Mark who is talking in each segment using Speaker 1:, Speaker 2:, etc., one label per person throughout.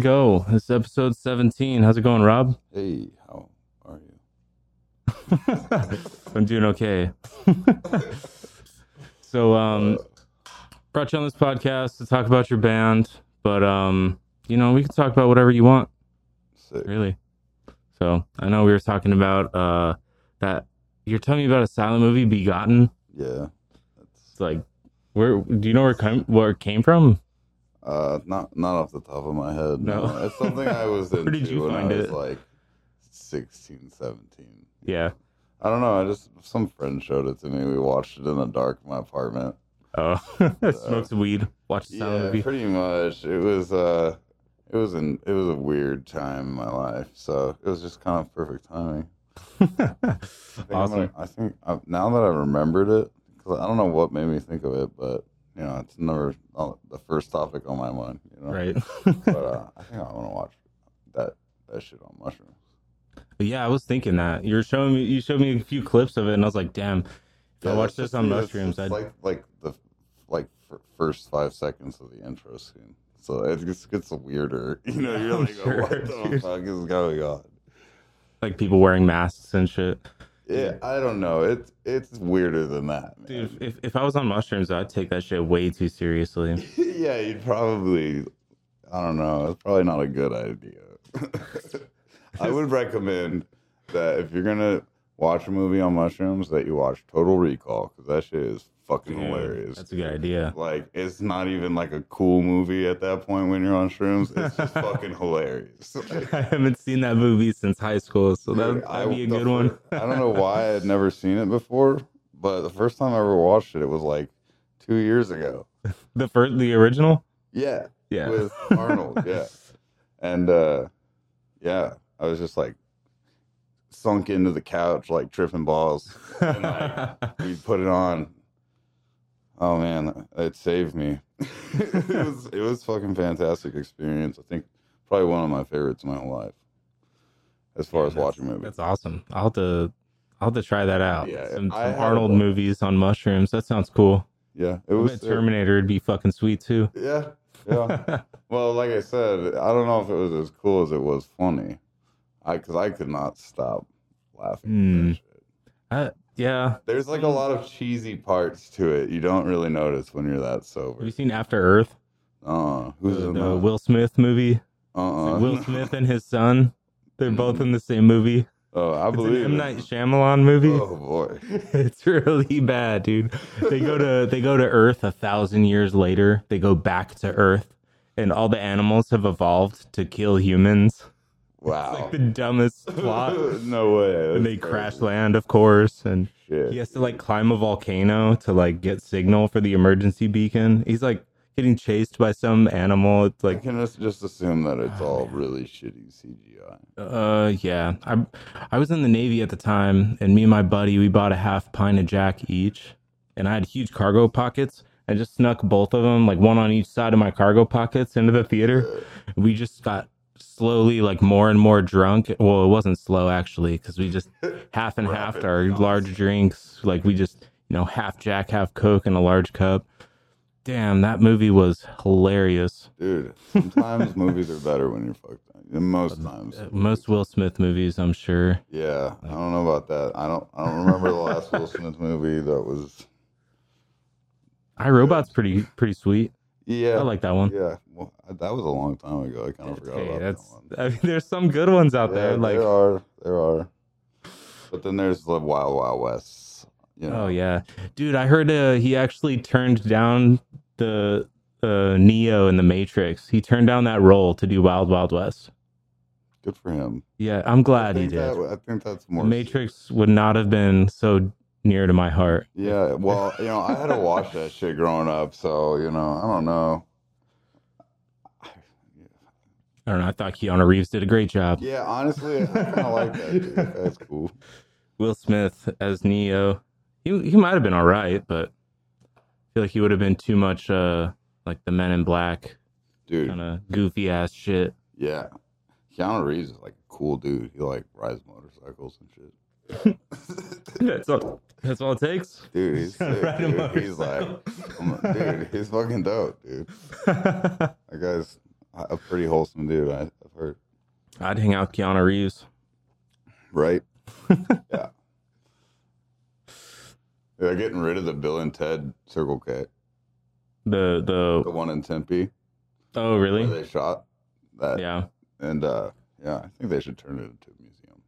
Speaker 1: go. It's episode 17. How's it going, Rob?
Speaker 2: Hey, how are you?
Speaker 1: I'm doing okay. so, um,
Speaker 2: Uh,
Speaker 1: brought you on this podcast to talk about your band, but, um, you know, we can talk about whatever you want,
Speaker 2: Sick.
Speaker 1: really. So, I know we were talking about, uh, that you're telling me about a silent movie, Begotten.
Speaker 2: Yeah.
Speaker 1: It's like, where do you know where it, come, where it came from?
Speaker 2: Uh, not not off the top of my head. No,
Speaker 1: No.
Speaker 2: it's something I was
Speaker 1: Where
Speaker 2: into
Speaker 1: did you
Speaker 2: when
Speaker 1: find
Speaker 2: I was
Speaker 1: it?
Speaker 2: like 16, 17.
Speaker 1: Yeah.
Speaker 2: I don't know. I just some friend showed it to me. We watched it in the dark in my apartment.
Speaker 1: Oh, smokes weed, watch a silent
Speaker 2: yeah,
Speaker 1: movie.
Speaker 2: pretty much. It was uh, it was an it was a weird time in my life. So it was just kind of perfect timing. I think I'm
Speaker 1: awesome.
Speaker 2: gonna- I think I, now that I remembered it, because I don't know what made me think of it, but you know, it's never not the first topic on my mind. You know?
Speaker 1: Right.
Speaker 2: but uh, I think I want to watch that that shit on mushrooms.
Speaker 1: yeah, I was thinking that. You were showing me you showed me a few clips of it and I was like, damn, if I watched
Speaker 2: that's
Speaker 1: this on
Speaker 2: just-
Speaker 1: mushrooms,
Speaker 2: It's
Speaker 1: I'd
Speaker 2: like like the like f- first five seconds of the intro scene. So it just gets weirder. You know, you're
Speaker 1: I'm
Speaker 2: like,
Speaker 1: sure,
Speaker 2: what the
Speaker 1: dude.
Speaker 2: fuck is going on?
Speaker 1: like people wearing masks and shit.
Speaker 2: Yeah, I don't know. It's it's weirder than that, man.
Speaker 1: Dude, if, if I was on mushrooms, I'd take that shit way too seriously.
Speaker 2: yeah, you'd probably. I don't know. It's probably not a good idea. I would recommend that if you're gonna watch a movie on mushrooms, that you watch Total Recall because that shit is fucking
Speaker 1: Dude,
Speaker 2: hilarious.
Speaker 1: That's a good idea.
Speaker 2: like it's not even like a cool movie at that point when you're on shrooms. It's just fucking hilarious. Like,
Speaker 1: I haven't seen that movie since high school, so that,
Speaker 2: Dude, I-
Speaker 1: that'd be a
Speaker 2: the
Speaker 1: good one.
Speaker 2: fir- I don't know why I had never seen it before, but the first time I ever watched it, it was like two years ago.
Speaker 1: The first, the original?
Speaker 2: Yeah,
Speaker 1: Yeah.
Speaker 2: with Arnold. Yeah, and uh, yeah, I was just like sunk into the couch, like tripping balls. And, like, we put it on. Oh man, it saved me. it was it was fucking fantastic experience. I think probably one of my favorites in my whole life, as far as
Speaker 1: That's-
Speaker 2: watching movies.
Speaker 1: That's awesome. I'll have to I'll have to try that out.
Speaker 2: Yeah,
Speaker 1: some,
Speaker 2: I
Speaker 1: some
Speaker 2: had
Speaker 1: Arnold
Speaker 2: a-
Speaker 1: movies on mushrooms. That sounds cool.
Speaker 2: Yeah, it
Speaker 1: I
Speaker 2: was. uh,
Speaker 1: bet Terminator would be fucking sweet too.
Speaker 2: yeah, yeah. well, like I said, I don't know if it was as cool as it was funny, I because I could not stop laughing. at that
Speaker 1: Hmm.
Speaker 2: shit.
Speaker 1: yeah.
Speaker 2: There's like a
Speaker 1: Mm.
Speaker 2: lot of cheesy parts to it you don't really notice when you're that
Speaker 1: Have
Speaker 2: sober.
Speaker 1: you seen After Earth?
Speaker 2: Uh, who's
Speaker 1: The,
Speaker 2: in
Speaker 1: the
Speaker 2: that?
Speaker 1: Will Smith movie.
Speaker 2: Uh-uh.
Speaker 1: Will Smith and his son. They're both in the same movie.
Speaker 2: Oh,
Speaker 1: It's
Speaker 2: I
Speaker 1: an
Speaker 2: Hmm. believe
Speaker 1: M
Speaker 2: it.
Speaker 1: Night Shyamalan movie.
Speaker 2: Oh boy.
Speaker 1: It's really bad, dude. They go to they go to Earth a thousand years later. They go back to Earth, and all the animals have evolved to kill humans.
Speaker 2: Wow.
Speaker 1: Like the dumbest plot.
Speaker 2: no way.
Speaker 1: and they crash land, of course. And
Speaker 2: Shit.
Speaker 1: he has to like climb a volcano to like get signal for the emergency beacon. He's like getting chased by some animal. It's
Speaker 2: I
Speaker 1: like, Oh,
Speaker 2: can just, just assume that it's all really shitty CGI.
Speaker 1: uh, yeah. I I was in the Navy at the time, and me and my buddy we bought a half pint of Jack each, and I had huge cargo pockets. I just snuck both of them, like one on each side of my cargo pockets, into the theater. We just got slowly like more and more drunk. Well, it wasn't slow actually, because we just half and half
Speaker 2: Rapid
Speaker 1: our large drinks. Like we just, you know, half Jack, half Coke in a large cup. Damn, that movie was hilarious.
Speaker 2: Dude, sometimes movies are better when you're fucked up. And Most times.
Speaker 1: Uh, Most Will Smith movies, I'm sure.
Speaker 2: Yeah. I don't know about that. I don't I don't remember the last Will Smith movie that was
Speaker 1: I Robot's pretty pretty sweet.
Speaker 2: Yeah.
Speaker 1: I like that one.
Speaker 2: Yeah. Well, that was a long time ago. I kind of forgot
Speaker 1: Hey,
Speaker 2: about
Speaker 1: that's.
Speaker 2: that one.
Speaker 1: I mean, there's some good ones out
Speaker 2: Yeah,
Speaker 1: there. Like,
Speaker 2: there are there are. But then there's the Wild Wild West. You know.
Speaker 1: oh yeah, dude, I heard uh, he actually turned down the uh, Neo in the Matrix. He turned down that role to do Wild Wild West.
Speaker 2: Good for him.
Speaker 1: Yeah, I'm glad
Speaker 2: I
Speaker 1: he
Speaker 2: think
Speaker 1: did.
Speaker 2: That, I think that's more
Speaker 1: The Matrix would not have been so near to my heart.
Speaker 2: Yeah, well, you know, I had to watch that shit growing up, so you know, I don't know.
Speaker 1: I don't know. I thought Keanu Reeves did a great job.
Speaker 2: Yeah, honestly, I kind of like that. Dude. That's cool.
Speaker 1: Will Smith as Neo, he he might have been all right, but I feel like he would have been too much uh like the Men in Black kind
Speaker 2: Dude,
Speaker 1: of goofy ass shit.
Speaker 2: yeah, Keanu Reeves is like a cool dude. He like rides motorcycles and shit.
Speaker 1: That's all. That's all it takes.
Speaker 2: Dude, he's
Speaker 1: gonna
Speaker 2: sick,
Speaker 1: ride a
Speaker 2: dude. He's like,
Speaker 1: motorcycle.
Speaker 2: I'm a- dude, he's fucking dope, dude. That guy's a pretty wholesome dude. I, I've heard.
Speaker 1: I'd hang out with Keanu Reeves.
Speaker 2: Right? yeah. They're getting rid of the Bill and Ted Circle K,
Speaker 1: The
Speaker 2: the
Speaker 1: the
Speaker 2: one in Tempe.
Speaker 1: oh
Speaker 2: where
Speaker 1: really?
Speaker 2: They shot that,
Speaker 1: Yeah,
Speaker 2: and uh, yeah, I think they should turn it into a museum.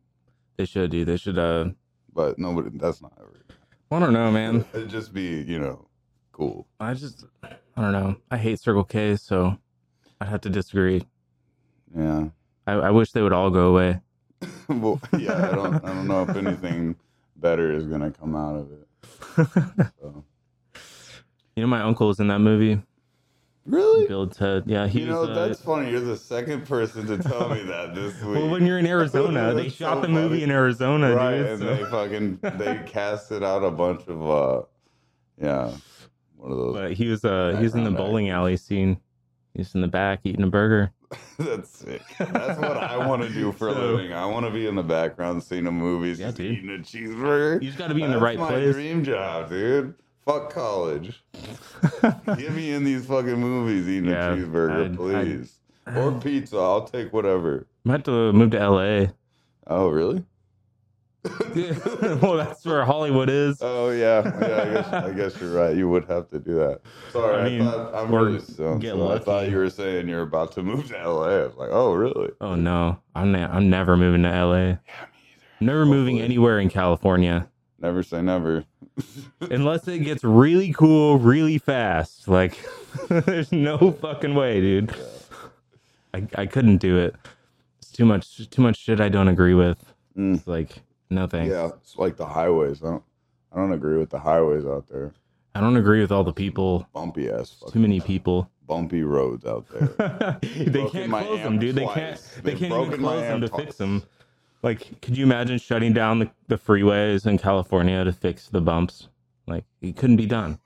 Speaker 1: they should do. They should. Uh,
Speaker 2: But nobody, that's not ever.
Speaker 1: I don't know, man.
Speaker 2: It'd just be, you know, cool.
Speaker 1: I just I don't know. I hate Circle K, so I'd have to disagree.
Speaker 2: Yeah.
Speaker 1: I, I wish they would all go away.
Speaker 2: well, yeah. I don't. I don't know if anything better is gonna come out of it.
Speaker 1: you
Speaker 2: So.
Speaker 1: know, my uncle was in that movie.
Speaker 2: Really?
Speaker 1: Bill Ted. Yeah, he
Speaker 2: you know,
Speaker 1: was. uh,
Speaker 2: that's funny. You're the second person to tell me that this week.
Speaker 1: well, when you're in Arizona, they
Speaker 2: That's
Speaker 1: shot
Speaker 2: so
Speaker 1: the movie
Speaker 2: funny.
Speaker 1: in Arizona,
Speaker 2: right,
Speaker 1: dude.
Speaker 2: and
Speaker 1: so-
Speaker 2: they fucking they casted out a bunch of uh, yeah, one of those.
Speaker 1: But he was uh he was in the
Speaker 2: Background actor.
Speaker 1: bowling alley scene. He's in the back eating a burger.
Speaker 2: That's sick. That's what I want to do for a
Speaker 1: So-
Speaker 2: living. I want to be in the background scene of movies,
Speaker 1: Yeah,
Speaker 2: just
Speaker 1: dude.
Speaker 2: eating a cheeseburger.
Speaker 1: You just got to be in the
Speaker 2: That's
Speaker 1: right
Speaker 2: my
Speaker 1: place.
Speaker 2: dream job, dude. Fuck college. Get me in these fucking movies eating
Speaker 1: Yeah,
Speaker 2: a cheeseburger,
Speaker 1: I'd-
Speaker 2: please. or pizza. I'll take whatever.
Speaker 1: I had to move to L.A.
Speaker 2: Oh, really?
Speaker 1: well, that's where Hollywood is.
Speaker 2: Oh, yeah. Yeah, I guess, I guess you're right. You would have to do that. Sorry,
Speaker 1: I
Speaker 2: I
Speaker 1: mean,
Speaker 2: thought, I'm
Speaker 1: or
Speaker 2: really stoned,
Speaker 1: get
Speaker 2: so I thought
Speaker 1: lucky.
Speaker 2: you were saying you're about to move to LA. I was like, oh, really?
Speaker 1: Oh no, I'm ne- I'm never moving to L.A.
Speaker 2: Yeah, me either.
Speaker 1: Never moving
Speaker 2: Hopefully.
Speaker 1: anywhere in California
Speaker 2: Never say never.
Speaker 1: unless it gets really cool really fast. Like, there's no fucking way, dude. I I couldn't do it. It's too much too much shit I don't agree with.
Speaker 2: Mm.
Speaker 1: It's like no thanks.
Speaker 2: Yeah, it's like the highways. I don't, I don't agree with the highways out there.
Speaker 1: I don't agree with all the people.
Speaker 2: Bumpy ass,
Speaker 1: It's
Speaker 2: fucking
Speaker 1: Too many people.
Speaker 2: bumpy roads out there.
Speaker 1: they
Speaker 2: broken
Speaker 1: can't
Speaker 2: my
Speaker 1: close
Speaker 2: amp
Speaker 1: them, dude. They
Speaker 2: twice.
Speaker 1: can't. They
Speaker 2: They've
Speaker 1: can't even
Speaker 2: broken my
Speaker 1: close them
Speaker 2: amp
Speaker 1: to
Speaker 2: twice.
Speaker 1: fix them. Like, could you imagine shutting down the, the freeways in California to fix the bumps? Like, it couldn't be done.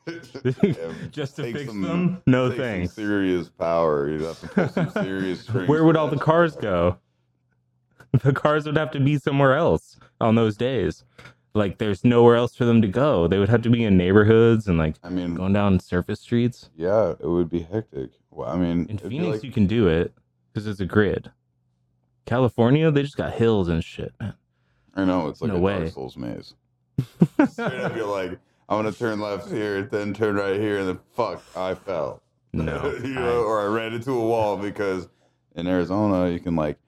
Speaker 1: Just to
Speaker 2: Take
Speaker 1: fix
Speaker 2: some-
Speaker 1: them? No
Speaker 2: Take some
Speaker 1: thanks.
Speaker 2: serious power. You'd have to pull some serious strings.
Speaker 1: Where would all the
Speaker 2: That's-
Speaker 1: cars go? The cars would have to be somewhere else on those days. Like, there's nowhere else for them to go. They would have to be in neighborhoods and like
Speaker 2: I mean,
Speaker 1: going down surface streets.
Speaker 2: yeah, it would be hectic. Well, I mean,
Speaker 1: In
Speaker 2: it'd be
Speaker 1: Phoenix,
Speaker 2: like-
Speaker 1: you can do it because it's a grid. California, they just got hills and shit, man.
Speaker 2: I know it's like
Speaker 1: no
Speaker 2: a
Speaker 1: way.
Speaker 2: Dark Souls maze. Straight up, you're like, I'm gonna turn left here, then turn right here, and then fuck, I fell.
Speaker 1: No.
Speaker 2: you know, or I ran into a wall because in Arizona you can like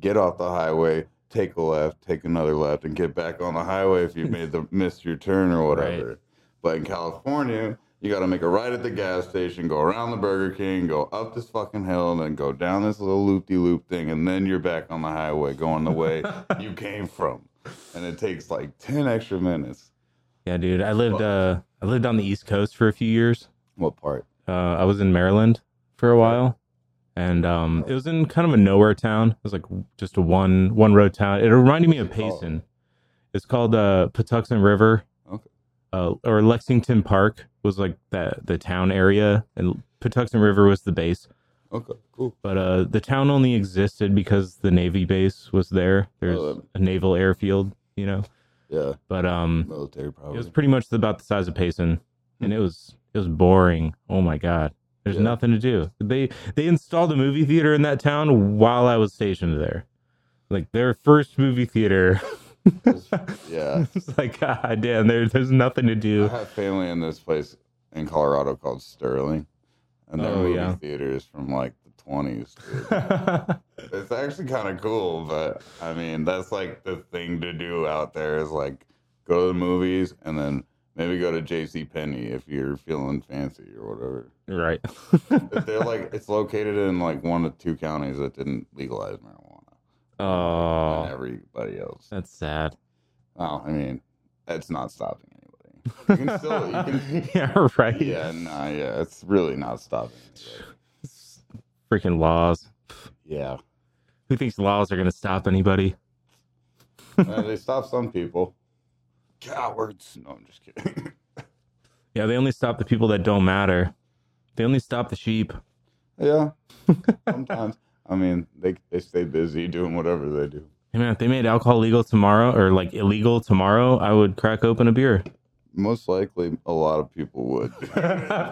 Speaker 2: get off the highway, take a left, take another left, and get back on the highway if you made the missed your turn or whatever. But in California, you got to make a right at the gas station, go around the Burger King, go up this fucking hill, and then go down this little loop de loop thing, and then you're back on the highway going the way you came from. And it takes like ten extra minutes.
Speaker 1: Yeah, dude. I lived uh I lived on the East Coast for a few years.
Speaker 2: What part?
Speaker 1: Uh I was in Maryland for a while. And um
Speaker 2: Oh.
Speaker 1: it was in kind of a nowhere town. It was like just a one one road town. It reminded me of
Speaker 2: What's it called?
Speaker 1: Payson. It's called uh Patuxent River.
Speaker 2: Okay.
Speaker 1: Uh, or Lexington Park was like that the town area and Patuxent River was the base.
Speaker 2: Okay, cool.
Speaker 1: But uh the town only existed because the Navy base was there. There's
Speaker 2: Oh.
Speaker 1: a naval airfield, you know.
Speaker 2: Yeah,
Speaker 1: But um
Speaker 2: military
Speaker 1: it was
Speaker 2: probably.
Speaker 1: pretty much about the size of Payson, and it was it was boring. Oh my god, there's
Speaker 2: Yeah.
Speaker 1: nothing to do. They they installed a movie theater in that town while I was stationed there, like their first movie theater.
Speaker 2: yeah.
Speaker 1: it's like god damn, there there's nothing to
Speaker 2: I
Speaker 1: do.
Speaker 2: have family in this place in Colorado called Sterling, and their
Speaker 1: Oh,
Speaker 2: movie
Speaker 1: yeah.
Speaker 2: theater is from like the twenties. Uh,
Speaker 1: yeah,
Speaker 2: it's actually kind of cool, but I mean, that's like the thing to do out there is like go to the movies and then maybe go to J.C. Penney if you're feeling fancy or whatever.
Speaker 1: right.
Speaker 2: If They're like it's located in like one of two counties that didn't legalize marijuana. and
Speaker 1: oh,
Speaker 2: everybody else.
Speaker 1: that's sad.
Speaker 2: Well, I mean, that's not stopping anybody. You can still, you can
Speaker 1: yeah, right.
Speaker 2: Yeah, nah, yeah, it's really not stopping. anybody.
Speaker 1: Freaking laws.
Speaker 2: Yeah,
Speaker 1: Who thinks laws are gonna stop anybody?
Speaker 2: Uh, they stop some people. Cowards. No, I'm just kidding.
Speaker 1: Yeah, they only stop the people that don't matter. They only stop the sheep.
Speaker 2: yeah, sometimes. I mean, they they stay busy doing whatever they do.
Speaker 1: Hey man, if they made alcohol legal tomorrow or like illegal tomorrow, I would crack open a beer.
Speaker 2: most likely a lot of people would.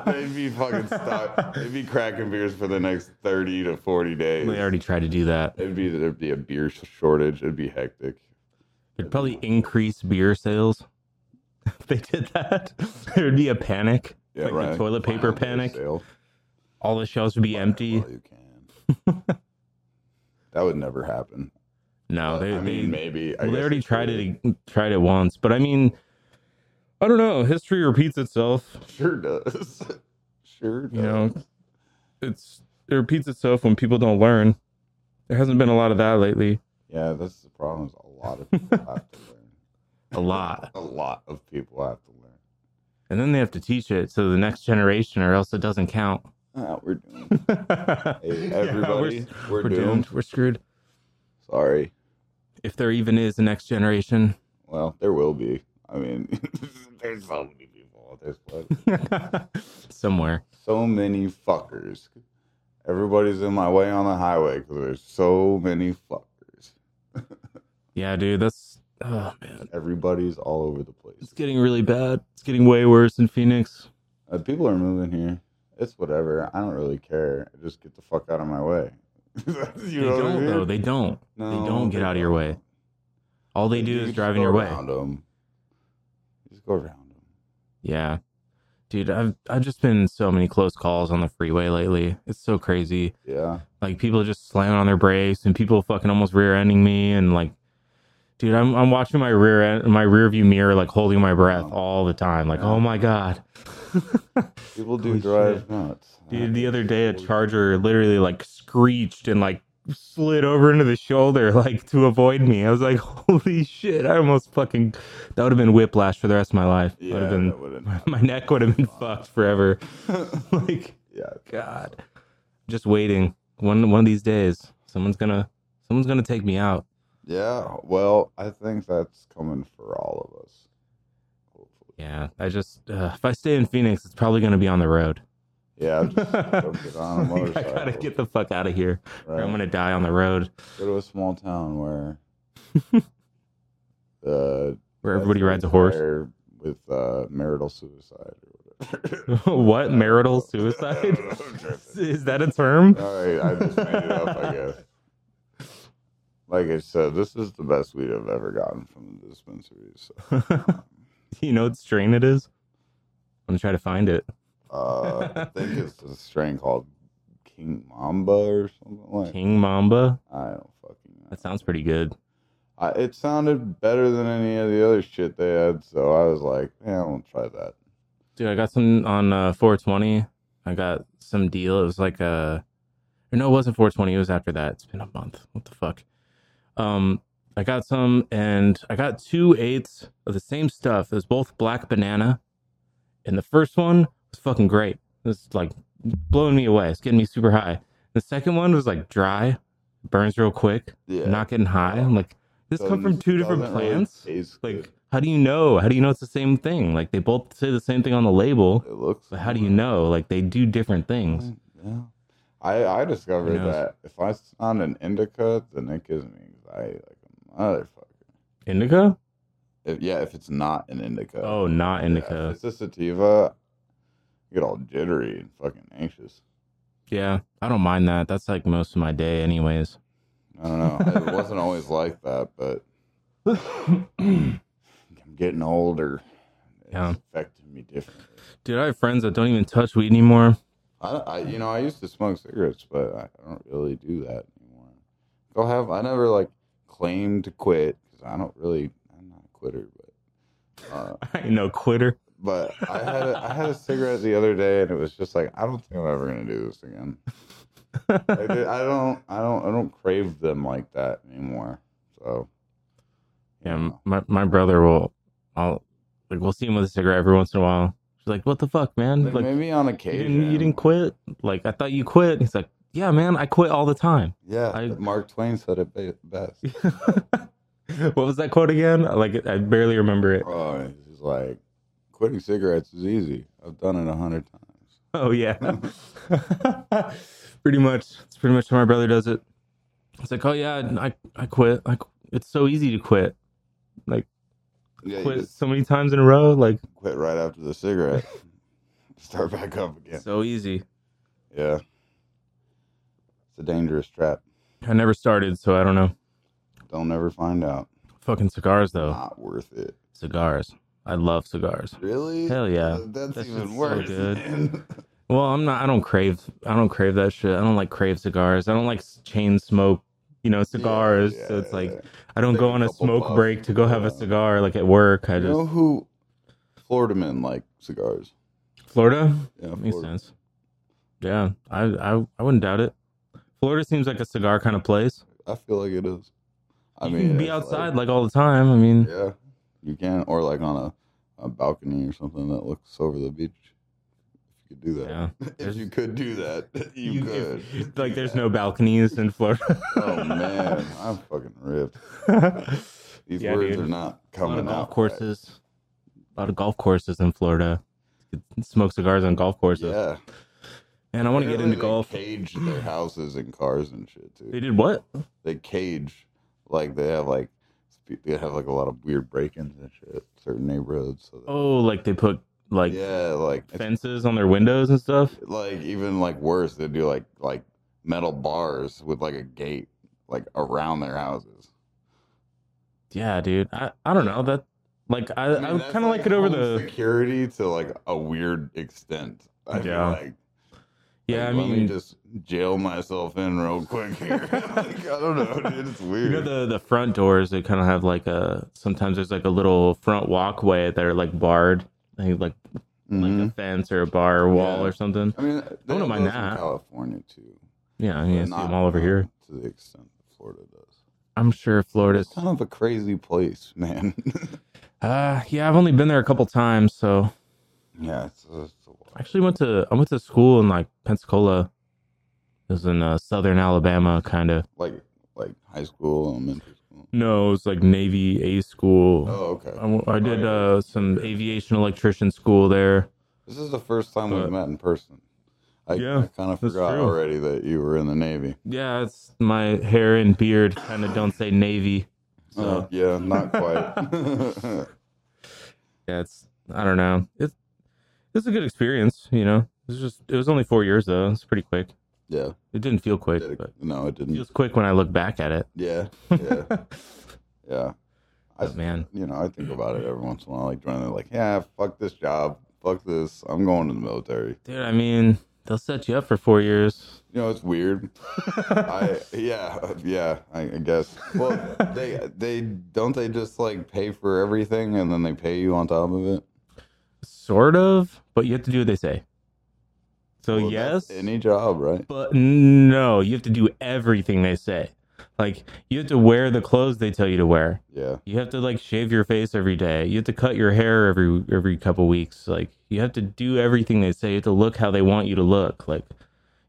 Speaker 2: they'd be fucking stuck. They'd be cracking beers for the next thirty to forty days.
Speaker 1: They already tried to do that.
Speaker 2: It'd be there'd be a beer shortage. It'd be hectic.
Speaker 1: It'd probably increase beer sales. If they did that, there'd be a panic.
Speaker 2: Yeah,
Speaker 1: like
Speaker 2: right.
Speaker 1: the toilet paper
Speaker 2: Wow, beer
Speaker 1: panic.
Speaker 2: sale.
Speaker 1: All the shelves would be empty.
Speaker 2: Well, you can. that would never happen.
Speaker 1: No, they,
Speaker 2: I mean,
Speaker 1: they,
Speaker 2: maybe. I
Speaker 1: well, they
Speaker 2: guess
Speaker 1: already tried
Speaker 2: could.
Speaker 1: it tried it once, but I mean, I don't know. History repeats itself.
Speaker 2: Sure does. sure. Does.
Speaker 1: You know, It's it repeats itself when people don't learn. There hasn't been a lot of that lately.
Speaker 2: Yeah, that's the problem. Is a lot of people have to learn.
Speaker 1: A lot,
Speaker 2: A lot of people have to learn.
Speaker 1: and then they have to teach it to the next generation, or else it doesn't count.
Speaker 2: Ah, we're doomed. Hey, everybody,
Speaker 1: we're,
Speaker 2: we're,
Speaker 1: we're
Speaker 2: doomed.
Speaker 1: doomed. We're screwed.
Speaker 2: Sorry.
Speaker 1: If there even is a next generation.
Speaker 2: Well, there will be. I mean, there's so many people out there. but
Speaker 1: somewhere.
Speaker 2: So many fuckers. Everybody's in my way on the highway because there's so many fuckers.
Speaker 1: Yeah, dude, that's oh man,
Speaker 2: Everybody's all over the place.
Speaker 1: it's getting really bad. It's getting way worse in Phoenix.
Speaker 2: Uh, people are moving here. It's whatever. I don't really care. Just get the fuck out of my way. you
Speaker 1: they
Speaker 2: know what I
Speaker 1: don't
Speaker 2: mean?
Speaker 1: though. They don't.
Speaker 2: No,
Speaker 1: they don't get out of your way. All they do
Speaker 2: You
Speaker 1: is
Speaker 2: just
Speaker 1: drive
Speaker 2: go
Speaker 1: in your way.
Speaker 2: Around them. Just go around them.
Speaker 1: Yeah. Dude, I've I've just been in so many close calls on the freeway lately. It's so crazy.
Speaker 2: Yeah.
Speaker 1: Like people just slamming on their brakes and people fucking almost rear ending me and like dude, I'm I'm watching my rear end my rear view mirror like holding my breath
Speaker 2: Oh.
Speaker 1: all the time. Like,
Speaker 2: Yeah.
Speaker 1: oh my God.
Speaker 2: People do
Speaker 1: Holy
Speaker 2: drive
Speaker 1: shit.
Speaker 2: nuts.
Speaker 1: Dude, the other day a
Speaker 2: Holy
Speaker 1: charger literally like screeched and like slid over into the shoulder like to avoid me. I was like, holy shit! I almost fucking that would have been whiplash for the rest of my life.
Speaker 2: Yeah,
Speaker 1: would have
Speaker 2: that
Speaker 1: been
Speaker 2: wouldn't
Speaker 1: my, my neck would have been fucked forever. like
Speaker 2: Yeah.
Speaker 1: God, just waiting. One one of these days, someone's gonna someone's gonna take me out.
Speaker 2: Yeah. Well, I think that's coming for all of us. Hopefully.
Speaker 1: Yeah, I just uh, if I stay in Phoenix, it's probably gonna be on the road.
Speaker 2: Yeah. Just don't
Speaker 1: Like,
Speaker 2: get on a
Speaker 1: I
Speaker 2: motorcycle.
Speaker 1: gotta get the fuck out of here, or
Speaker 2: right?
Speaker 1: I'm gonna die on the road
Speaker 2: Go to a small town where uh,
Speaker 1: where everybody rides a horse.
Speaker 2: retire with uh, marital suicide or whatever.
Speaker 1: what marital suicide? Is that a term?
Speaker 2: All right, I just made it up, I guess. Like I said, this is the best weed I've ever gotten from the dispensaries.
Speaker 1: you know what strain it is? I'm gonna try to find it.
Speaker 2: Uh, I think it's a strain called King Mamba or something like.
Speaker 1: King Mamba.
Speaker 2: I don't fucking know.
Speaker 1: That sounds pretty good.
Speaker 2: I, it sounded better than any of the other shit they had, so I was like, "Yeah, I'll try that."
Speaker 1: Dude, I got some on uh, 420. I got some deal. It was like a, or no, it wasn't 420. It was after that. It's been a month. What the fuck? Um, I got some, and I got two eighths of the same stuff. It was both black banana, and the first one was fucking great. It was like blowing me away. It's getting me super high. The second one was like dry, burns real quick.
Speaker 2: Yeah,
Speaker 1: I'm not getting high. I'm like, this come from
Speaker 2: Doesn't-
Speaker 1: two different
Speaker 2: doesn't really
Speaker 1: plants.
Speaker 2: taste
Speaker 1: like,
Speaker 2: good.
Speaker 1: how do you know? How do you know it's the same thing? Like, they both say the same thing on the label.
Speaker 2: it looks.
Speaker 1: But how do you know? Like they do different things.
Speaker 2: Mm, Yeah, I I discovered
Speaker 1: Who knows?
Speaker 2: that if I on an indica, then it gives me anxiety like a motherfucker.
Speaker 1: Indica?
Speaker 2: If, yeah, if it's not an indica.
Speaker 1: Oh, not
Speaker 2: Yeah, if
Speaker 1: indica.
Speaker 2: it's a sativa. You get all jittery and fucking anxious.
Speaker 1: Yeah, I don't mind that. That's like most of my day, anyways.
Speaker 2: I don't know. it wasn't always like that, but
Speaker 1: Dude,
Speaker 2: I'm getting older. It's
Speaker 1: Yeah.
Speaker 2: affecting me differently.
Speaker 1: I have friends that don't even touch weed anymore.
Speaker 2: I, I, you know, I used to smoke cigarettes, but I don't really do that anymore. Go have. I never like claimed to quit because I don't really. I'm not a quitter, but. Uh,
Speaker 1: I ain't no quitter.
Speaker 2: but I had a, I had a cigarette the other day, and it was just like I don't think I'm ever gonna do this again. Like, they- I don't I don't I don't crave them like that anymore. So you
Speaker 1: Yeah, m-
Speaker 2: know.
Speaker 1: my my brother will. I'll like we'll see him with a cigarette every once in a while. She's like, "What the fuck, man?
Speaker 2: Like,
Speaker 1: like
Speaker 2: maybe on
Speaker 1: you
Speaker 2: occasion
Speaker 1: didn't you didn't quit? Like I thought you quit." He's like, "Yeah, man, I quit all the time."
Speaker 2: Yeah,
Speaker 1: I-
Speaker 2: Mark Twain said it be- best.
Speaker 1: what was that quote again? Like I barely remember it.
Speaker 2: oh, he's like quitting cigarettes is easy. I've done it a hundred times.
Speaker 1: Oh yeah. pretty much. It's pretty much how my brother does it. It's like, oh yeah, I I quit. Like it's so easy to quit. Like
Speaker 2: Yeah, you
Speaker 1: quit
Speaker 2: just-
Speaker 1: so many times in a row. Like
Speaker 2: Quit right after the cigarette. Start back up again.
Speaker 1: so easy.
Speaker 2: Yeah. It's a dangerous trap.
Speaker 1: I never started, so I don't know.
Speaker 2: Don't ever find out.
Speaker 1: Fucking cigars though.
Speaker 2: Not worth it.
Speaker 1: Cigars. I love cigars.
Speaker 2: Really?
Speaker 1: Hell yeah.
Speaker 2: That's
Speaker 1: That shit's
Speaker 2: even
Speaker 1: so
Speaker 2: worse.
Speaker 1: good.
Speaker 2: man.
Speaker 1: Well, I'm not. I don't crave. I don't crave that shit. I don't like crave cigars. I don't like s- chain smoke. You know, cigars.
Speaker 2: Yeah,
Speaker 1: so it's
Speaker 2: yeah,
Speaker 1: like
Speaker 2: yeah.
Speaker 1: I don't
Speaker 2: Take
Speaker 1: go
Speaker 2: a
Speaker 1: on a
Speaker 2: couple
Speaker 1: smoke
Speaker 2: puffs.
Speaker 1: break to go have
Speaker 2: Yeah.
Speaker 1: a cigar. Like at work, I
Speaker 2: You know
Speaker 1: just
Speaker 2: who? Florida men like cigars.
Speaker 1: Florida
Speaker 2: Yeah,
Speaker 1: makes
Speaker 2: Florida.
Speaker 1: sense. Yeah, I, I I wouldn't doubt it. Florida seems like a cigar kind of place.
Speaker 2: I feel like it is. I
Speaker 1: you
Speaker 2: mean,
Speaker 1: can be
Speaker 2: it's
Speaker 1: outside like, all the time. I mean,
Speaker 2: yeah, you can, or like on a, a balcony or something that looks over the beach. If you could do that,
Speaker 1: yeah.
Speaker 2: if
Speaker 1: There's-
Speaker 2: you could do that, you,
Speaker 1: You-
Speaker 2: could.
Speaker 1: if- like there's no balconies in Florida.
Speaker 2: oh man, I'm fucking ripped. These
Speaker 1: Yeah,
Speaker 2: words
Speaker 1: dude.
Speaker 2: are not
Speaker 1: a lot
Speaker 2: coming
Speaker 1: of golf
Speaker 2: out. right.
Speaker 1: courses. A lot of golf courses in Florida. You could Smoke cigars on golf courses.
Speaker 2: Yeah,
Speaker 1: And I want to get
Speaker 2: Apparently
Speaker 1: into
Speaker 2: they
Speaker 1: golf.
Speaker 2: Cage their houses and cars and shit too.
Speaker 1: They did what?
Speaker 2: they cage like they have like spe- they have like a lot of weird break-ins and shit certain neighborhoods so that,
Speaker 1: Oh, like they put like
Speaker 2: yeah like it's-
Speaker 1: fences on their windows and stuff.
Speaker 2: like even like worse they do like like metal bars with like a gate like around their houses
Speaker 1: Yeah, dude. I, I don't know that. Like I
Speaker 2: mean,
Speaker 1: I,
Speaker 2: that's,
Speaker 1: kind of like it over
Speaker 2: home
Speaker 1: the
Speaker 2: security to like a weird extent I feel
Speaker 1: Yeah.
Speaker 2: like
Speaker 1: yeah. I
Speaker 2: like, let me
Speaker 1: mean,
Speaker 2: just jail myself in real quick here. like, I don't know, dude. It's
Speaker 1: you
Speaker 2: weird.
Speaker 1: know the the front doors. They kind of have like a sometimes there's like a little front walkway that are like barred. I think like like a
Speaker 2: Mhm.
Speaker 1: fence or a bar or wall
Speaker 2: Yeah.
Speaker 1: or something.
Speaker 2: I mean, they
Speaker 1: wouldn't
Speaker 2: have
Speaker 1: mind
Speaker 2: those in
Speaker 1: that.
Speaker 2: California too.
Speaker 1: Yeah, I mean, I
Speaker 2: but
Speaker 1: see
Speaker 2: not-
Speaker 1: them all over
Speaker 2: not
Speaker 1: here.
Speaker 2: To the extent that Florida does.
Speaker 1: I'm sure Florida's.
Speaker 2: It's kind of a crazy place, man.
Speaker 1: Uh, yeah, I've only been there a couple times, so
Speaker 2: yeah, it's, it's a
Speaker 1: I actually went to I went to school in like Pensacola. It was in uh, southern Alabama, kind of.
Speaker 2: like like high school, elementary school.
Speaker 1: No, it was like Navy A school.
Speaker 2: Oh, okay.
Speaker 1: I w- I, did
Speaker 2: yeah.
Speaker 1: uh, some aviation electrician school there.
Speaker 2: This is the first time
Speaker 1: but-
Speaker 2: we've met in person. I,
Speaker 1: uh, Yeah,
Speaker 2: I kind of
Speaker 1: that's
Speaker 2: forgot
Speaker 1: true.
Speaker 2: already that you were in the Navy.
Speaker 1: Yeah, it's my hair and beard kind of don't say Navy, so
Speaker 2: Uh, yeah, not quite.
Speaker 1: yeah, it's I don't know. It's it's a good experience, you know. It was just it was only four years though. It's pretty quick.
Speaker 2: yeah,
Speaker 1: It didn't feel quick,
Speaker 2: did it-
Speaker 1: but
Speaker 2: no, it
Speaker 1: it
Speaker 2: didn't.
Speaker 1: feels quick when I look back at it.
Speaker 2: Yeah, yeah, yeah. I,
Speaker 1: But man,
Speaker 2: you know, I think about it every once in a while. Like, during the- like, yeah, fuck this job, fuck this. I'm going to the military.
Speaker 1: dude, I mean, they'll set you up for four years.
Speaker 2: You know, it's weird. I yeah yeah I, I guess. Well, they they don't they just like pay for everything and then they pay you on top of it.
Speaker 1: Sort of, but you have to do what they say. So
Speaker 2: Well, that's
Speaker 1: Oh, yes,
Speaker 2: any job, right?
Speaker 1: But no, you have to do everything they say. Like you have to wear the clothes they tell you to wear.
Speaker 2: Yeah,
Speaker 1: You have to like shave your face every day. You have to cut your hair every every couple weeks. Like you have to do everything they say. You have to look how they want you to look. Like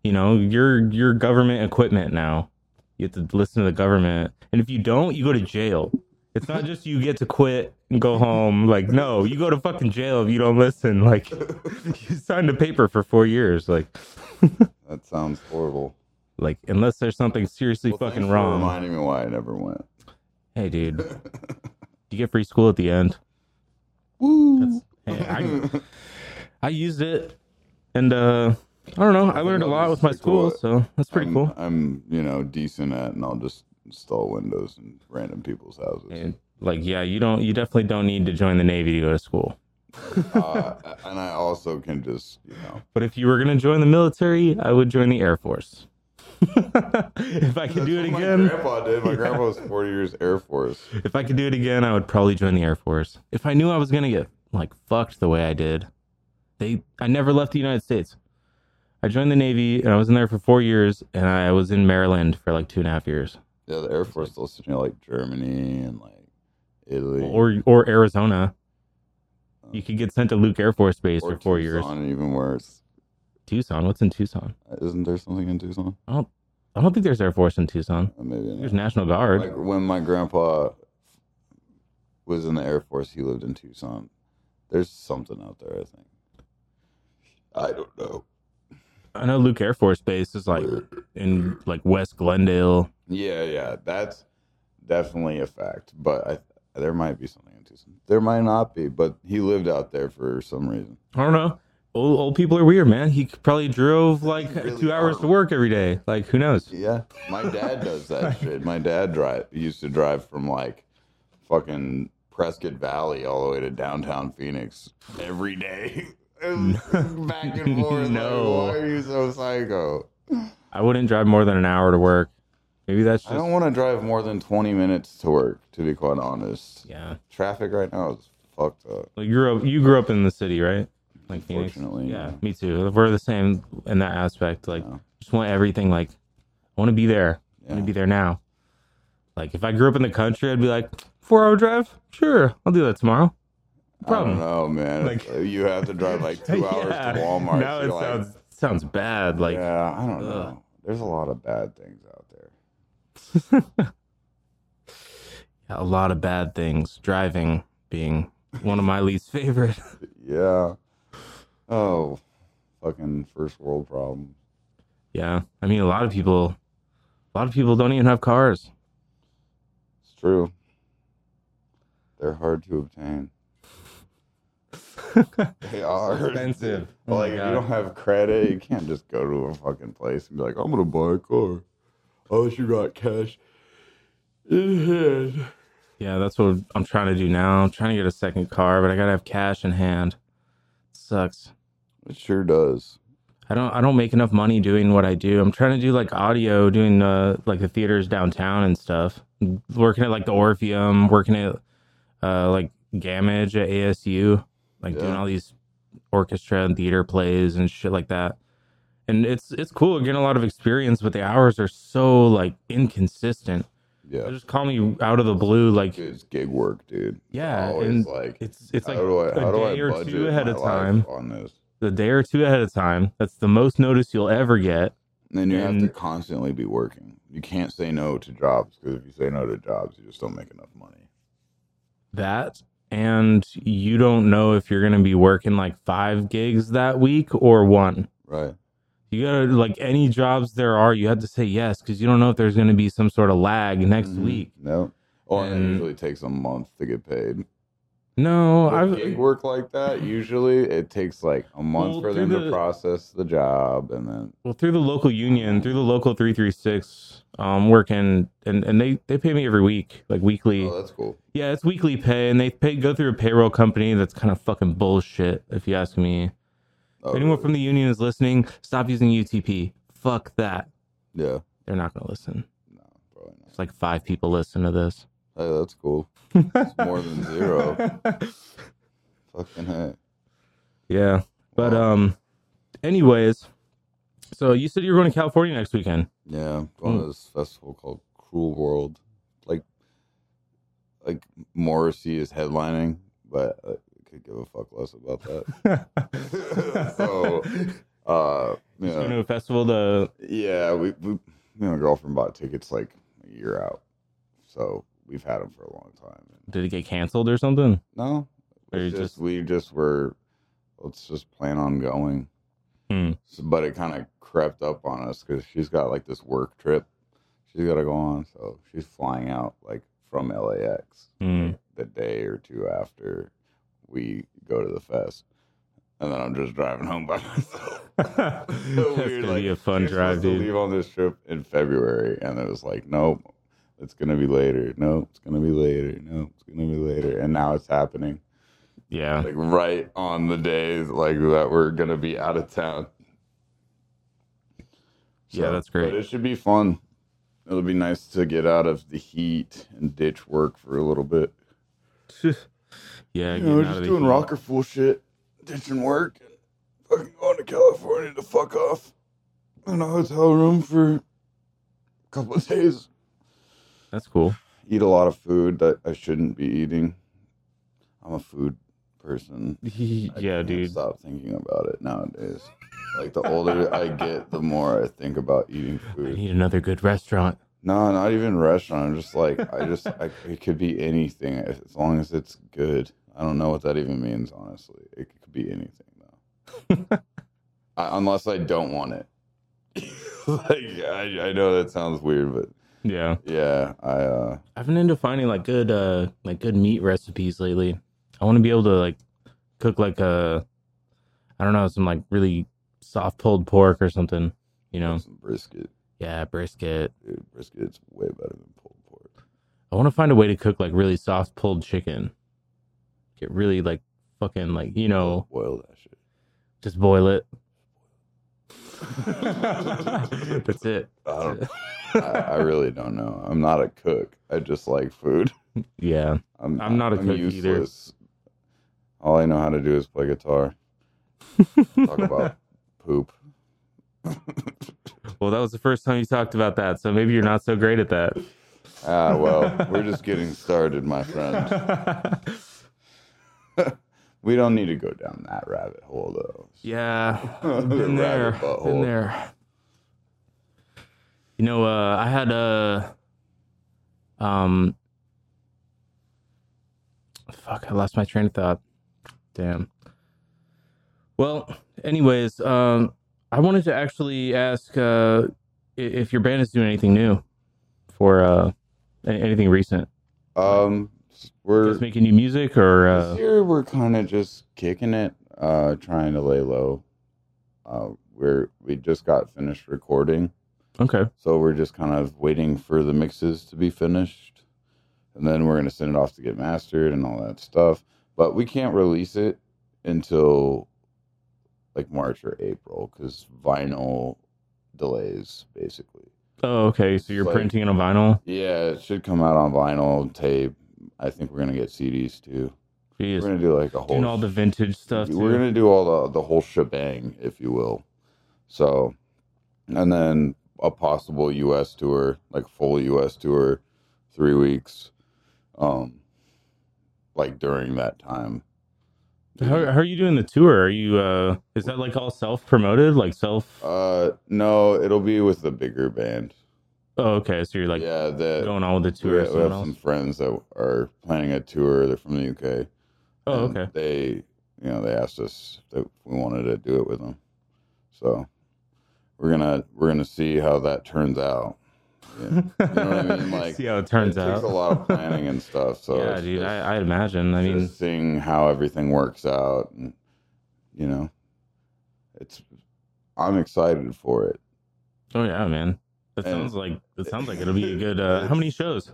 Speaker 1: you know, your your government equipment now. You have to listen to the government. And if you don't, you go to jail. It's not just you get to quit and go home. Like no, you go to fucking jail if you don't listen. Like you signed a paper for 4 years like
Speaker 2: that sounds horrible.
Speaker 1: like, unless there's something seriously
Speaker 2: Well, thanks
Speaker 1: fucking
Speaker 2: for
Speaker 1: wrong.
Speaker 2: Reminding me why I never went.
Speaker 1: Hey, dude, you get free school at the end.
Speaker 2: Woo!
Speaker 1: Hey, I, I used it, and uh, I don't know. I learned a
Speaker 2: I'll
Speaker 1: lot with
Speaker 2: just
Speaker 1: my
Speaker 2: stick with
Speaker 1: school,
Speaker 2: it.
Speaker 1: so that's pretty
Speaker 2: I'm,
Speaker 1: cool.
Speaker 2: I'm you know decent at, and I'll just install windows in random people's houses.
Speaker 1: And like, yeah, you don't, you definitely don't need to join the Navy to go to school.
Speaker 2: Uh, and I also can just you know
Speaker 1: But if you were gonna join the military, I would join the Air Force. if I could do it
Speaker 2: That's what My
Speaker 1: again,
Speaker 2: grandpa did. My grandpa was 40 years Air Force.
Speaker 1: if I could do it again, I would probably join the Air Force. If I knew I was gonna get like fucked the way I did, they I never left the United States. I joined the Navy and I was in there for four years, and I was in Maryland for like two and a half years,
Speaker 2: Yeah, the Air Force still sent me to, like Germany and like Italy. Uh,
Speaker 1: or or Arizona. You could get sent to Luke Air Force Base
Speaker 2: or
Speaker 1: for four years.
Speaker 2: Tucson, Even worse. Uh,
Speaker 1: Tucson, what's in Tucson?
Speaker 2: Isn't there something in Tucson?
Speaker 1: I don't I don't think there's Air Force in Tucson.
Speaker 2: Uh, Maybe
Speaker 1: There's
Speaker 2: not.
Speaker 1: National Guard.
Speaker 2: Like when my grandpa was in the Air Force, he lived in Tucson. There's something out there, I think. I don't know.
Speaker 1: I know Luke Air Force Base is like in like West Glendale.
Speaker 2: Yeah, yeah, that's definitely a fact. But I, There might be something in Tucson. There might not be, but he lived out there for some reason.
Speaker 1: I don't know. Old, old people are weird, man. He probably drove like
Speaker 2: really
Speaker 1: two hours
Speaker 2: are.
Speaker 1: to work every day. Like, who knows?
Speaker 2: Yeah, my dad does that shit. My dad drive used to drive from like fucking Prescott Valley all the way to downtown Phoenix every day, And back and forth.
Speaker 1: No.
Speaker 2: like, why are you so psycho?
Speaker 1: I wouldn't drive more than an hour to work. Maybe that's
Speaker 2: I
Speaker 1: just
Speaker 2: don't want to drive more than twenty minutes to work. To be quite honest,
Speaker 1: yeah.
Speaker 2: traffic right now is fucked up.
Speaker 1: Like you grew up, you grew up in the city, right? Like Phoenix.
Speaker 2: Unfortunately,
Speaker 1: Yeah, me too. We're the same in that aspect. Like, just want everything. Like, I want to be there. I want
Speaker 2: Yeah.
Speaker 1: to be there now. Like, if I grew up in the country, I'd be like four hour drive. Sure, I'll do that tomorrow. No
Speaker 2: I
Speaker 1: problem.
Speaker 2: don't know, man.
Speaker 1: Like-
Speaker 2: you have to drive like two hours
Speaker 1: Yeah.
Speaker 2: to Walmart.
Speaker 1: Now
Speaker 2: so
Speaker 1: it
Speaker 2: you're like,
Speaker 1: sounds sounds bad. Like,
Speaker 2: yeah, I
Speaker 1: ugh.
Speaker 2: don't know. There's a lot of bad things out there.
Speaker 1: a lot of bad things. Driving being one of my least favorite.
Speaker 2: Yeah. Oh, fucking first world problem.
Speaker 1: yeah, I mean, a lot of people, a lot of people don't even have cars.
Speaker 2: It's true. They're hard to obtain. They are
Speaker 1: expensive. Oh my
Speaker 2: like if
Speaker 1: God.
Speaker 2: you don't have credit, you can't just go to a fucking place and be like, "I'm gonna buy a car." Unless you got cash in hand.
Speaker 1: Yeah, that's what I'm trying to do now. I'm trying to get a second car, but I gotta have cash in hand. Sucks.
Speaker 2: It sure does.
Speaker 1: I don't. I don't make enough money doing what I do. I'm trying to do like audio, doing uh, like the theaters downtown and stuff. Working at like the Orpheum, working at uh, like Gamage at ASU, like doing
Speaker 2: Yeah.
Speaker 1: all these orchestra and theater plays and shit like that. And it's it's cool getting a lot of experience, but the hours are so like inconsistent. They
Speaker 2: Yeah.
Speaker 1: just call me out of the blue, like
Speaker 2: It's gig work, dude.
Speaker 1: yeah,
Speaker 2: Always
Speaker 1: and
Speaker 2: like
Speaker 1: it's it's like
Speaker 2: how do I,
Speaker 1: a
Speaker 2: how do
Speaker 1: day
Speaker 2: I
Speaker 1: or
Speaker 2: budget
Speaker 1: two ahead
Speaker 2: my
Speaker 1: of
Speaker 2: life
Speaker 1: time.
Speaker 2: on this?
Speaker 1: a day or two ahead of time. That's the most notice you'll ever get.
Speaker 2: And then you have
Speaker 1: And-
Speaker 2: to constantly be working. You can't say no to jobs because if you say no to jobs, you just don't make enough money.
Speaker 1: That and you don't know if you're gonna be working like five gigs that week or one.
Speaker 2: Right.
Speaker 1: You gotta like any jobs there are, you have to say yes because you don't know if there's gonna be some sort of lag next
Speaker 2: Mhm.
Speaker 1: week.
Speaker 2: No. Or Oh, it
Speaker 1: And-
Speaker 2: usually takes a month to get paid.
Speaker 1: No,
Speaker 2: With
Speaker 1: I've
Speaker 2: gig work like that, usually it takes like a month
Speaker 1: Well,
Speaker 2: for
Speaker 1: through
Speaker 2: them to
Speaker 1: the-
Speaker 2: process the job and then
Speaker 1: well through the local union, through the local three three six, um, working and and they they pay me every week, like weekly.
Speaker 2: oh that's cool.
Speaker 1: Yeah, it's weekly pay, and they pay go through a payroll company that's kind of fucking bullshit, if you ask me.
Speaker 2: Oh,
Speaker 1: If Anyone from the union is listening, stop using UTP. Fuck that.
Speaker 2: Yeah.
Speaker 1: They're not gonna listen.
Speaker 2: No, probably not.
Speaker 1: It's like five people listen to this.
Speaker 2: Hey, that's cool. It's more than zero. Fucking hey.
Speaker 1: yeah, but
Speaker 2: Wow.
Speaker 1: um, anyways, so you said you were going to California next weekend.
Speaker 2: Yeah, I'm going to this festival called Cruel World. Like, like Morrissey is headlining, but I could give a fuck less about that. so, uh,
Speaker 1: Just going
Speaker 2: yeah,
Speaker 1: to a festival to
Speaker 2: yeah, we, we, me and my girlfriend bought tickets like a year out, so we've had them for a long time. And
Speaker 1: did it get canceled or something?
Speaker 2: no,
Speaker 1: Or you
Speaker 2: it's just
Speaker 1: just
Speaker 2: we just were. Let's just plan on going.
Speaker 1: Hmm.
Speaker 2: So- but it kind of crept up on us because she's got like this work trip she's got to go on so she's flying out like from lax
Speaker 1: Hmm.
Speaker 2: the day or two after we go to the fest and then i'm just driving home by myself
Speaker 1: that's gonna
Speaker 2: So weird,
Speaker 1: be
Speaker 2: like,
Speaker 1: a fun
Speaker 2: you're
Speaker 1: drive,
Speaker 2: supposed to
Speaker 1: dude.
Speaker 2: leave on this trip in february and it was like nope it's gonna be later no it's gonna be later no it's gonna be later and now it's happening
Speaker 1: Yeah,
Speaker 2: like right on the day like that we're gonna be out of town.
Speaker 1: Yeah, that's great.
Speaker 2: But it should be fun. It'll be nice to get out of the heat and ditch work for a little bit.
Speaker 1: yeah.
Speaker 2: You
Speaker 1: getting
Speaker 2: know,
Speaker 1: out
Speaker 2: just
Speaker 1: of the
Speaker 2: doing
Speaker 1: heat.
Speaker 2: rocker fool shit, ditching work, and fucking going to California to fuck off in a hotel room for a couple of days.
Speaker 1: That's cool.
Speaker 2: Eat a lot of food that I shouldn't be eating. I'm a food person. I
Speaker 1: yeah,
Speaker 2: can't
Speaker 1: dude.
Speaker 2: Stop thinking about it nowadays. Like the older I get, the more I think about eating
Speaker 1: I
Speaker 2: food.
Speaker 1: need another good restaurant.
Speaker 2: No, not even restaurant. I'm just like I just I, it could be anything as as long as it's good. I don't know what that even means, honestly. It could be anything though, I, unless I don't want it. like I, I know that sounds weird, but
Speaker 1: Yeah.
Speaker 2: Yeah, I uh
Speaker 1: I've been into finding like good uh like good meat recipes lately. I want to be able to like cook like a I don't know some like really soft pulled pork or something. You know,
Speaker 2: like some brisket.
Speaker 1: yeah, brisket.
Speaker 2: Dude, brisket's way better than pulled pork.
Speaker 1: I want to find a way to cook like really soft pulled chicken. Get really like fucking like you know
Speaker 2: boil that shit.
Speaker 1: just boil it.
Speaker 2: I
Speaker 1: That's it.
Speaker 2: don't I, I really don't know. I'm not a cook. I just like food.
Speaker 1: yeah,
Speaker 2: I'm,
Speaker 1: I'm not a cook either.
Speaker 2: All I know how to do is play guitar. Talk about poop.
Speaker 1: Well, that was the first time you talked about that, so maybe you're not so great at that.
Speaker 2: Ah, well, we're just getting started, my friend. We don't need to go down that rabbit hole, though.
Speaker 1: Yeah,
Speaker 2: The
Speaker 1: been there,
Speaker 2: rabbit butthole.
Speaker 1: been there. You know, uh, I had a, um, fuck, I lost my train of thought. Damn. Well, anyways, um, I wanted to actually ask uh, i- if your band is doing anything new for uh, a- anything recent.
Speaker 2: Um, we're
Speaker 1: Just making new music or
Speaker 2: this
Speaker 1: uh,
Speaker 2: year we're kind of just kicking it, uh, trying to lay low. Uh, we're we just got finished recording,
Speaker 1: okay,
Speaker 2: so we're just kind of waiting for the mixes to be finished, and then we're gonna send it off to get mastered and all that stuff. But we can't release it until like March or April because vinyl delays basically.
Speaker 1: oh okay, so you're
Speaker 2: Like-
Speaker 1: printing it on vinyl.
Speaker 2: Yeah, it should come out on vinyl tape. I think we're gonna get CDs too. We're
Speaker 1: Jeez,
Speaker 2: gonna do like a whole
Speaker 1: doing all the vintage stuff.
Speaker 2: We're
Speaker 1: too.
Speaker 2: gonna do all the the whole shebang, if you will. So, and then a possible U.S. tour, like full U.S. tour, three weeks, um, like during that time.
Speaker 1: How, how are you doing the tour? Are you uh is that like all self promoted? Like self
Speaker 2: Uh, no, it'll be with the bigger band.
Speaker 1: Oh okay, so you're like
Speaker 2: yeah, that
Speaker 1: going on with the
Speaker 2: we
Speaker 1: tour or
Speaker 2: have- we have
Speaker 1: someone
Speaker 2: some
Speaker 1: else.
Speaker 2: friends that are planning a tour. They're from the UK.
Speaker 1: Oh
Speaker 2: And
Speaker 1: okay.
Speaker 2: They, you know, they asked us that we wanted to do it with them, so we're gonna we're gonna see how that turns out. Yeah. You know what I mean? Like,
Speaker 1: Oh, See how it turns
Speaker 2: it
Speaker 1: out.
Speaker 2: takes a lot of planning and stuff. So
Speaker 1: yeah,
Speaker 2: it's
Speaker 1: dude,
Speaker 2: just,
Speaker 1: I, I'd imagine. I mean
Speaker 2: just seeing how everything works out, and you know, it's I'm excited for it.
Speaker 1: oh yeah, man. That
Speaker 2: and-
Speaker 1: sounds like that sounds like it'll be a good uh
Speaker 2: It's-
Speaker 1: how many shows? How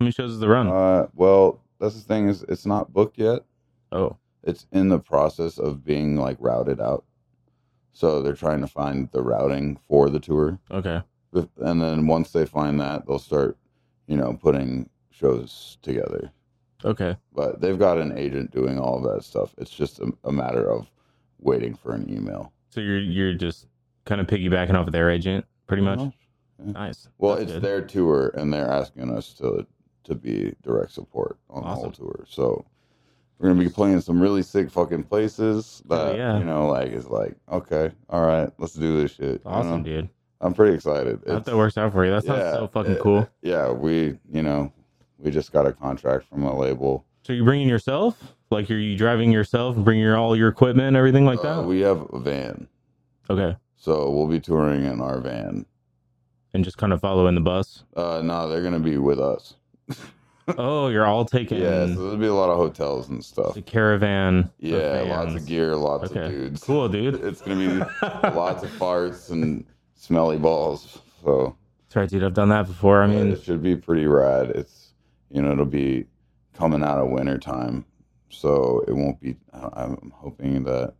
Speaker 1: many shows is the run?
Speaker 2: Uh, well, that's the thing is it's not booked yet.
Speaker 1: oh.
Speaker 2: it's in the process of being like routed out. So they're trying to find the routing for the tour.
Speaker 1: Okay.
Speaker 2: If- And then once they find that, they'll start, you know, putting shows together.
Speaker 1: Okay.
Speaker 2: But they've got an agent doing all of that stuff. It's just a, a matter of waiting for an email.
Speaker 1: So you're you're just kind of piggybacking off of their agent, pretty much.
Speaker 2: Uh-huh.
Speaker 1: Nice.
Speaker 2: Well,
Speaker 1: That's
Speaker 2: it's
Speaker 1: good.
Speaker 2: their tour and they're asking us to to be direct support on the whole
Speaker 1: Awesome.
Speaker 2: tour. So we're gonna be playing some really sick fucking places that
Speaker 1: yeah.
Speaker 2: you know, like it's like, okay, all right, let's do this shit. you know?
Speaker 1: Awesome, dude.
Speaker 2: I'm pretty excited.
Speaker 1: I hope
Speaker 2: It's-
Speaker 1: that works out for you. That sounds
Speaker 2: yeah,
Speaker 1: so fucking
Speaker 2: it-
Speaker 1: cool.
Speaker 2: yeah, we, you know, we just got a contract from a label.
Speaker 1: So you're bringing yourself? Like are you driving yourself, bringing your, all your equipment, everything like
Speaker 2: Uh,
Speaker 1: that?
Speaker 2: we have a van,
Speaker 1: okay.
Speaker 2: so we'll be touring in our van.
Speaker 1: And just kind of following the bus.
Speaker 2: Uh, no, they're gonna be with us.
Speaker 1: Oh, you're all taking
Speaker 2: Yeah, so there'll be a lot of hotels and stuff.
Speaker 1: the caravan. of
Speaker 2: Yeah, lots of
Speaker 1: fans.
Speaker 2: gear, lots
Speaker 1: Okay.
Speaker 2: of dudes.
Speaker 1: Cool, dude.
Speaker 2: It's gonna be
Speaker 1: That's
Speaker 2: lots of farts and smelly balls. So
Speaker 1: right, dude. I've done that before. I mean,
Speaker 2: it should be pretty rad. It's you know it'll be coming out of winter time, so it won't be. I- I'm hoping that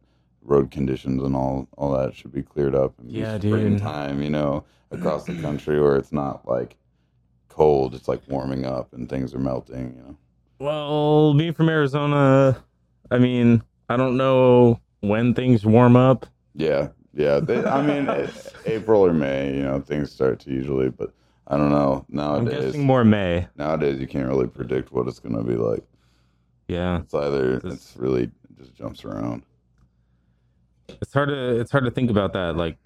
Speaker 2: road conditions and all all that should be cleared up and
Speaker 1: Yeah,
Speaker 2: be
Speaker 1: dude.
Speaker 2: springtime. You know, across the country where it's not like cold. It's like warming up and things are melting. You know.
Speaker 1: well, being from Arizona, I mean, I don't know when things warm up.
Speaker 2: Yeah, yeah. They, I mean, it- April or May. You know, things start to usually, but I don't know
Speaker 1: I'm
Speaker 2: nowadays.
Speaker 1: guessing more May.
Speaker 2: Nowadays, you can't really predict what it's gonna be like.
Speaker 1: Yeah,
Speaker 2: It's either
Speaker 1: This-
Speaker 2: it's really it just jumps around.
Speaker 1: it's hard to it's hard to think about that. Like,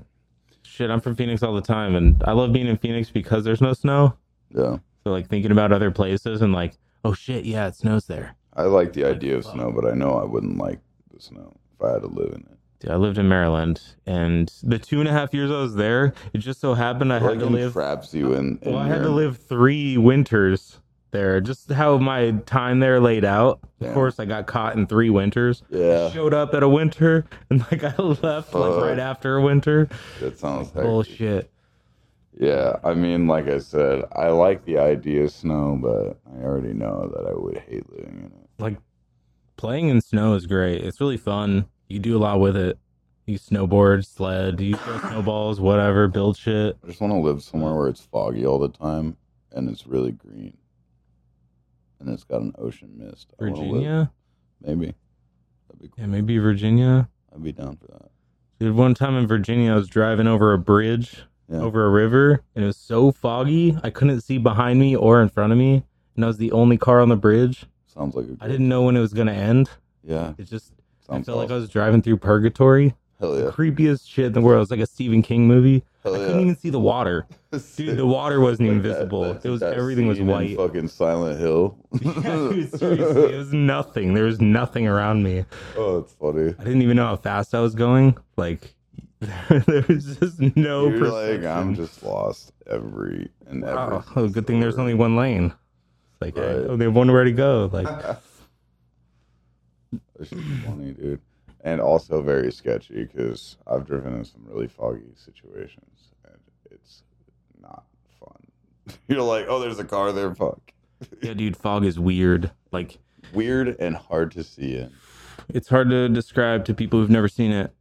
Speaker 1: shit, I'm from Phoenix all the time, and I love being in Phoenix because there's no snow.
Speaker 2: Yeah,
Speaker 1: So like thinking about other places and like, oh shit, yeah, it snows there.
Speaker 2: I like the
Speaker 1: Like,
Speaker 2: idea of
Speaker 1: fuck.
Speaker 2: snow, but I know I wouldn't like the snow if I had to live in it.
Speaker 1: Dude, I lived in Maryland, and the two and a half years I was there, it just so happened I had to
Speaker 2: Oregon
Speaker 1: live.
Speaker 2: traps you in. in
Speaker 1: Well, I had to
Speaker 2: your-
Speaker 1: live three winters there. Just how my time there laid out. Of
Speaker 2: Damn.
Speaker 1: course, I got caught in three winters.
Speaker 2: Yeah,
Speaker 1: Showed up at a winter, and like I left like
Speaker 2: Fuck.
Speaker 1: right after a winter.
Speaker 2: that sounds hectic.
Speaker 1: Bullshit.
Speaker 2: Yeah, I mean, like I said, I like the idea of snow, but I already know that I would hate living in it.
Speaker 1: Like playing in snow is great. It's really fun. You do a lot with it. You snowboard, sled, you throw snowballs, whatever, build shit.
Speaker 2: I just want to live somewhere where it's foggy all the time and it's really green, and it's got an ocean mist. I wanna live-
Speaker 1: Virginia?
Speaker 2: maybe. That'd be cool.
Speaker 1: Yeah, maybe Virginia.
Speaker 2: I'd be down for that.
Speaker 1: Dude, one time in Virginia, I was driving over a bridge,
Speaker 2: Yeah.
Speaker 1: over a river, and it was so foggy, I couldn't see behind me or in front of me. And I was the only car on the bridge.
Speaker 2: Sounds like a great,
Speaker 1: I didn't know when it was going to end.
Speaker 2: Yeah,
Speaker 1: It just, I
Speaker 2: sounds
Speaker 1: felt like I
Speaker 2: awesome.
Speaker 1: was driving through purgatory.
Speaker 2: Hell yeah,
Speaker 1: Creepiest shit in the world. It was like a Stephen King movie. I
Speaker 2: hell
Speaker 1: couldn't
Speaker 2: yeah.
Speaker 1: even see the water. Dude, the water wasn't even visible. it was, everything was white.
Speaker 2: Fucking Silent Hill.
Speaker 1: yeah, dude, seriously, it was nothing. There was nothing around me.
Speaker 2: oh, it's funny.
Speaker 1: I didn't even know how fast I was going. Like, there was just no
Speaker 2: You're like,
Speaker 1: perception.
Speaker 2: I'm just lost every and every.
Speaker 1: Wow. Oh, good thing there's only one lane. It's like
Speaker 2: Right.
Speaker 1: oh, they have one where to go. Like
Speaker 2: This is funny, dude. And also very sketchy because I've driven in some really foggy situations and it's not fun. You're like, oh, there's a car there. Fuck.
Speaker 1: yeah, dude, fog is weird. Like
Speaker 2: Weird and hard to see in.
Speaker 1: it's hard to describe to people who've never seen it.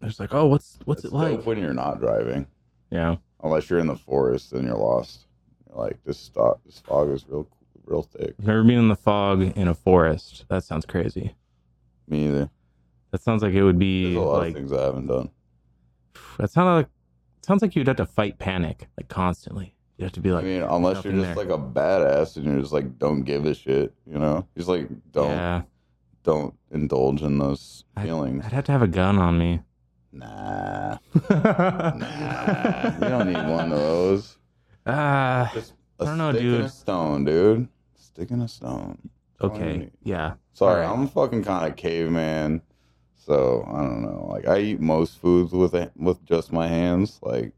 Speaker 1: They're just like, oh, what's what's
Speaker 2: It's
Speaker 1: it like?
Speaker 2: dope when you're not driving,
Speaker 1: Yeah,
Speaker 2: unless you're in the forest, then you're lost. You're like, this, stock, this fog is real, real thick.
Speaker 1: I've never been in the fog in a forest. That sounds crazy.
Speaker 2: Me either.
Speaker 1: That sounds like it would
Speaker 2: There's
Speaker 1: be
Speaker 2: a lot
Speaker 1: like
Speaker 2: of things I haven't done.
Speaker 1: that sounds like sounds like you'd have to fight panic like constantly. You'd have to be
Speaker 2: I
Speaker 1: like,
Speaker 2: mean, unless you're
Speaker 1: nothing
Speaker 2: just
Speaker 1: there.
Speaker 2: like a badass and you're just like, don't give a shit, you know? Just like, don't,
Speaker 1: yeah,
Speaker 2: don't indulge in those
Speaker 1: I-
Speaker 2: feelings.
Speaker 1: I'd have to have a gun on me.
Speaker 2: Nah, nah.
Speaker 1: you
Speaker 2: you don't need one of those.
Speaker 1: Ah,
Speaker 2: Just
Speaker 1: I
Speaker 2: a
Speaker 1: don't know,
Speaker 2: stick
Speaker 1: dude.
Speaker 2: and a stone, dude. Stick and a stone. That's all you
Speaker 1: okay,
Speaker 2: need.
Speaker 1: yeah.
Speaker 2: Sorry,
Speaker 1: All right.
Speaker 2: I'm a fucking kind of caveman, so I don't know. Like, I eat most foods with a- with just my hands. Like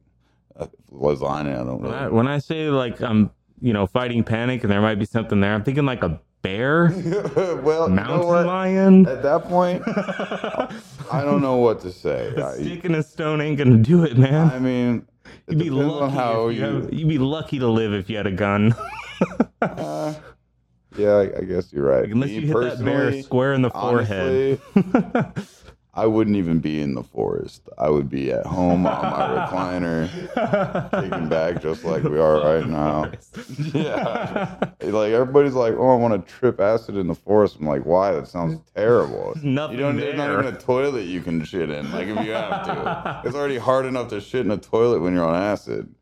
Speaker 2: uh, lasagna, I don't
Speaker 1: When I,
Speaker 2: really.
Speaker 1: when I say like I'm, you know, fighting panic and there might be something there, I'm thinking like a bear,
Speaker 2: well, you know
Speaker 1: mountain
Speaker 2: what?
Speaker 1: lion.
Speaker 2: At that point, I don't know what to say.
Speaker 1: a
Speaker 2: I,
Speaker 1: stick and a stone ain't gonna do it, man.
Speaker 2: Uh, I mean, it
Speaker 1: you'd be
Speaker 2: depends
Speaker 1: lucky.
Speaker 2: on how
Speaker 1: if you
Speaker 2: you.
Speaker 1: have- you'd be lucky to live if you had a gun,
Speaker 2: Uh, yeah, I, I guess you're right.
Speaker 1: unless
Speaker 2: Me
Speaker 1: you hit that bear
Speaker 2: personally,
Speaker 1: square in the forehead.
Speaker 2: honestly, I wouldn't even be in the forest. I would be at home on my recliner, kicking back just like we are right now. Yeah. Like everybody's like, oh, I want to trip acid in the forest. I'm like, why? That sounds terrible.
Speaker 1: nothing
Speaker 2: you don't. There's not
Speaker 1: there.
Speaker 2: even a toilet you can shit in. Like if you have to, it's already hard enough to shit in a toilet when you're on acid.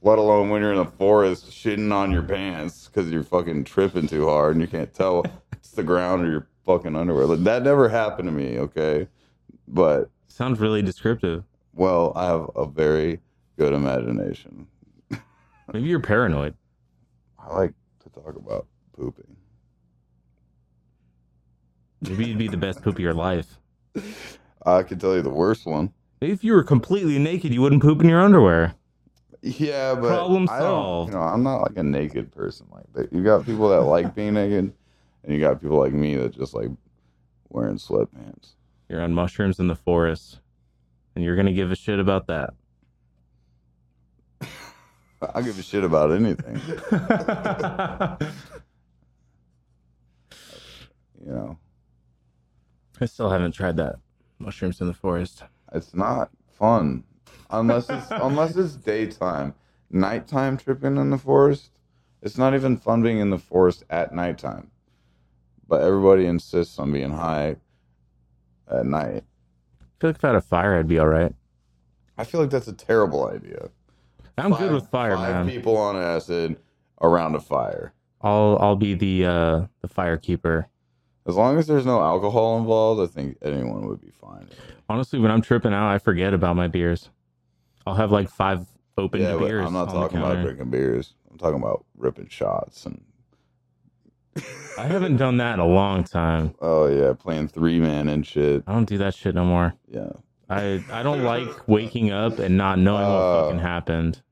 Speaker 2: Let alone when you're in the forest shitting on your pants because you're fucking tripping too hard and you can't tell it's the ground or your fucking underwear. Like, that never happened to me. Okay, but
Speaker 1: Sounds really descriptive.
Speaker 2: well, I have a very good imagination.
Speaker 1: Maybe you're paranoid.
Speaker 2: I like to talk about pooping.
Speaker 1: Maybe you'd be the best poop of your life.
Speaker 2: I can tell you the worst one.
Speaker 1: Maybe if you were completely naked, you wouldn't poop in your underwear.
Speaker 2: Yeah, but
Speaker 1: Problem
Speaker 2: I don't-
Speaker 1: solved.
Speaker 2: You know, I'm not like a naked person like that. You got people that like being naked, and you got people like me that just like wearing sweatpants.
Speaker 1: You're on mushrooms in the forest, and you're gonna give a shit about that.
Speaker 2: I give a shit about anything, you know.
Speaker 1: I still haven't tried that. Mushrooms in the forest.
Speaker 2: It's not fun unless it's unless it's daytime. Nighttime tripping in the forest, it's not even fun being in the forest at nighttime. But everybody insists on being high at night.
Speaker 1: I feel like if I had a fire, I'd be all right.
Speaker 2: I feel like that's a terrible idea.
Speaker 1: I'm good
Speaker 2: Five-
Speaker 1: with fire,
Speaker 2: five
Speaker 1: man.
Speaker 2: people on acid around a fire.
Speaker 1: I'll I'll be the uh, the fire keeper.
Speaker 2: As long as there's no alcohol involved, I think anyone would be fine.
Speaker 1: Honestly, when I'm tripping out, I forget about my beers. I'll have like five open
Speaker 2: yeah, but
Speaker 1: beers.
Speaker 2: I'm not
Speaker 1: on the
Speaker 2: talking about
Speaker 1: counter.
Speaker 2: drinking beers. I'm talking about ripping shots and
Speaker 1: I haven't done that in a long time.
Speaker 2: Oh yeah, playing three man and shit.
Speaker 1: I don't do that shit no more.
Speaker 2: Yeah.
Speaker 1: I I don't like waking up and not knowing what
Speaker 2: Oh.
Speaker 1: fucking happened.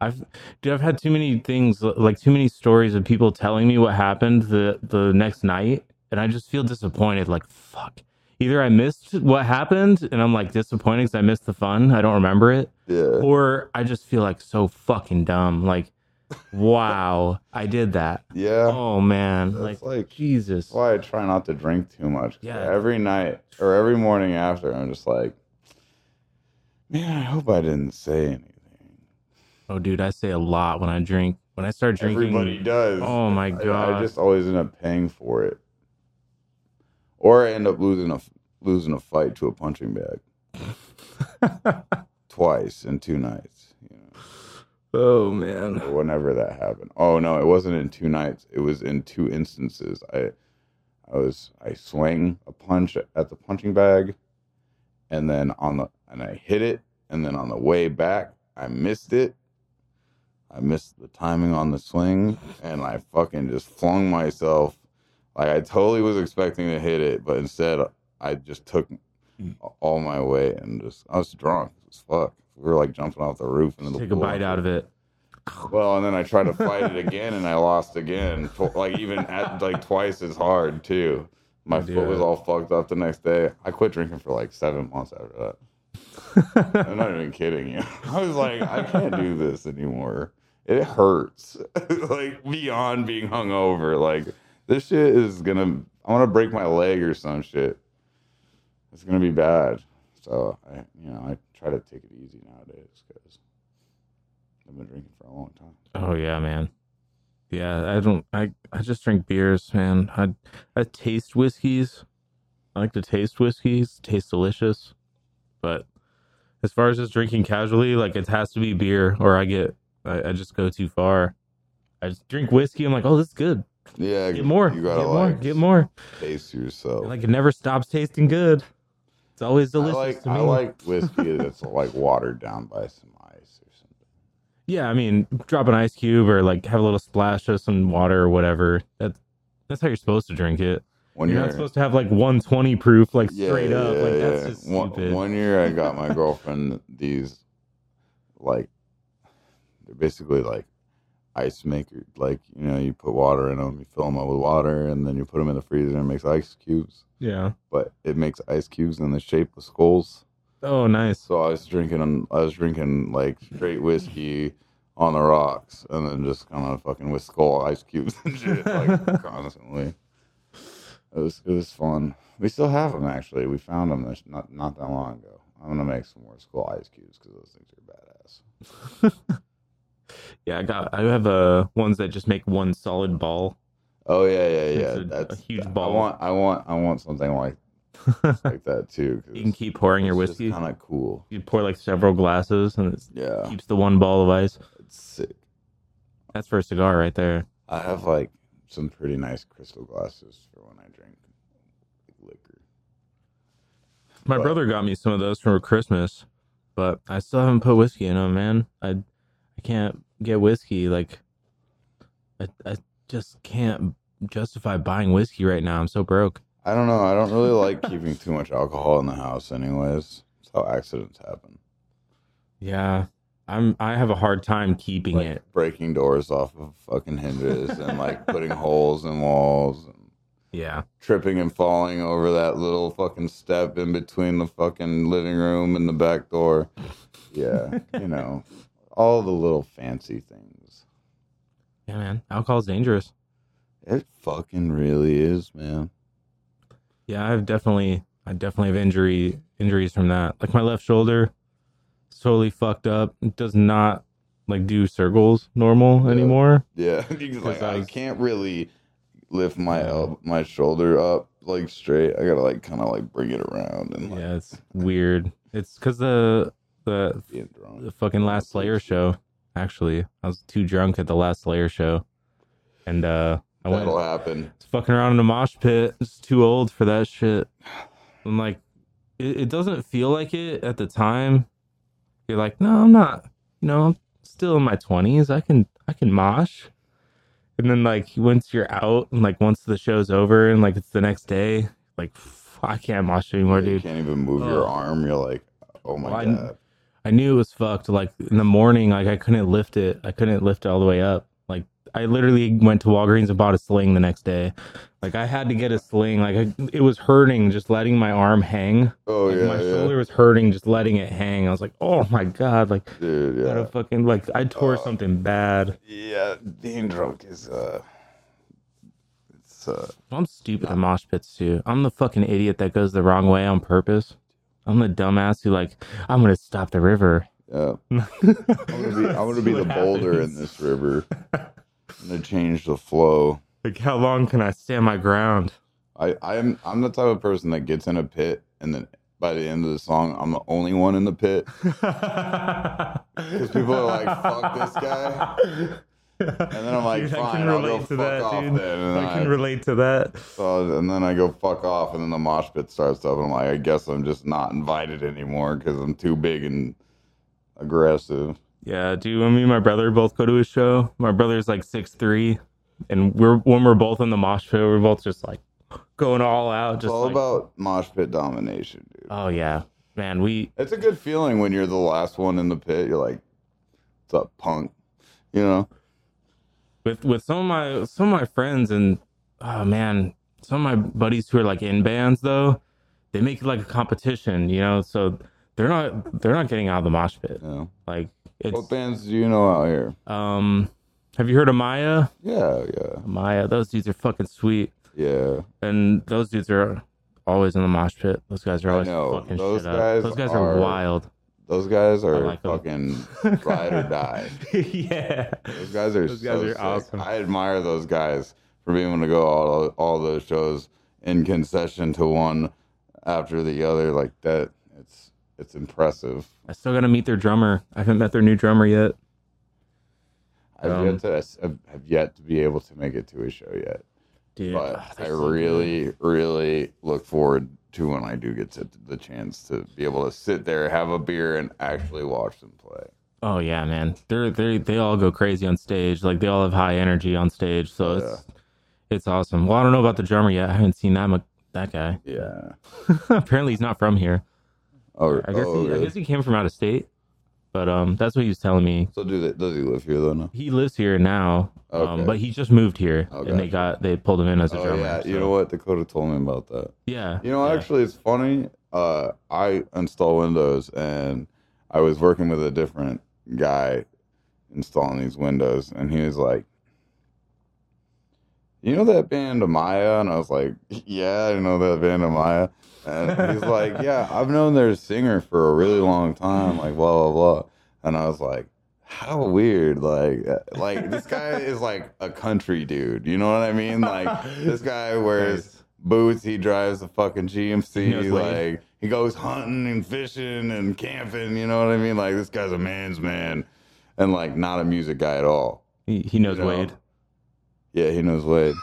Speaker 1: I've dude, I've had too many things like too many stories of people telling me what happened the the next night, and I just feel disappointed. Like fuck, either I missed what happened, and I'm like disappointed because I missed the fun. I don't remember it,
Speaker 2: Yeah.
Speaker 1: or I just feel like so fucking dumb. Like, wow, I did that.
Speaker 2: Yeah.
Speaker 1: Oh man, like,
Speaker 2: That's like-
Speaker 1: Jesus.
Speaker 2: That's why I try not to drink too much. 'Cause
Speaker 1: Yeah.
Speaker 2: Every night or every morning after, I'm just like, man, I hope I didn't say anything.
Speaker 1: Oh dude, I say a lot when I drink. When I start drinking,
Speaker 2: Everybody does.
Speaker 1: oh my
Speaker 2: I-
Speaker 1: god.
Speaker 2: I, just always end up paying for it, or I end up losing a losing a fight to a punching bag twice in two nights. You know,
Speaker 1: Oh man.
Speaker 2: or whenever that happened. Oh no, it wasn't in two nights. It was in two instances. I I was I swing a punch at the punching bag, and then on the and I hit it, and then on the way back I missed it. I missed the timing on the swing, and I fucking just flung myself. Like I totally was expecting to hit it, but instead I just took
Speaker 1: Hmm.
Speaker 2: all my weight and just I was drunk as fuck. We were like jumping off the roof into the
Speaker 1: Take a
Speaker 2: pool.
Speaker 1: bite out of it.
Speaker 2: Well, and then I tried to fight it again, and I lost again. Tw- Like even at like twice as hard too. My
Speaker 1: Dude.
Speaker 2: foot was all fucked up the next day. I quit drinking for like seven months after that. I'm not even kidding you. I was like, I can't do this anymore. It hurts, like beyond being hungover. Like this shit is gonna. I'm gonna break my leg or some shit. It's gonna be bad. So I, you know, I try to take it easy nowadays because I've been drinking for a long time.
Speaker 1: Oh yeah, man. Yeah, I don't I I just drink beers, man. I I taste whiskeys. I like to taste whiskeys. Taste delicious. But as far as just drinking casually, like it has to be beer or I get I, I just go too far. I just drink whiskey, I'm like, oh this is good.
Speaker 2: Yeah,
Speaker 1: Get more.
Speaker 2: You
Speaker 1: get
Speaker 2: gotta
Speaker 1: more.
Speaker 2: like
Speaker 1: Get more.
Speaker 2: pace yourself.
Speaker 1: Like it never stops tasting good. It's always
Speaker 2: I
Speaker 1: delicious
Speaker 2: like,
Speaker 1: to me.
Speaker 2: I like whiskey that's like watered down by some ice or something.
Speaker 1: Yeah, I mean, drop an ice cube or like have a little splash of some water or whatever. That that's how you're supposed to drink it.
Speaker 2: One
Speaker 1: you're
Speaker 2: year,
Speaker 1: not supposed to have like 120 proof, like
Speaker 2: yeah,
Speaker 1: straight up.
Speaker 2: yeah,
Speaker 1: like that's
Speaker 2: yeah.
Speaker 1: just
Speaker 2: One-
Speaker 1: stupid.
Speaker 2: One, year, I got my girlfriend these, like, they're basically like ice maker. Like you know, you put water in them, you fill them up with water, and then you put them in the freezer and it makes ice cubes.
Speaker 1: yeah.
Speaker 2: But it makes ice cubes in the shape of skulls.
Speaker 1: Oh, nice.
Speaker 2: So I was drinking, I was drinking like straight whiskey on the rocks, and then just kind of fucking with skull ice cubes and shit like constantly. It was it was fun. We still have them actually. We found them this, not not that long ago. I'm gonna make some more skull ice cubes because those things are badass.
Speaker 1: Yeah, I got. I have uh ones that just make one solid ball.
Speaker 2: Oh yeah, yeah, yeah.
Speaker 1: It's a- a
Speaker 2: That's
Speaker 1: huge
Speaker 2: I
Speaker 1: ball.
Speaker 2: want I want I want something like like that too.
Speaker 1: You can keep pouring your whiskey.
Speaker 2: Kind of cool.
Speaker 1: You pour like several glasses, and it
Speaker 2: Yeah,
Speaker 1: keeps the one ball of ice.
Speaker 2: it's sick.
Speaker 1: That's for a cigar right there.
Speaker 2: I have like some pretty nice crystal glasses for when I drink liquor.
Speaker 1: My
Speaker 2: But-
Speaker 1: brother got me some of those for Christmas, but I still haven't put whiskey in them, man. I I can't get whiskey. Like, I I just can't justify buying whiskey right now. I'm so broke.
Speaker 2: I don't know. I don't really like keeping too much alcohol in the house, anyways. It's how accidents happen.
Speaker 1: Yeah, I'm. I have a hard time keeping
Speaker 2: Like
Speaker 1: it.
Speaker 2: breaking doors off of fucking hinges and like putting holes in walls and
Speaker 1: Yeah,
Speaker 2: tripping and falling over that little fucking step in between the fucking living room and the back door. Yeah, you know, all the little fancy things.
Speaker 1: yeah, man. Alcohol's dangerous.
Speaker 2: It fucking really is, man.
Speaker 1: Yeah, I've definitely, I definitely have injury injuries from that. Like my left shoulder, is totally fucked up. It does not like do circles normal
Speaker 2: Yeah.
Speaker 1: anymore.
Speaker 2: Yeah, he's like,
Speaker 1: I
Speaker 2: I
Speaker 1: was-
Speaker 2: can't really lift my
Speaker 1: Yeah.
Speaker 2: el- my shoulder up like straight. I gotta like kind of like bring it around and like
Speaker 1: Yeah, it's weird. It's because the the
Speaker 2: being
Speaker 1: the
Speaker 2: drunk.
Speaker 1: fucking last Slayer show. Actually, I was too drunk at the last Slayer show, and uh, I went
Speaker 2: That'll happen.
Speaker 1: fucking around in a mosh pit. It's too old for that shit. I'm like, it, it doesn't feel like it at the time. You're like, no, I'm not. You know, I'm still in my twenties. I can I can mosh. And then like once you're out and like once the show's over and like it's the next day, like f- I can't watch anymore,
Speaker 2: you
Speaker 1: dude.
Speaker 2: can't even move your
Speaker 1: Ugh.
Speaker 2: arm. You're like, oh my
Speaker 1: Well, I-
Speaker 2: god.
Speaker 1: I knew it was fucked. Like in the morning, like I couldn't lift it. I couldn't lift it all the way up. Like I literally went to Walgreens and bought a sling the next day. Like I had to get a sling. Like I, it was hurting just letting my arm hang.
Speaker 2: Oh
Speaker 1: Like,
Speaker 2: yeah,
Speaker 1: my
Speaker 2: yeah.
Speaker 1: shoulder was hurting just letting it hang. I was like, oh my god, like
Speaker 2: dude.
Speaker 1: gotta
Speaker 2: Yeah,
Speaker 1: fucking like I tore
Speaker 2: Oh.
Speaker 1: something bad.
Speaker 2: yeah. Being drunk is uh, it's uh,
Speaker 1: I'm stupid in mosh pits too. I'm the fucking idiot that goes the wrong way on purpose. I'm the dumbass who like I'm gonna stop the river.
Speaker 2: yeah.
Speaker 1: I'm
Speaker 2: I'm gonna be, I'm gonna be the boulder in this river. I'm gonna change the flow.
Speaker 1: Like how long can I stand my ground?
Speaker 2: I I'm I'm the type of person that gets in a pit and then by the end of the song I'm the only one in the pit.
Speaker 1: Because
Speaker 2: people are like, "Fuck this guy." And then I'm like, fine, I'll go fuck off then. And
Speaker 1: I can
Speaker 2: I-
Speaker 1: relate to that.
Speaker 2: So and then I go fuck off and then the mosh pit starts up and I'm like I guess I'm just not invited anymore because I'm too big and aggressive.
Speaker 1: Yeah, dude. When me and my brother both go to a show, my brother's like six three, and we're when we're both in the mosh pit, we're both just like going all out.
Speaker 2: It's
Speaker 1: Just
Speaker 2: all
Speaker 1: like,
Speaker 2: about mosh pit domination, dude.
Speaker 1: oh yeah, man. We
Speaker 2: It's a good feeling when you're the last one in the pit. You're like, "What's up, punk?" You know?
Speaker 1: with with some of my some of my friends and oh man, some of my buddies who are like in bands though, they make it like a competition, you know. So they're not they're not getting out of the mosh pit.
Speaker 2: Yeah.
Speaker 1: Like it's
Speaker 2: What bands do you know out here?
Speaker 1: um, have you heard of Maya?
Speaker 2: Yeah, yeah,
Speaker 1: Maya, those dudes are fucking sweet,
Speaker 2: yeah.
Speaker 1: and those dudes are always in the mosh pit. Those guys are
Speaker 2: I
Speaker 1: always
Speaker 2: know.
Speaker 1: fucking
Speaker 2: Those
Speaker 1: shit
Speaker 2: guys
Speaker 1: up. Those guys are,
Speaker 2: are-
Speaker 1: wild.
Speaker 2: Those guys are
Speaker 1: like 'em.
Speaker 2: fucking ride or die.
Speaker 1: yeah.
Speaker 2: Those guys are
Speaker 1: Those guys
Speaker 2: so
Speaker 1: are
Speaker 2: sick.
Speaker 1: awesome.
Speaker 2: I admire those guys for being able to go all all those shows in concession to one after the other like that. It's it's impressive.
Speaker 1: I still gotta meet their drummer. I haven't met their new drummer yet.
Speaker 2: I've
Speaker 1: Um,
Speaker 2: yet to I have yet to be able to make it to a show yet,
Speaker 1: Dude,
Speaker 2: but
Speaker 1: ah,
Speaker 2: I
Speaker 1: they're so good.
Speaker 2: really really look forward to when I do get to the chance to be able to sit there, have a beer, and actually watch them play.
Speaker 1: Oh yeah, man. They're they they all go crazy on stage. Like they all have high energy on stage. So it's it's awesome. Well, I don't know about the drummer yet. I haven't seen that mu- that guy.
Speaker 2: Yeah.
Speaker 1: Apparently he's not from here.
Speaker 2: Oh,
Speaker 1: I guess
Speaker 2: oh,
Speaker 1: he, I
Speaker 2: really?
Speaker 1: guess he came from out of state. But um, that's what he was telling me.
Speaker 2: So do they, does he live here though? No.
Speaker 1: He lives here now,
Speaker 2: Okay.
Speaker 1: um, but he just moved here,
Speaker 2: Okay.
Speaker 1: and they got they pulled him in as a
Speaker 2: Oh
Speaker 1: drummer.
Speaker 2: yeah, you
Speaker 1: so-
Speaker 2: know what? Dakota told me about that.
Speaker 1: Yeah,
Speaker 2: You know,
Speaker 1: yeah.
Speaker 2: actually, it's funny. Uh, I install Windows, and I was working with a different guy installing these Windows, and he was like, "You know that band Amaya?" And I was like, "Yeah, I know that band Amaya." And he's like, "Yeah, I've known their singer for a really long time." Like blah blah blah, and I was like. How weird! Like, uh, like this guy is like a country dude. You know what I mean? Like, this guy wears boots. He drives a fucking
Speaker 1: He knows
Speaker 2: GMC.
Speaker 1: Wade.
Speaker 2: like he goes hunting and fishing and camping. You know what I mean? Like this guy's a man's man, and like not a music guy at all.
Speaker 1: he, he knows
Speaker 2: You know?
Speaker 1: Wade.
Speaker 2: Yeah, he knows Wade.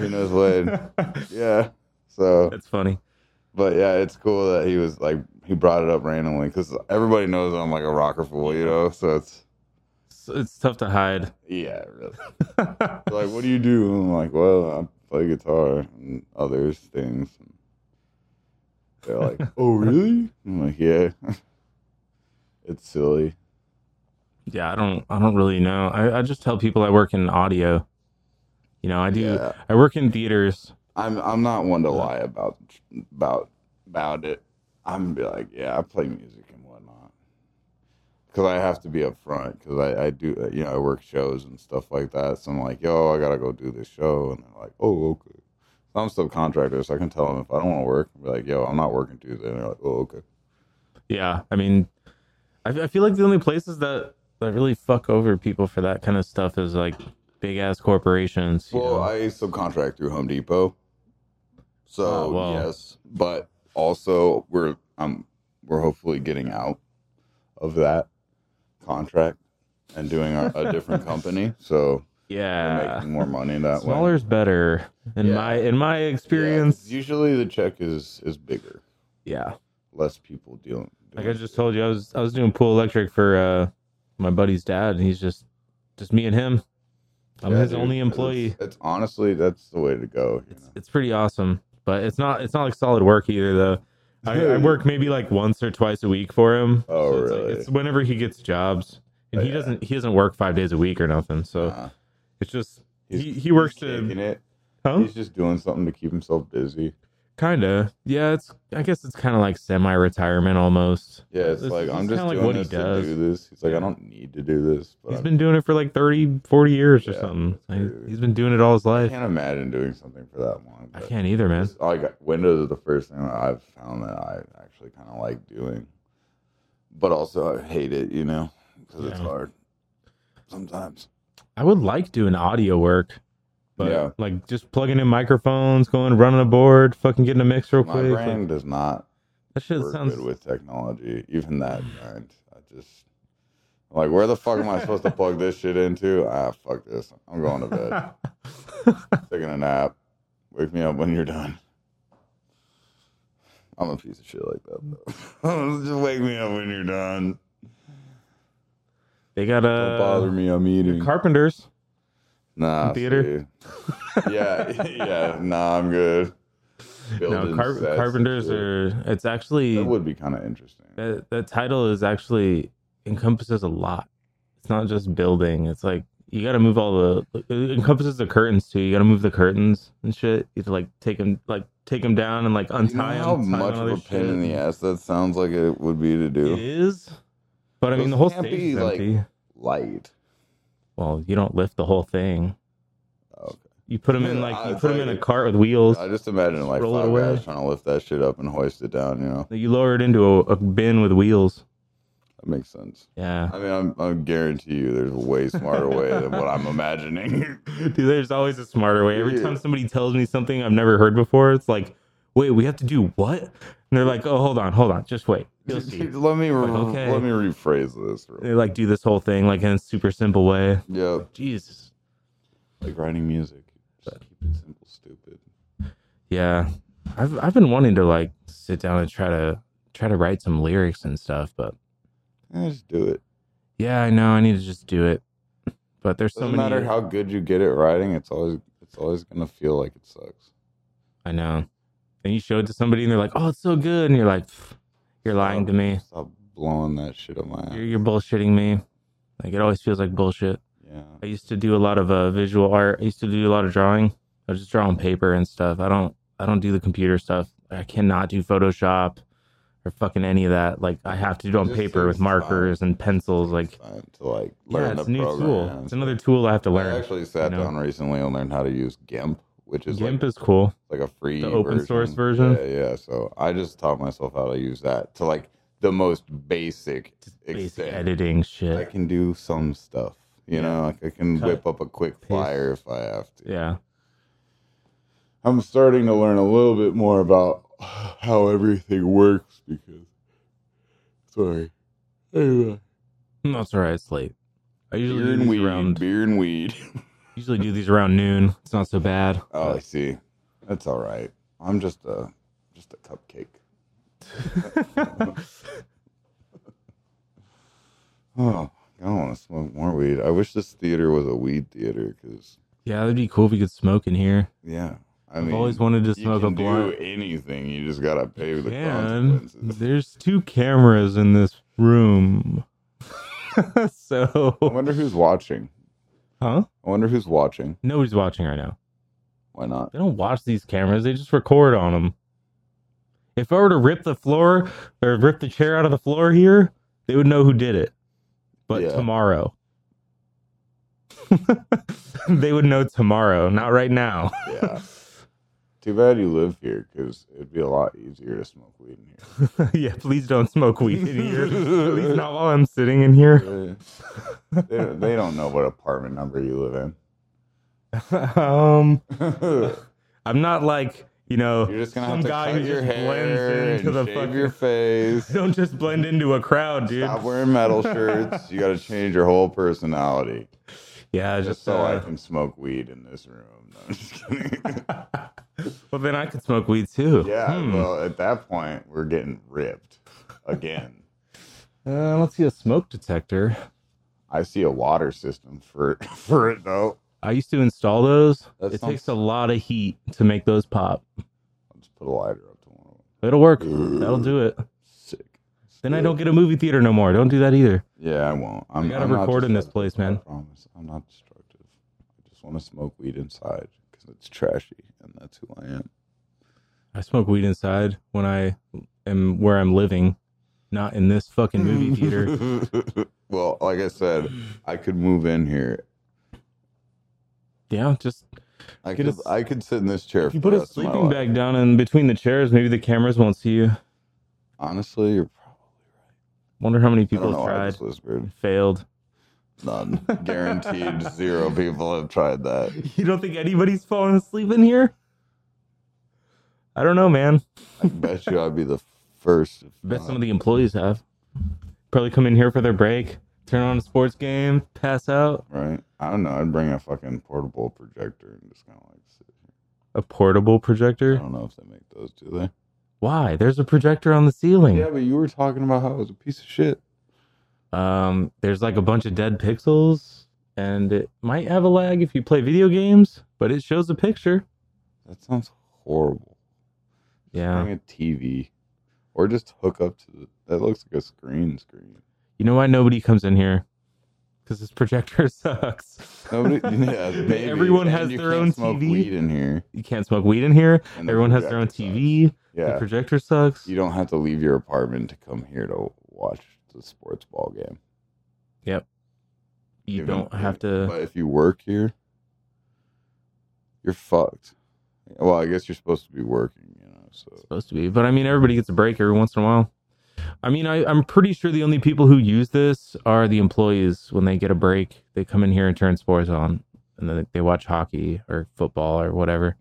Speaker 2: he knows Wade. Yeah. So,
Speaker 1: That's funny.
Speaker 2: but yeah, it's cool that he was like he brought it up randomly because everybody knows I'm like a rocker fool, you know. So it's
Speaker 1: So it's tough to hide.
Speaker 2: yeah, really. like, what do you do? And I'm like, well, I play guitar and other things. And they're like, oh, really? I'm like, yeah. it's silly.
Speaker 1: yeah, I don't I don't really know. I, I just tell people I work in audio. You know, I do.
Speaker 2: Yeah.
Speaker 1: I work in theaters.
Speaker 2: I'm I'm not one to lie about about about it. I'm be like, yeah, I play music and whatnot, because I have to be upfront. Because I I do you know I work shows and stuff like that. So I'm like, yo, I gotta go do this show, and they're like, oh, okay. I'm subcontractor, so I can tell them if I don't want to work. i be like, yo, I'm not working Tuesday, and they're like, oh, okay.
Speaker 1: Yeah, I mean, I, I feel like the only places that that really fuck over people for that kind of stuff is like big ass corporations. you
Speaker 2: Well,
Speaker 1: know?
Speaker 2: I subcontract through Home Depot, so
Speaker 1: Oh, wow.
Speaker 2: yes, but also we're um we're hopefully getting out of that contract and doing our, a different company, so we're
Speaker 1: yeah,
Speaker 2: making more money that
Speaker 1: smaller
Speaker 2: way.
Speaker 1: is better in
Speaker 2: Yeah.
Speaker 1: my in my
Speaker 2: Yeah,
Speaker 1: experience.
Speaker 2: usually the check is is bigger,
Speaker 1: yeah.
Speaker 2: less people dealing.
Speaker 1: Like I just told you, I was I was doing pool electric for uh my buddy's dad, and he's just just me and him. I'm
Speaker 2: Yeah,
Speaker 1: his
Speaker 2: dude,
Speaker 1: only
Speaker 2: it's-
Speaker 1: employee.
Speaker 2: It's, honestly that's the way to go. You
Speaker 1: It's,
Speaker 2: know?
Speaker 1: it's pretty awesome, but it's not it's not like solid work either though. I, I work maybe like once or twice a week for him.
Speaker 2: Oh,
Speaker 1: it's like-
Speaker 2: really?
Speaker 1: it's whenever he gets jobs, and
Speaker 2: Oh,
Speaker 1: he
Speaker 2: yeah.
Speaker 1: doesn't he doesn't work five days a week or nothing. So
Speaker 2: Uh,
Speaker 1: it's just
Speaker 2: he's-
Speaker 1: he, he works
Speaker 2: he's taking
Speaker 1: to
Speaker 2: it.
Speaker 1: huh?
Speaker 2: He's just doing something to keep himself busy.
Speaker 1: kind of yeah. It's I guess it's kind of like semi retirement almost.
Speaker 2: Yeah, it's
Speaker 1: This-
Speaker 2: like
Speaker 1: this
Speaker 2: I'm
Speaker 1: is
Speaker 2: just
Speaker 1: kinda like
Speaker 2: doing
Speaker 1: what he
Speaker 2: this
Speaker 1: does.
Speaker 2: to do this. He's like,
Speaker 1: Yeah.
Speaker 2: I don't need to do this, but
Speaker 1: He's
Speaker 2: I'm-
Speaker 1: been doing it for like 30, 40 years or
Speaker 2: Yeah,
Speaker 1: something.
Speaker 2: that's
Speaker 1: Like,
Speaker 2: crazy.
Speaker 1: he's been doing it all his
Speaker 2: I
Speaker 1: life.
Speaker 2: can't imagine doing something for that long.
Speaker 1: I
Speaker 2: but
Speaker 1: can't either, man.
Speaker 2: it's Like Windows is the first thing that I've found that I actually kind of like doing, but also I hate it, you know, because it's
Speaker 1: Yeah.
Speaker 2: hard sometimes.
Speaker 1: I would like doing audio work, but
Speaker 2: Yeah.
Speaker 1: like just plugging in microphones, going running a board, fucking getting a mix real
Speaker 2: My
Speaker 1: quick. like,
Speaker 2: brain does not
Speaker 1: that shit
Speaker 2: work
Speaker 1: sounds.
Speaker 2: good with technology, even that kind. I just like, where the fuck am I supposed to plug this shit into? Ah, fuck this. I'm going to bed, taking a nap. Wake me up when you're done. I'm a piece of shit like that. Though. just wake me up when you're done.
Speaker 1: they got a
Speaker 2: Don't bother me. I'm eating.
Speaker 1: carpenters.
Speaker 2: nah,
Speaker 1: theater?
Speaker 2: see. yeah, yeah. Nah, I'm good.
Speaker 1: No,
Speaker 2: Building
Speaker 1: car-
Speaker 2: sets and
Speaker 1: carpenters
Speaker 2: shit.
Speaker 1: are. It's actually
Speaker 2: That would be kind of interesting.
Speaker 1: that, that title is actually encompasses a lot. It's not just building. It's like you got to move all the it encompasses the curtains too. You got to move the curtains and shit. You have to like take them like take them down and like
Speaker 2: you know
Speaker 1: untie
Speaker 2: how
Speaker 1: them.
Speaker 2: much of a pain in the ass that sounds like it would be to do.
Speaker 1: It is, but I mean
Speaker 2: Those
Speaker 1: the whole
Speaker 2: can't
Speaker 1: stage
Speaker 2: be,
Speaker 1: is
Speaker 2: like-
Speaker 1: empty.
Speaker 2: Light.
Speaker 1: well, you don't lift the whole thing.
Speaker 2: Oh, Okay.
Speaker 1: You put them in
Speaker 2: Yeah,
Speaker 1: like you
Speaker 2: it's
Speaker 1: put them
Speaker 2: like-
Speaker 1: in a cart with wheels.
Speaker 2: I just imagine like
Speaker 1: roll it
Speaker 2: five
Speaker 1: away.
Speaker 2: guys trying to lift that shit up and hoist it down. You know,
Speaker 1: that You lower it into a, a bin with wheels.
Speaker 2: that makes sense.
Speaker 1: Yeah.
Speaker 2: I mean, I'm I guarantee you, there's a way smarter way than what I'm imagining.
Speaker 1: Dude, there's always a smarter way. Every
Speaker 2: Yeah.
Speaker 1: time somebody tells me something I've never heard before, it's like, wait, we have to do what? And they're like, oh, hold on, hold on, just wait. You'll see.
Speaker 2: let me re-
Speaker 1: okay.
Speaker 2: let me rephrase this.
Speaker 1: They like do this whole thing like in a super simple way.
Speaker 2: Yeah,
Speaker 1: Jesus.
Speaker 2: like writing music. Just keep it simple, stupid.
Speaker 1: Yeah. I've I've been wanting to like sit down and try to try to write some lyrics and stuff, but
Speaker 2: Yeah, just do it.
Speaker 1: yeah, I know I need to just do it. But there's so
Speaker 2: Doesn't
Speaker 1: many
Speaker 2: matter how good you get at writing. It's always it's always gonna feel like it sucks.
Speaker 1: I know. And you show it to somebody and they're like, "Oh, it's so good." And you're like, "Pff, "You're
Speaker 2: Oh.
Speaker 1: lying to me.
Speaker 2: Stop blowing that shit up my ass.
Speaker 1: You're, you're bullshitting me." Like it always feels like bullshit.
Speaker 2: Yeah.
Speaker 1: I used to do a lot of uh, visual art. I used to do a lot of drawing. I just draw on paper and stuff. I don't I don't do the computer stuff. I cannot do Photoshop or fucking any of that. Like I have to do on
Speaker 2: Just
Speaker 1: paper with
Speaker 2: seems
Speaker 1: markers and pencils. Like
Speaker 2: Time to like
Speaker 1: yeah,
Speaker 2: learn
Speaker 1: it's
Speaker 2: the
Speaker 1: a new
Speaker 2: program.
Speaker 1: tool. It's another tool I have to
Speaker 2: I
Speaker 1: learn.
Speaker 2: actually sat
Speaker 1: you know?
Speaker 2: down recently and learned how to use GIMP, which is
Speaker 1: GIMP
Speaker 2: like,
Speaker 1: is cool.
Speaker 2: like a free
Speaker 1: the open source version?
Speaker 2: Yeah, yeah. So I just taught myself how to use that to like the most basic
Speaker 1: Basic
Speaker 2: extent.
Speaker 1: editing shit.
Speaker 2: I can do some stuff. You
Speaker 1: Yeah.
Speaker 2: know, like I can
Speaker 1: Cut,
Speaker 2: whip up a quick
Speaker 1: paste.
Speaker 2: flyer if I have to.
Speaker 1: yeah.
Speaker 2: I'm starting to learn a little bit more about how everything works because sorry. Anyway.
Speaker 1: That's all right. It's late. I usually
Speaker 2: Beer
Speaker 1: do
Speaker 2: and
Speaker 1: these
Speaker 2: weed.
Speaker 1: around.
Speaker 2: Beer and weed.
Speaker 1: Usually do these around noon. It's not so bad.
Speaker 2: Oh, I see. That's all right. I'm just a just a cupcake. Oh, I don't want to smoke more weed. I wish this theater was a weed theater because
Speaker 1: yeah, that'd be cool if we could smoke in here.
Speaker 2: yeah, I
Speaker 1: I've
Speaker 2: mean,
Speaker 1: always wanted to
Speaker 2: you
Speaker 1: smoke a
Speaker 2: can do
Speaker 1: blunt.
Speaker 2: anything. You just gotta pay the
Speaker 1: And
Speaker 2: consequences.
Speaker 1: there's two cameras in this room.
Speaker 2: I
Speaker 1: so,
Speaker 2: wonder who's watching.
Speaker 1: huh?
Speaker 2: I wonder who's watching.
Speaker 1: Nobody's watching right now.
Speaker 2: Why not?
Speaker 1: They don't watch these cameras. They just record on them. If I were to rip the floor or rip the chair out of the floor here, they would know who did it. But
Speaker 2: Yeah.
Speaker 1: tomorrow. they would know tomorrow, not right now.
Speaker 2: Yeah. Too bad you live here because it'd be a lot easier to smoke weed in here.
Speaker 1: yeah, please don't smoke weed in here. please not while I'm sitting in here.
Speaker 2: Uh, they, they don't know what apartment number you live
Speaker 1: um,
Speaker 2: in.
Speaker 1: I'm not like you know
Speaker 2: You're just gonna
Speaker 1: some
Speaker 2: have to
Speaker 1: guy
Speaker 2: cut
Speaker 1: who
Speaker 2: your
Speaker 1: just
Speaker 2: hair
Speaker 1: blends
Speaker 2: and
Speaker 1: into the
Speaker 2: shave
Speaker 1: fucking.
Speaker 2: your face.
Speaker 1: Don't just blend into a crowd, dude.
Speaker 2: Stop wearing metal shirts. You got to change your whole personality
Speaker 1: Yeah,
Speaker 2: just
Speaker 1: just
Speaker 2: so I
Speaker 1: uh,
Speaker 2: can smoke weed in this room. No, I'm just kidding.
Speaker 1: well then I could smoke weed too.
Speaker 2: yeah.
Speaker 1: Hmm.
Speaker 2: Well, at that point, we're getting ripped again.
Speaker 1: Uh, I don't see a smoke detector.
Speaker 2: I see a water system for for it though.
Speaker 1: I used to install those.
Speaker 2: That
Speaker 1: it
Speaker 2: sounds-
Speaker 1: takes a lot of heat to make those pop.
Speaker 2: I'll just put a lighter up to one of them.
Speaker 1: It'll work.
Speaker 2: Mm.
Speaker 1: That'll do it.
Speaker 2: Sick.
Speaker 1: Then I don't get a movie theater no more. Don't do that either.
Speaker 2: Yeah, I won't. I'm,
Speaker 1: gotta
Speaker 2: I'm not
Speaker 1: record in this
Speaker 2: destructive,
Speaker 1: place, man.
Speaker 2: I promise. I'm not destructive. I just want to smoke weed inside because it's trashy, and that's who I am.
Speaker 1: I smoke weed inside when I am where I'm living, not in this fucking
Speaker 2: Hmm.
Speaker 1: movie theater.
Speaker 2: well, like I said, I could move in here.
Speaker 1: Yeah, just
Speaker 2: I
Speaker 1: Get
Speaker 2: could.
Speaker 1: a s-
Speaker 2: I could sit in this chair.
Speaker 1: if you put
Speaker 2: for the
Speaker 1: a
Speaker 2: rest of my
Speaker 1: sleeping
Speaker 2: life.
Speaker 1: bag down in between the chairs, maybe the cameras won't see you.
Speaker 2: Honestly, you're probably
Speaker 1: Wonder how many
Speaker 2: right. I
Speaker 1: people
Speaker 2: don't
Speaker 1: have
Speaker 2: know why I
Speaker 1: tried
Speaker 2: just whispered.
Speaker 1: and failed.
Speaker 2: None. Guaranteed zero people have tried that.
Speaker 1: You don't think anybody's falling asleep in here? I don't know, man.
Speaker 2: I bet you I'd be the first. if
Speaker 1: Bet
Speaker 2: not.
Speaker 1: some of the employees have. Probably come in here for their break, turn on a sports game, pass out.
Speaker 2: right? I don't know. I'd bring a fucking portable projector and just kind of like sit.
Speaker 1: A portable
Speaker 2: I
Speaker 1: projector?
Speaker 2: don't know if they make those, do they?
Speaker 1: Why? There's a projector on the ceiling.
Speaker 2: Yeah, but you were talking about how it was a piece of shit.
Speaker 1: Um, there's like a bunch of dead pixels, and it might have a lag if you play video games, but it shows a picture.
Speaker 2: That sounds horrible.
Speaker 1: Yeah.
Speaker 2: Bring a TV, or just hook up to the. That looks like a screen screen.
Speaker 1: You know why nobody comes in here? Because this projector sucks.
Speaker 2: Nobody, yeah, maybe.
Speaker 1: Everyone
Speaker 2: And
Speaker 1: has
Speaker 2: you
Speaker 1: their
Speaker 2: can't
Speaker 1: own
Speaker 2: smoke
Speaker 1: TV.
Speaker 2: Weed in here.
Speaker 1: You can't smoke weed in here.
Speaker 2: and the
Speaker 1: Everyone has their own
Speaker 2: projector sucks.
Speaker 1: TV. The
Speaker 2: Yeah,
Speaker 1: projector sucks.
Speaker 2: you don't have to leave your apartment to come here to watch the sports ball game.
Speaker 1: You
Speaker 2: know,
Speaker 1: don't have to.
Speaker 2: But if you work here, you're fucked. Well, I guess you're supposed to be working, you know. So
Speaker 1: Supposed to be, but I mean, everybody gets a break every once in a while. I mean, I, I'm pretty sure the only people who use this are the employees when they get a break. They come in here and turn sports on, and then they watch hockey or football or whatever.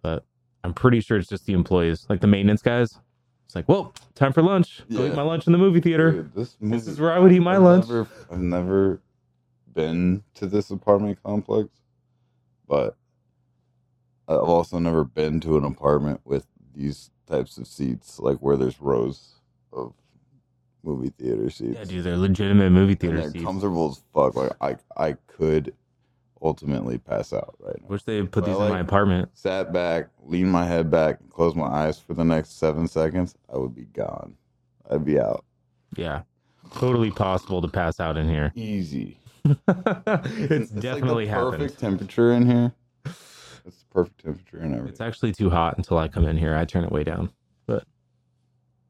Speaker 1: But I'm pretty sure it's just the employees, like the maintenance guys. It's like, well, time for lunch. Go
Speaker 2: Yeah.
Speaker 1: eat my lunch in the movie theater.
Speaker 2: Dude, this,
Speaker 1: This
Speaker 2: movie-
Speaker 1: is where I would eat my
Speaker 2: I've
Speaker 1: lunch.
Speaker 2: Never, I've never been to this apartment complex, but I've also never been to an apartment with these types of seats, like where there's rows of movie theater seats.
Speaker 1: Yeah, dude, they're legitimate movie
Speaker 2: and
Speaker 1: theater
Speaker 2: they're
Speaker 1: seats.
Speaker 2: comfortable as fuck. Like I, I could ultimately pass out right now.
Speaker 1: Wish they had put
Speaker 2: But I
Speaker 1: these in
Speaker 2: like-
Speaker 1: my apartment.
Speaker 2: Sat back, leaned my head back, and closed my eyes for the next seven seconds. I would be gone. I'd be out
Speaker 1: Yeah, totally possible to pass out in here.
Speaker 2: easy.
Speaker 1: it's definitely
Speaker 2: like the
Speaker 1: happened.
Speaker 2: Perfect temperature in here. It's the perfect temperature and everything.
Speaker 1: It's actually too hot until I come in here. I turn it way down.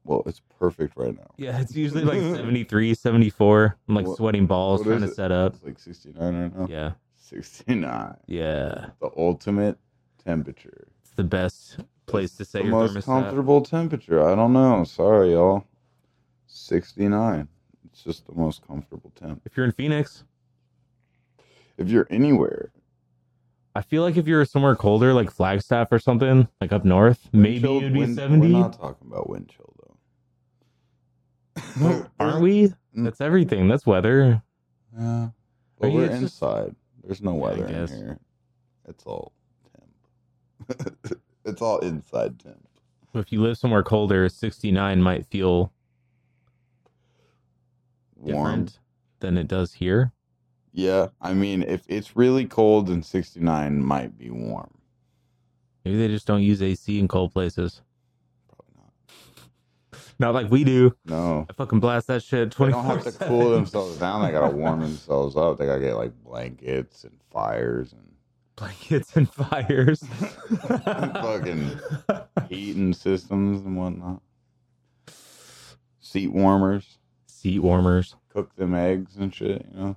Speaker 2: well, it's perfect right now.
Speaker 1: Yeah, it's usually like 73, 74. I'm like
Speaker 2: What-
Speaker 1: sweating balls
Speaker 2: what
Speaker 1: trying
Speaker 2: is
Speaker 1: to
Speaker 2: it?
Speaker 1: set up.
Speaker 2: It's like 69 right now.
Speaker 1: Yeah.
Speaker 2: 69.
Speaker 1: Yeah.
Speaker 2: The ultimate temperature.
Speaker 1: It's the best place to set
Speaker 2: the
Speaker 1: your
Speaker 2: most
Speaker 1: thermostat.
Speaker 2: comfortable temperature. I don't know. Sorry, y'all. 69. It's just the most comfortable temp.
Speaker 1: If you're in Phoenix,
Speaker 2: If you're anywhere,
Speaker 1: I feel like if you're somewhere colder, like Flagstaff or something, like up north, maybe
Speaker 2: Wind chill-
Speaker 1: it'd be
Speaker 2: wind-
Speaker 1: 70.
Speaker 2: We're not talking about wind chill though.
Speaker 1: But Aren't we?
Speaker 2: Mm.
Speaker 1: That's everything. That's weather.
Speaker 2: Yeah. But
Speaker 1: Are you-
Speaker 2: we're
Speaker 1: it's just-
Speaker 2: inside. There's no
Speaker 1: Yeah, I
Speaker 2: weather in
Speaker 1: guess.
Speaker 2: here. It's all temp. it's all inside temp.
Speaker 1: But if you live somewhere colder, 69 might feel
Speaker 2: Warm.
Speaker 1: different than it does here.
Speaker 2: Yeah. I mean, if it's really cold, then 69 might be warm.
Speaker 1: Maybe they just don't use AC in cold places.
Speaker 2: Probably not.
Speaker 1: Not like we do.
Speaker 2: No.
Speaker 1: I fucking blast that shit
Speaker 2: They
Speaker 1: 24
Speaker 2: don't have to cool themselves down. They got to warm themselves up. They got to get like blankets and fires and
Speaker 1: blankets and fires.
Speaker 2: Fucking- heating systems and whatnot. Seat warmers.
Speaker 1: seat warmers.
Speaker 2: Cook them eggs and shit, you know?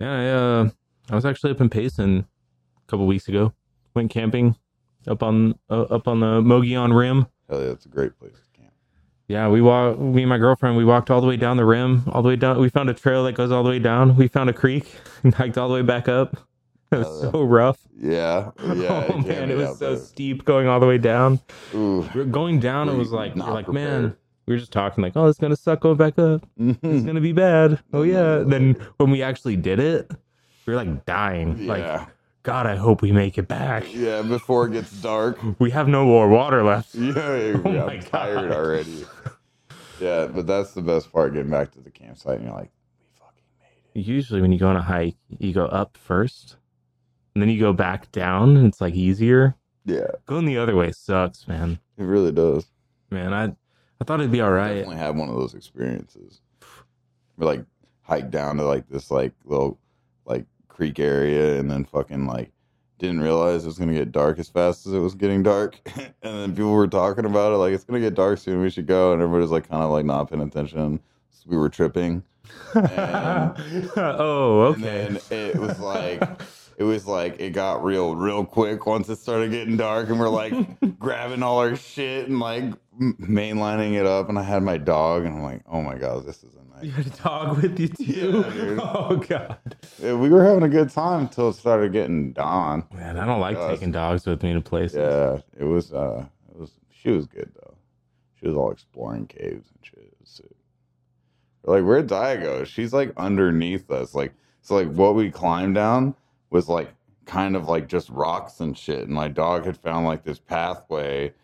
Speaker 1: Yeah, I, uh, I was actually up in Payson a couple weeks ago. Went camping up on uh, up on the Mogollon Rim.
Speaker 2: Hell yeah, it's a great place to camp.
Speaker 1: Yeah, we walked. Me and my girlfriend, we walked all the way down the rim, all the way down. We found a trail that goes all the way down. We found a creek and hiked all the way back up. It was
Speaker 2: Hell yeah.
Speaker 1: so rough.
Speaker 2: Yeah, yeah.
Speaker 1: oh
Speaker 2: can't
Speaker 1: man,
Speaker 2: be
Speaker 1: it was
Speaker 2: out
Speaker 1: so
Speaker 2: there.
Speaker 1: steep going all the way down.
Speaker 2: Ooh.
Speaker 1: We're going down.
Speaker 2: Were
Speaker 1: it
Speaker 2: you
Speaker 1: was like
Speaker 2: not
Speaker 1: we're like man.
Speaker 2: prepared?
Speaker 1: We were just talking like, oh, it's gonna suck going back up. it's gonna be bad. Oh yeah. Then when we actually did it, we were like dying. Like,
Speaker 2: yeah,
Speaker 1: God, I hope we make it back.
Speaker 2: yeah. Before it gets dark.
Speaker 1: We have no more water left.
Speaker 2: Yeah,
Speaker 1: Oh, my
Speaker 2: I'm tired
Speaker 1: God.
Speaker 2: already. Yeah, but that's the best part. Getting back to the campsite and you're like, we fucking made it.
Speaker 1: usually when you go on a hike, you go up first, and then you go back down, and it's like easier.
Speaker 2: Yeah,
Speaker 1: Going the other way sucks, man.
Speaker 2: it really does.
Speaker 1: Man, I I thought it'd be all right.
Speaker 2: Definitely have one of those experiences. We like hiked down to like this like little like creek area, and then fucking like didn't realize it was gonna get dark as fast as it was getting dark, and then people were talking about it like it's gonna get dark soon, we should go, and everybody's like kind of like not paying attention. So we were tripping.
Speaker 1: oh,
Speaker 2: And
Speaker 1: okay.
Speaker 2: then it was like it was like it got real real quick once it started getting dark and we're like grabbing all our shit and like m- mainlining it up and I had my dog and I'm like, "Oh my god, this is a
Speaker 1: you
Speaker 2: night."
Speaker 1: had a dog with you too.
Speaker 2: Yeah, dude.
Speaker 1: oh god,
Speaker 2: Yeah, we were having a good time until it started getting dawn.
Speaker 1: man, I don't like
Speaker 2: Yes.
Speaker 1: taking dogs with me to places.
Speaker 2: Yeah, it was uh it was she was good though. She was all exploring caves and shit. It was sick. We're like, where'd Dia go? She's like underneath us. Like so like what we climbed down was like kind of like just rocks and shit. And my dog had found like this pathway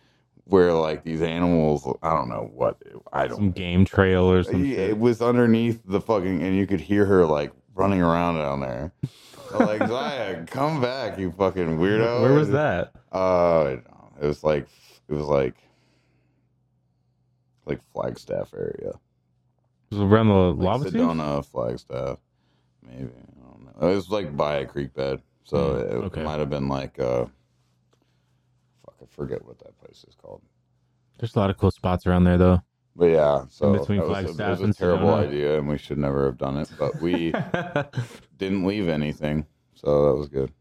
Speaker 2: where like these animals I don't know what I don't
Speaker 1: Some game trail or some
Speaker 2: yeah,
Speaker 1: shit.
Speaker 2: it was underneath the fucking, and you could hear her like running around down there. I'm like Zaya, come back, you fucking weirdo!
Speaker 1: Where was that?
Speaker 2: Uh, it was like it was like like Flagstaff area,
Speaker 1: It was around the
Speaker 2: like
Speaker 1: lava tube.
Speaker 2: Sedona, Flagstaff, maybe I don't know. It was like by a creek bed, so
Speaker 1: Hmm,
Speaker 2: it
Speaker 1: okay.
Speaker 2: might have been like uh, fuck, I forget what that place is called.
Speaker 1: There's a lot of cool spots around there, though.
Speaker 2: But yeah, so
Speaker 1: between
Speaker 2: that was a-
Speaker 1: Flagstaff
Speaker 2: it was a
Speaker 1: and
Speaker 2: terrible
Speaker 1: Sedona.
Speaker 2: idea, and we should never have done it. But we
Speaker 1: Have
Speaker 2: didn't leave anything, so that was good.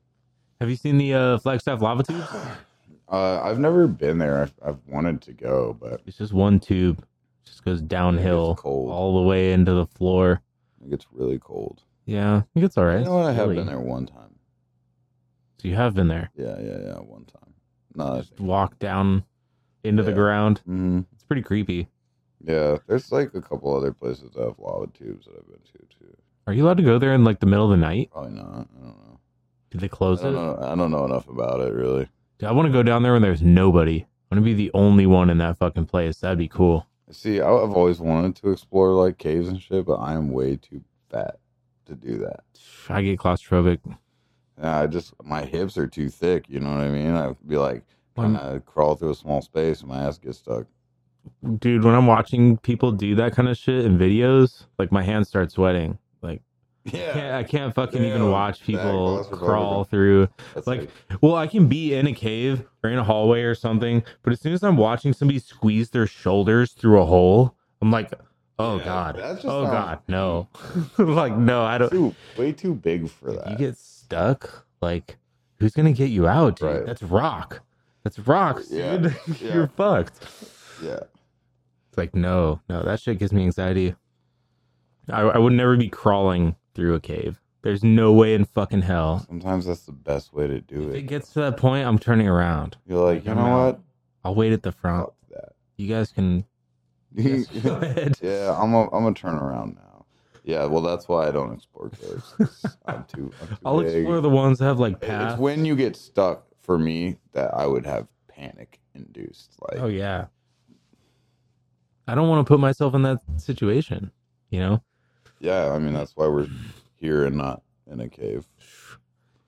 Speaker 1: you seen the uh, Flagstaff lava tubes?
Speaker 2: Uh, I've never been there. I've, I've wanted to go, but
Speaker 1: It's just one tube, just goes downhill
Speaker 2: It's cold.
Speaker 1: all the way into the floor.
Speaker 2: it gets really cold.
Speaker 1: Yeah, I think it's all right.
Speaker 2: You know what? I have
Speaker 1: Really.
Speaker 2: been there one time.
Speaker 1: So you have been there.
Speaker 2: Yeah, yeah, yeah, one time. No, I
Speaker 1: Just walk down into the
Speaker 2: Uh, Yeah.
Speaker 1: ground.
Speaker 2: hmm
Speaker 1: It's pretty creepy.
Speaker 2: yeah. There's like a couple other places that have lava tubes that I've been to too.
Speaker 1: Are you allowed to go there in like the middle of the night?
Speaker 2: Probably not. I don't know.
Speaker 1: Do they
Speaker 2: I
Speaker 1: close it?
Speaker 2: don't know. I don't know enough about it really.
Speaker 1: Dude, I want to go down there when there's nobody. I want to be the only one in that fucking place. That'd be cool.
Speaker 2: See, I- I've always wanted to explore like caves and shit, but I am way too fat to do that.
Speaker 1: I get claustrophobic.
Speaker 2: Yeah, I just my hips are too thick. You know what I mean? I'd be like
Speaker 1: When-
Speaker 2: kind of crawl through a small space and my ass gets stuck.
Speaker 1: dude, when I'm watching people do that kind of shit in videos, like my hands start sweating. Like I can't, I can't fucking even
Speaker 2: Yeah,
Speaker 1: watch
Speaker 2: that
Speaker 1: people
Speaker 2: claustrophobic.
Speaker 1: crawl through.
Speaker 2: That's
Speaker 1: Like, well, I can be in a cave or in a hallway or something, but as soon as I'm watching somebody squeeze their shoulders through a hole, I'm like, oh
Speaker 2: Yeah,
Speaker 1: god,
Speaker 2: that just
Speaker 1: oh
Speaker 2: sounds-
Speaker 1: god, no, like no, I don't.
Speaker 2: too, way too big for
Speaker 1: If you
Speaker 2: that.
Speaker 1: get stuck, like who's gonna get you out? Dude?
Speaker 2: Right.
Speaker 1: That's rock. That's rocks,
Speaker 2: Yeah,
Speaker 1: dude.
Speaker 2: yeah.
Speaker 1: You're fucked.
Speaker 2: yeah,
Speaker 1: It's like, no, no, that shit gives me anxiety. I, I would never be crawling through a cave. There's no way in fucking hell.
Speaker 2: sometimes that's the best way to do
Speaker 1: If it
Speaker 2: it.
Speaker 1: gets to that point, I'm turning around.
Speaker 2: You're like, you
Speaker 1: I'm
Speaker 2: know
Speaker 1: out.
Speaker 2: what?
Speaker 1: I'll wait at the front.
Speaker 2: Fuck that.
Speaker 1: You guys can you guys go ahead.
Speaker 2: yeah, I'm a I'm a turnaround now. Yeah, well, that's why I don't explore caves. 'cause I'm too. I'm too
Speaker 1: I'll
Speaker 2: big.
Speaker 1: explore the ones that have like
Speaker 2: It's
Speaker 1: paths.
Speaker 2: when you get stuck for me that I would have panic induced. Like,
Speaker 1: Oh yeah. I don't want to put myself in that situation. You know?
Speaker 2: Yeah, I mean that's why we're here and not in a cave.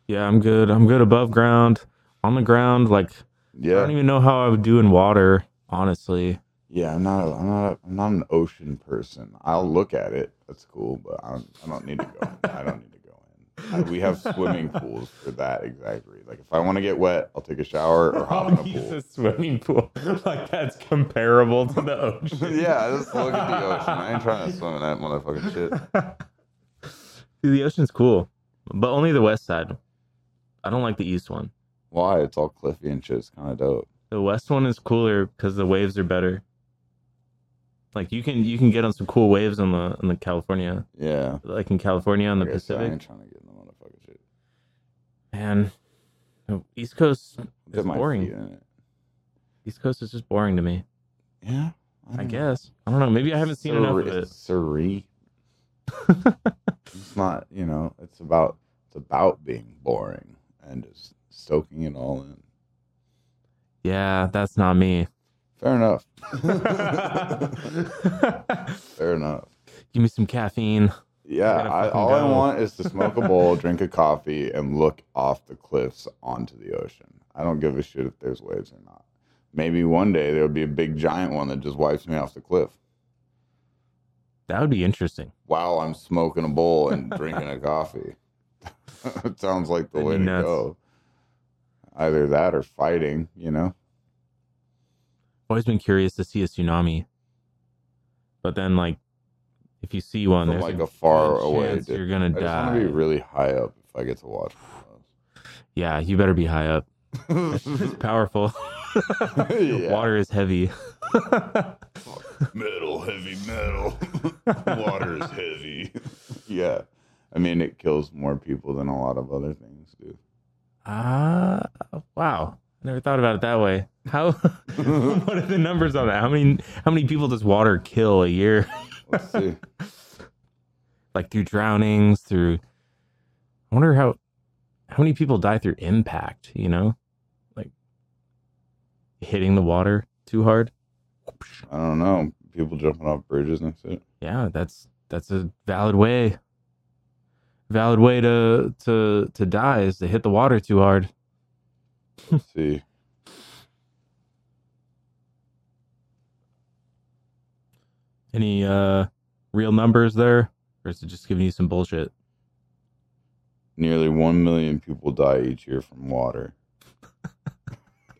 Speaker 1: Yeah, I'm good. I'm good above ground. On the ground, like I don't
Speaker 2: Yeah,
Speaker 1: even know how I would do in water, honestly.
Speaker 2: yeah. I'm not. A, I'm not. A, I'm not an ocean person. I'll look at it. That's cool, but I don't, I don't need to go. In. I don't need to go in. I, we have swimming pools for that exact reason. Like if I want to get wet, I'll take a shower or hop
Speaker 1: Oh,
Speaker 2: in a pool.
Speaker 1: swimming pool. like that's comparable to the ocean.
Speaker 2: yeah, I just look at the ocean. I ain't trying to swim in that motherfucking shit.
Speaker 1: Dude, the ocean's cool, but only the west side. I don't like the east one.
Speaker 2: Why? It's all cliffy and shit. It's kind of dope.
Speaker 1: The west one is cooler because the waves are better. Like you can you can get on some cool waves on the on the California,
Speaker 2: Yeah.
Speaker 1: like in California on the
Speaker 2: Like I said, I
Speaker 1: Pacific.
Speaker 2: ain't trying to get in the motherfucking shit.
Speaker 1: Man, the East Coast,
Speaker 2: I'll
Speaker 1: It's
Speaker 2: dip my
Speaker 1: boring.
Speaker 2: feet in it.
Speaker 1: East Coast is just boring to me.
Speaker 2: Yeah.
Speaker 1: I
Speaker 2: don't know.
Speaker 1: guess I don't know. Maybe I haven't seen enough of
Speaker 2: Sere-
Speaker 1: it.
Speaker 2: Serene. it's not, you know, it's about it's about being boring and just soaking it all in.
Speaker 1: Yeah, that's not me.
Speaker 2: Fair enough.
Speaker 1: Give
Speaker 2: Fair enough.
Speaker 1: me some caffeine.
Speaker 2: Yeah,
Speaker 1: gotta
Speaker 2: I,
Speaker 1: fucking
Speaker 2: all I
Speaker 1: go.
Speaker 2: want is to smoke a bowl, drink a coffee, and look off the cliffs onto the ocean. I don't give a shit if there's waves or not. Maybe one day there'll be a big giant one that just wipes me off the cliff
Speaker 1: That would be interesting.
Speaker 2: while I'm smoking a bowl and drinking a coffee. it sounds like the
Speaker 1: That'd
Speaker 2: way
Speaker 1: be
Speaker 2: to
Speaker 1: nuts.
Speaker 2: go. Either that or fighting, you know?
Speaker 1: I've always been curious to see a tsunami, but then like if you see one,
Speaker 2: From
Speaker 1: there's
Speaker 2: like
Speaker 1: a
Speaker 2: a far
Speaker 1: good
Speaker 2: away.
Speaker 1: chance
Speaker 2: dude.
Speaker 1: you're gonna
Speaker 2: I just want
Speaker 1: die.
Speaker 2: to be really high up if I get to watch
Speaker 1: yeah, you better be high up.
Speaker 2: one of
Speaker 1: It's
Speaker 2: those.
Speaker 1: powerful.
Speaker 2: Yeah.
Speaker 1: Water is heavy.
Speaker 2: metal, heavy metal. Water is heavy. yeah. I mean, it kills more people than a lot of other things do.
Speaker 1: Ah, wow. I never thought about it that way. How? what are the numbers on that? How many? How many people does water kill a year?
Speaker 2: Let's see.
Speaker 1: Like through drownings, through. I wonder how, how many people die through impact? You know, like hitting the water too hard.
Speaker 2: I don't know. People jumping off bridges and shit.
Speaker 1: Yeah, that's that's a valid way. Valid way to to to die is to hit the water too hard.
Speaker 2: Let's see.
Speaker 1: Any uh real numbers there, or is it just giving you some bullshit?
Speaker 2: Nearly 1 million people die each year from water.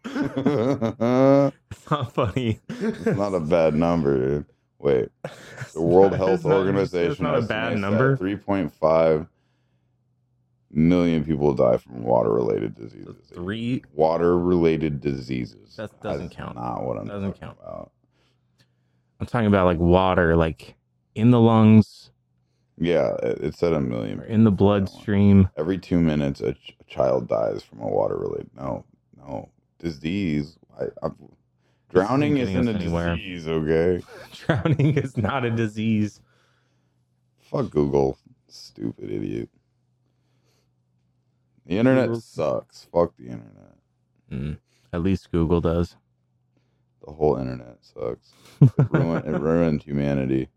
Speaker 2: it's
Speaker 1: It's not funny.
Speaker 2: not a bad number, dude. Wait. The World Health Organization.
Speaker 1: It's not a bad
Speaker 2: estimates that
Speaker 1: number.
Speaker 2: 3.5 million people die from water related diseases.
Speaker 1: Three.
Speaker 2: Water related diseases.
Speaker 1: That doesn't count.
Speaker 2: Not what I'm
Speaker 1: Doesn't
Speaker 2: talking
Speaker 1: count.
Speaker 2: about.
Speaker 1: I'm talking about like water, like in the lungs
Speaker 2: Yeah, it, it said a million.
Speaker 1: or in the bloodstream.
Speaker 2: Every two minutes, a, ch- a child dies from a water related. No, no. Disease. I, I'm, drowning
Speaker 1: getting
Speaker 2: isn't
Speaker 1: us
Speaker 2: a
Speaker 1: anywhere.
Speaker 2: disease, okay?
Speaker 1: Drowning is not a disease.
Speaker 2: Fuck Google. Stupid idiot. The internet
Speaker 1: Google.
Speaker 2: sucks. Fuck the internet.
Speaker 1: Mm, at least Google does.
Speaker 2: the whole internet sucks. It ruined, it ruined humanity.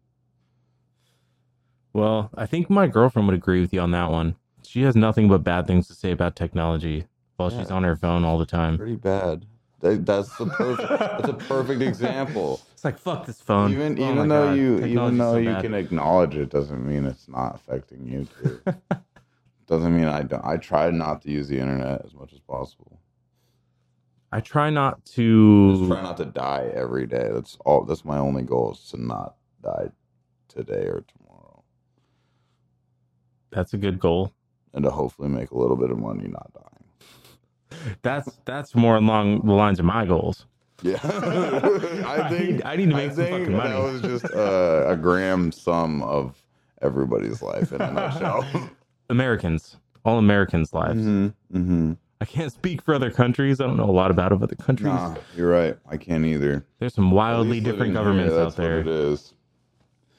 Speaker 1: Well, I think my girlfriend would agree with you on that one. She has nothing but bad things to say about technology while she's
Speaker 2: Yeah.
Speaker 1: on her phone all the time.
Speaker 2: Pretty bad. That, that's the perfect. that's a perfect example.
Speaker 1: It's like fuck this phone.
Speaker 2: Even
Speaker 1: Oh my
Speaker 2: even though
Speaker 1: God,
Speaker 2: you
Speaker 1: technology's
Speaker 2: even though
Speaker 1: so
Speaker 2: you
Speaker 1: bad.
Speaker 2: can acknowledge it doesn't mean it's not affecting you. Too. doesn't mean I don't. I try not to use the internet as much as possible.
Speaker 1: I try not
Speaker 2: Just
Speaker 1: to
Speaker 2: try not to die every day. That's all. That's my only goal is to not die today or tomorrow,
Speaker 1: That's a good goal.
Speaker 2: and to hopefully make a little bit of money not dying.
Speaker 1: That's that's more along the lines of my goals.
Speaker 2: Yeah,
Speaker 1: I need- I need to make some fucking money.
Speaker 2: That was just uh, a grand sum of everybody's life in a nutshell.
Speaker 1: Americans, all Americans' lives.
Speaker 2: Mhm, mhm.
Speaker 1: I can't speak for other countries. I don't know a lot about other countries.
Speaker 2: Nah, you're right. I can't either.
Speaker 1: There's some
Speaker 2: At
Speaker 1: wildly
Speaker 2: least
Speaker 1: different
Speaker 2: living here,
Speaker 1: governments out
Speaker 2: that's What
Speaker 1: there.
Speaker 2: it is.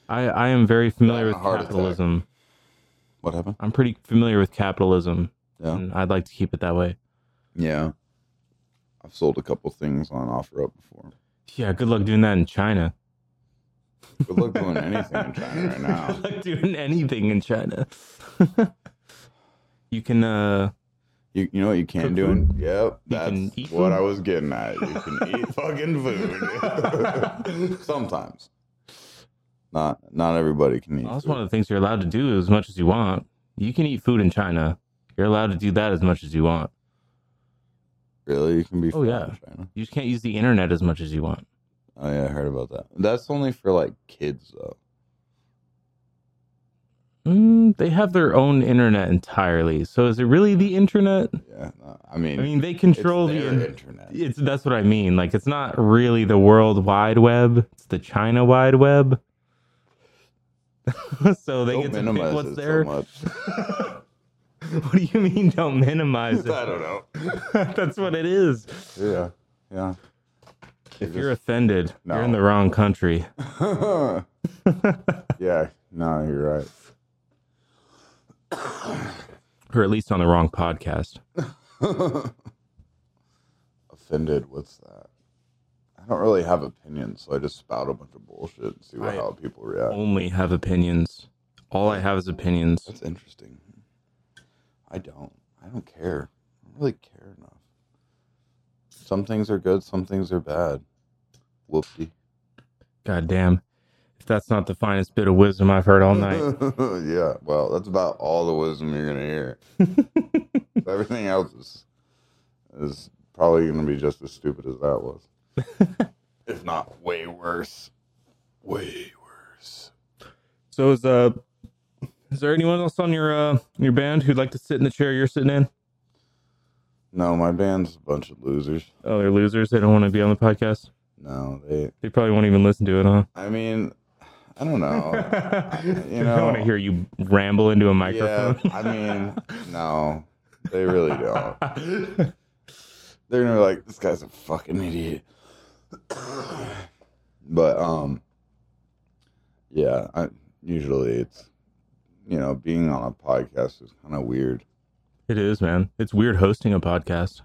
Speaker 1: I, I am very familiar
Speaker 2: Yeah,
Speaker 1: with
Speaker 2: a heart attack.
Speaker 1: capitalism.
Speaker 2: What happened?
Speaker 1: I'm pretty familiar with capitalism,
Speaker 2: Yeah,
Speaker 1: and I'd like to keep it that way.
Speaker 2: yeah. I've sold a couple things on OfferUp before.
Speaker 1: Yeah, good luck doing that in China.
Speaker 2: Good luck doing anything in China right now.
Speaker 1: good luck doing anything in China. you can uh
Speaker 2: You, you know what you can
Speaker 1: Cook
Speaker 2: do? In, yep, that's
Speaker 1: can eat
Speaker 2: what
Speaker 1: food?
Speaker 2: I was getting at. You can eat fucking food sometimes. Not not everybody can eat.
Speaker 1: Well, that's
Speaker 2: food.
Speaker 1: one of the things you're allowed to do as much as you want. You can eat food in China. You're allowed to do that as much as you want.
Speaker 2: Really, you can be.
Speaker 1: Oh,
Speaker 2: fat
Speaker 1: yeah.
Speaker 2: in China?
Speaker 1: You just can't use the internet as much as you want.
Speaker 2: Oh yeah, I heard about that. That's only for like kids though.
Speaker 1: Mm, they have their own internet entirely. So is it really the internet?
Speaker 2: Yeah, no, I mean,
Speaker 1: I mean, they
Speaker 2: it's
Speaker 1: control the.
Speaker 2: their
Speaker 1: in-
Speaker 2: internet.
Speaker 1: It's that's what I mean. Like it's not really the World Wide Web. It's the China Wide Web. so they
Speaker 2: Don't
Speaker 1: get to pick
Speaker 2: minimize
Speaker 1: what's
Speaker 2: it
Speaker 1: there.
Speaker 2: so much.
Speaker 1: what do you mean? Don't minimize
Speaker 2: I
Speaker 1: it.
Speaker 2: don't know.
Speaker 1: that's what it is.
Speaker 2: Yeah, yeah.
Speaker 1: If you're offended,
Speaker 2: No.
Speaker 1: you're in the wrong country.
Speaker 2: yeah, no, you're right.
Speaker 1: or at least on the wrong podcast.
Speaker 2: offended. What's that? I don't really have opinions, so I just spout a bunch of bullshit and see what,
Speaker 1: I-
Speaker 2: how people react.
Speaker 1: Only have opinions. All I have is opinions.
Speaker 2: That's interesting. I don't. I don't care. I don't really care enough. Some things are good, some things are bad. Whoopsie.
Speaker 1: God damn. If that's not the finest bit of wisdom I've heard all night.
Speaker 2: yeah, well, that's about all the wisdom you're gonna hear. Everything else is is probably gonna be just as stupid as that was, if not way worse. Way worse.
Speaker 1: So is uh is there anyone else on your uh your band who'd like to sit in the chair you're sitting in?
Speaker 2: No, my band's a bunch of losers.
Speaker 1: Oh, they're losers. They don't want to be on the podcast.
Speaker 2: No, they.
Speaker 1: They probably won't even listen to it, huh?
Speaker 2: I mean, I don't know.
Speaker 1: you they
Speaker 2: know-
Speaker 1: don't want to hear you ramble into a
Speaker 2: yeah,
Speaker 1: microphone.
Speaker 2: I mean, no, they really don't. they're gonna be like, this guy's a fucking idiot. but um, yeah, I, usually it's you know being on a podcast is kind of weird,
Speaker 1: it is, man. It's weird hosting a podcast.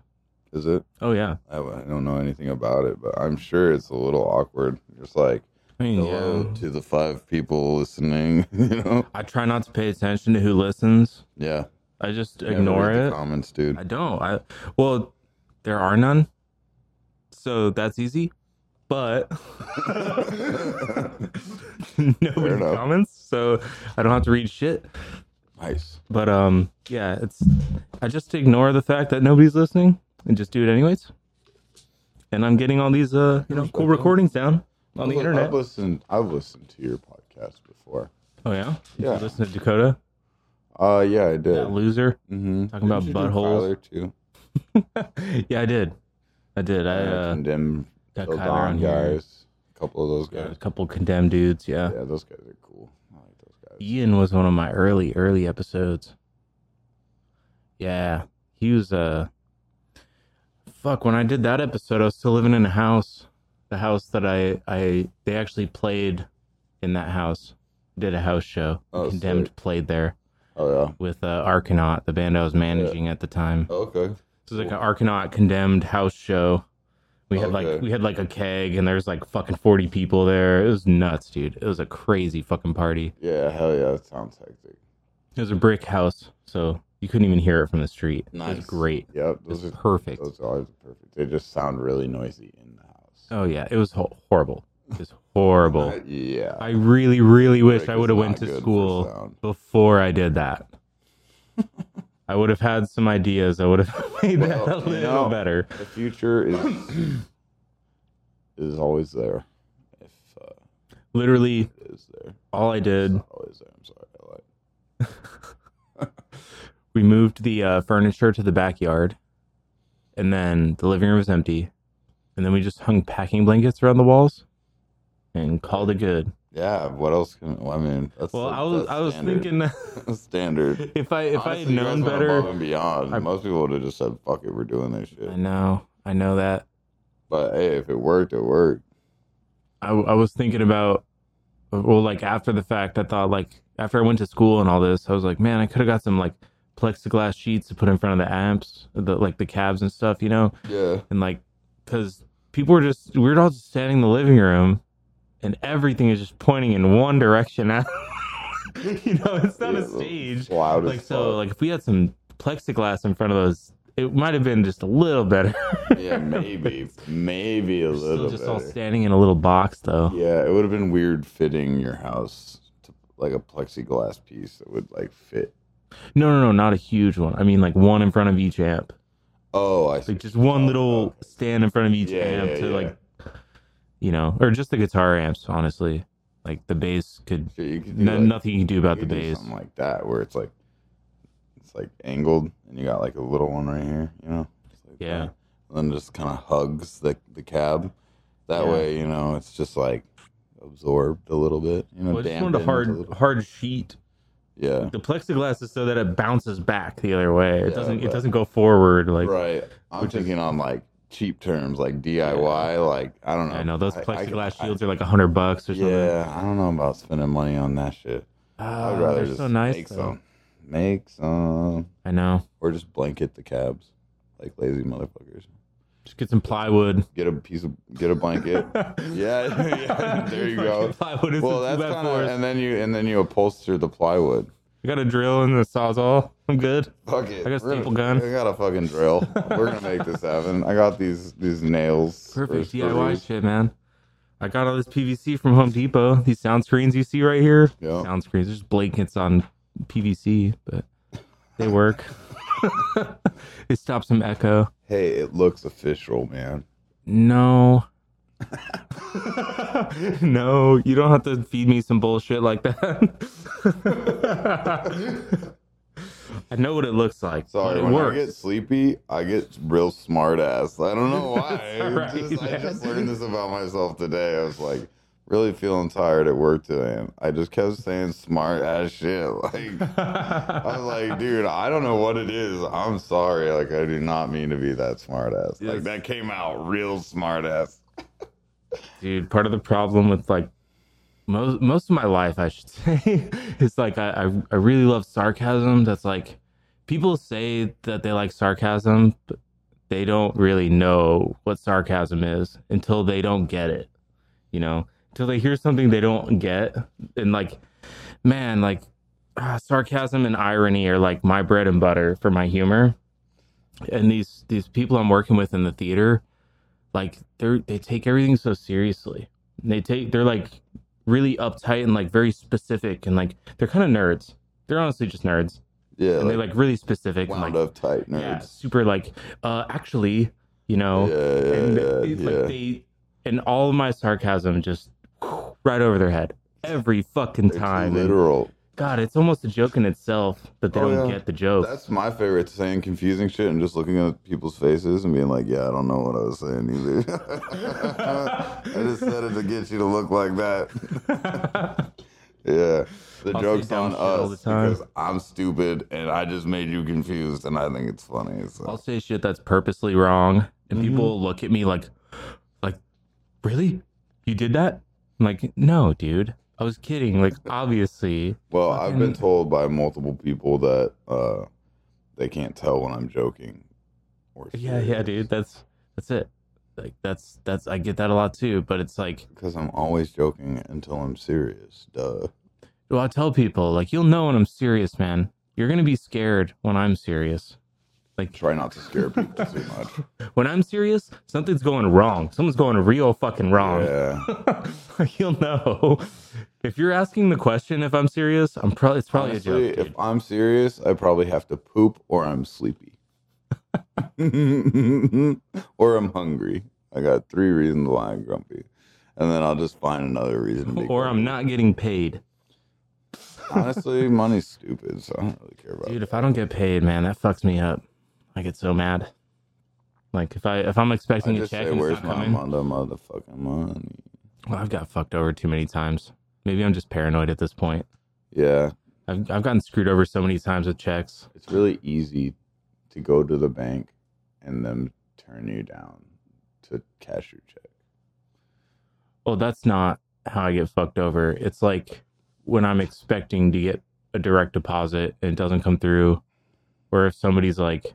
Speaker 2: is it?
Speaker 1: Oh yeah.
Speaker 2: I, I don't know anything about it, but I'm sure it's a little awkward. Just like
Speaker 1: I mean,
Speaker 2: hello
Speaker 1: yeah.
Speaker 2: to the five people listening, you know?
Speaker 1: I try not to pay attention to who listens.
Speaker 2: Yeah,
Speaker 1: I just
Speaker 2: Never
Speaker 1: ignore
Speaker 2: read the
Speaker 1: it.
Speaker 2: comments, dude.
Speaker 1: I don't. I well, there are none, so that's easy. But nobody
Speaker 2: enough.
Speaker 1: comments, so I don't have to read shit.
Speaker 2: nice.
Speaker 1: But um, yeah, it's I just ignore the fact that nobody's listening and just do it anyways. And I'm getting all these uh, you know, cool recordings down on the
Speaker 2: I've- I've
Speaker 1: internet.
Speaker 2: listened. I've listened to your podcast before.
Speaker 1: Oh yeah, Did
Speaker 2: Yeah.
Speaker 1: You listen to Dakota,
Speaker 2: Uh, yeah, I did.
Speaker 1: that loser,
Speaker 2: Mm-hmm.
Speaker 1: talking about buttholes.
Speaker 2: Tyler too.
Speaker 1: yeah, I did. I did. I uh,
Speaker 2: condemn
Speaker 1: got
Speaker 2: those
Speaker 1: Kyler on here.
Speaker 2: guys. A couple of those
Speaker 1: Got a
Speaker 2: guys.
Speaker 1: couple condemned dudes. Yeah.
Speaker 2: Yeah, those guys are cool. I like those guys.
Speaker 1: Ian was one of my early, early episodes. Yeah. He was uh fuck, when I did that episode, I was still living in a house. The house that I I they actually played in that house. Did a house show.
Speaker 2: Oh,
Speaker 1: Condemned
Speaker 2: sick.
Speaker 1: played there
Speaker 2: Oh yeah.
Speaker 1: with uh, Arcanaut, the band I was managing at the time.
Speaker 2: Oh, okay.
Speaker 1: So it was like an Arcanaut condemned house show. We had like
Speaker 2: Okay.
Speaker 1: we had like a keg and there's like fucking 40 people there. It was nuts, dude. It was a crazy fucking party.
Speaker 2: Yeah, hell yeah. That sounds hectic.
Speaker 1: It was a brick house, so you couldn't even hear it from the street. It
Speaker 2: Nice.
Speaker 1: was great.
Speaker 2: Yep.
Speaker 1: It was
Speaker 2: Those are
Speaker 1: perfect.
Speaker 2: those are always perfect. They just sound really noisy in the house.
Speaker 1: Oh yeah, it was ho- horrible. It was horrible.
Speaker 2: Uh, yeah.
Speaker 1: I really, really wish
Speaker 2: Brick
Speaker 1: I
Speaker 2: is
Speaker 1: would have
Speaker 2: not
Speaker 1: went
Speaker 2: good
Speaker 1: to
Speaker 2: for
Speaker 1: school
Speaker 2: sound.
Speaker 1: before I did that. I would have had some ideas. I would have made that a
Speaker 2: Well, you
Speaker 1: little
Speaker 2: know,
Speaker 1: better.
Speaker 2: The future is is always there. If uh,
Speaker 1: Literally,
Speaker 2: it is there.
Speaker 1: all I
Speaker 2: It's
Speaker 1: did,
Speaker 2: not always there. I'm sorry. I lied.
Speaker 1: we moved the uh, furniture to the backyard, and then the living room was empty, and then we just hung packing blankets around the walls, and called it good.
Speaker 2: Yeah. What else can? Well, I mean, that's
Speaker 1: Well,
Speaker 2: the-
Speaker 1: I was
Speaker 2: that's
Speaker 1: I was
Speaker 2: standard.
Speaker 1: thinking
Speaker 2: standard.
Speaker 1: if I if I had
Speaker 2: Honestly, you guys
Speaker 1: known
Speaker 2: went above
Speaker 1: better,
Speaker 2: and beyond,
Speaker 1: I-
Speaker 2: most people would have just said, "Fuck it, we're doing this shit."
Speaker 1: I know I know that
Speaker 2: But hey, if it worked, it worked.
Speaker 1: I I was thinking about well like after the fact I thought like after I went to school and all this I was like man I could have got some like plexiglass sheets to put in front of the amps the like the cabs and stuff you know
Speaker 2: Yeah,
Speaker 1: and like because people were just we were all just standing in the living room and everything is just pointing in one direction at you know it's not
Speaker 2: Yeah,
Speaker 1: a stage
Speaker 2: it's Loud
Speaker 1: like
Speaker 2: as
Speaker 1: so
Speaker 2: fuck.
Speaker 1: like if we had some plexiglass in front of those it might have been just a little better
Speaker 2: yeah, maybe, maybe a
Speaker 1: We're still
Speaker 2: little
Speaker 1: just all
Speaker 2: better.
Speaker 1: standing in a little box though
Speaker 2: yeah, it would have been weird fitting your house to like a plexiglass piece that would like fit.
Speaker 1: no no no not a huge one i mean like one in front of each amp
Speaker 2: Oh, I see.
Speaker 1: like just one little stand in front of each
Speaker 2: Yeah,
Speaker 1: amp
Speaker 2: yeah,
Speaker 1: to
Speaker 2: yeah.
Speaker 1: like you know or just the guitar amps honestly like the bass could
Speaker 2: Shit, you could do,
Speaker 1: no,
Speaker 2: like,
Speaker 1: nothing you can do about
Speaker 2: you
Speaker 1: the
Speaker 2: could do
Speaker 1: bass
Speaker 2: something like that, where it's like it's like angled, and you got like a little one right here. You know. It's like
Speaker 1: Yeah.
Speaker 2: that. And then just kind of hugs the the cab. That
Speaker 1: Yeah.
Speaker 2: way, you know, it's just like absorbed a little bit. You know,
Speaker 1: Well, I just wanted a
Speaker 2: dampened
Speaker 1: hard
Speaker 2: little-
Speaker 1: hard sheet.
Speaker 2: yeah.
Speaker 1: The plexiglass is so that it bounces back the other way. It
Speaker 2: Yeah,
Speaker 1: doesn't it
Speaker 2: but-
Speaker 1: doesn't go forward like
Speaker 2: right. I'm
Speaker 1: which is-
Speaker 2: thinking on like cheap terms, like DIY. Like I don't know.
Speaker 1: I know those
Speaker 2: I- I-
Speaker 1: plexiglass
Speaker 2: I-
Speaker 1: shields are like a hundred bucks or something.
Speaker 2: yeah, I don't know about spending money on that shit.
Speaker 1: Ah,
Speaker 2: I'd rather
Speaker 1: they're
Speaker 2: just
Speaker 1: so nice.
Speaker 2: make
Speaker 1: though.
Speaker 2: some, make some,
Speaker 1: I know.
Speaker 2: or just blanket the cabs, like lazy motherfuckers.
Speaker 1: Just get some plywood.
Speaker 2: Get a piece of get a blanket. yeah, yeah, there you go.
Speaker 1: Plywood is
Speaker 2: Well, that's kind of,
Speaker 1: force.
Speaker 2: and then you and then you upholster the plywood.
Speaker 1: I got a drill and a sawzall. I'm good.
Speaker 2: Fuck it.
Speaker 1: I got a
Speaker 2: We're gonna-
Speaker 1: staple gun.
Speaker 2: I got a fucking drill. We're gonna make this happen. I got these these nails. for
Speaker 1: Perfect
Speaker 2: screws.
Speaker 1: DIY shit, man. I got all this PVC from Home Depot. These sound screens you see right here.
Speaker 2: Yeah.
Speaker 1: Sound screens. There's blankets on PVC, but they work. it stops some echo.
Speaker 2: Hey, it looks official, man.
Speaker 1: No. no, you don't have to feed me some bullshit like that. I know what it looks like.
Speaker 2: Sorry,
Speaker 1: it
Speaker 2: when
Speaker 1: works.
Speaker 2: I get sleepy, I get real smart ass. I don't know why.
Speaker 1: It's all right,
Speaker 2: Just- I
Speaker 1: man.
Speaker 2: just learned this about myself today. I was like really feeling tired at work today. And I just kept saying smart ass shit. Like I was like, dude, I don't know what it is. I'm sorry. Like I do not mean to be that smart ass. Like
Speaker 1: Yes.
Speaker 2: that came out real smart ass.
Speaker 1: Dude, part of the problem with like most most of my life, I should say, is like I, I I really love sarcasm. That's like people say that they like sarcasm, but they don't really know what sarcasm is until they don't get it. You know, until they hear something they don't get, and like, man, like ah, sarcasm and irony are like my bread and butter for my humor. And these these people I'm working with in the theater, like they're they take everything so seriously. They take they're like really uptight and like very specific and like they're kind of nerds. They're honestly just nerds.
Speaker 2: Yeah,
Speaker 1: And they're
Speaker 2: like,
Speaker 1: like really specific and
Speaker 2: wound
Speaker 1: like
Speaker 2: up tight
Speaker 1: yeah,
Speaker 2: nerds.
Speaker 1: super like uh actually, you
Speaker 2: Yeah,
Speaker 1: know, and
Speaker 2: yeah,
Speaker 1: it's
Speaker 2: yeah.
Speaker 1: like
Speaker 2: yeah.
Speaker 1: they and all of my sarcasm just right over their head every fucking
Speaker 2: They're too
Speaker 1: time. And
Speaker 2: literal.
Speaker 1: God, it's almost a joke in itself that they
Speaker 2: Oh,
Speaker 1: don't
Speaker 2: yeah.
Speaker 1: get the joke.
Speaker 2: That's my favorite saying confusing shit and just looking at people's faces and being like, yeah, I don't know what I was saying either. I just said it to get you to look like that. Yeah. The
Speaker 1: I'll say
Speaker 2: joke's
Speaker 1: dumb
Speaker 2: on
Speaker 1: shit all the
Speaker 2: us
Speaker 1: time.
Speaker 2: because I'm stupid and I just made you confused and I think it's funny. So.
Speaker 1: I'll say shit that's purposely wrong, and
Speaker 2: Mhm.
Speaker 1: people look at me like, like, really? You did that? I'm like, no, dude. I was kidding. Like, obviously.
Speaker 2: Well, I've been
Speaker 1: Fucking-
Speaker 2: told by multiple people that uh, they can't tell when I'm joking. Or
Speaker 1: Yeah, yeah, dude. That's that's it. Like, that's that's. I get that a lot too. But it's like,
Speaker 2: Because I'm always joking until I'm serious. Duh.
Speaker 1: well, I tell people like, you'll know when I'm serious, man. You're gonna be scared when I'm serious.
Speaker 2: Try not to scare people too much.
Speaker 1: When I'm serious, something's going wrong. Someone's going real fucking wrong.
Speaker 2: Yeah.
Speaker 1: You'll know. If you're asking the question if I'm serious, I'm probably it's probably
Speaker 2: Honestly,
Speaker 1: a joke. dude.
Speaker 2: if I'm serious, I probably have to poop or I'm sleepy. or I'm hungry. I got three reasons why I'm grumpy. And then I'll just find another reason. To be
Speaker 1: or
Speaker 2: grumpy.
Speaker 1: I'm not getting paid.
Speaker 2: Honestly, money's stupid, so I don't really care about
Speaker 1: Dude,
Speaker 2: it.
Speaker 1: if I don't get paid, man, that fucks me up. I get so mad. Like if I if I'm
Speaker 2: I
Speaker 1: expecting a
Speaker 2: just
Speaker 1: check
Speaker 2: say,
Speaker 1: and it's
Speaker 2: where's
Speaker 1: not
Speaker 2: my
Speaker 1: coming,
Speaker 2: mother, motherfucking money?
Speaker 1: well, I've got fucked over too many times. Maybe I'm just paranoid at this point.
Speaker 2: Yeah,
Speaker 1: I've I've gotten screwed over so many times with checks.
Speaker 2: it's really easy to go to the bank and them turn you down to cash your check.
Speaker 1: Well, Oh, that's not how I get fucked over. It's like when I'm expecting to get a direct deposit and it doesn't come through, or if somebody's like,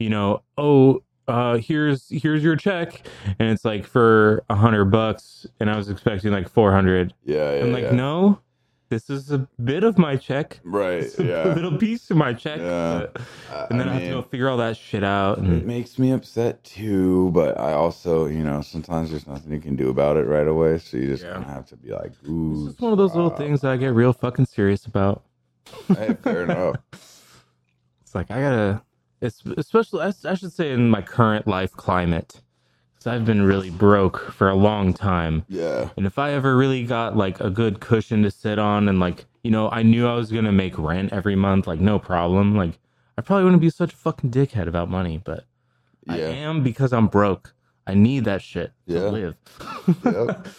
Speaker 1: you know, oh, uh, here's here's your check, and it's like for a hundred bucks, and I was expecting like four hundred.
Speaker 2: Yeah, yeah,
Speaker 1: I'm like,
Speaker 2: yeah.
Speaker 1: no, this is a bit of my check,
Speaker 2: right?
Speaker 1: It's a
Speaker 2: Yeah,
Speaker 1: little piece of my check,
Speaker 2: Yeah.
Speaker 1: but-
Speaker 2: I-
Speaker 1: and
Speaker 2: I
Speaker 1: then I, have
Speaker 2: mean-
Speaker 1: to go figure all that shit out.
Speaker 2: It
Speaker 1: And
Speaker 2: makes me upset too, but I also, you know, sometimes there's nothing you can do about it right away. So you just
Speaker 1: Yeah.
Speaker 2: kind of have to be like, ooh.
Speaker 1: it's just one of those little
Speaker 2: stop."
Speaker 1: things that I get real fucking serious about.
Speaker 2: Hey, fair enough.
Speaker 1: It's like I gotta. It's especially I, I should say in my current life climate, because I've been really broke for a long time.
Speaker 2: Yeah.
Speaker 1: And if I ever really got like a good cushion to sit on, and like you know, I knew I was gonna make rent every month, like no problem. Like I probably wouldn't be such a fucking dickhead about money, but I
Speaker 2: Yeah.
Speaker 1: am because I'm broke. I need that shit
Speaker 2: Yeah.
Speaker 1: to live.
Speaker 2: Yep.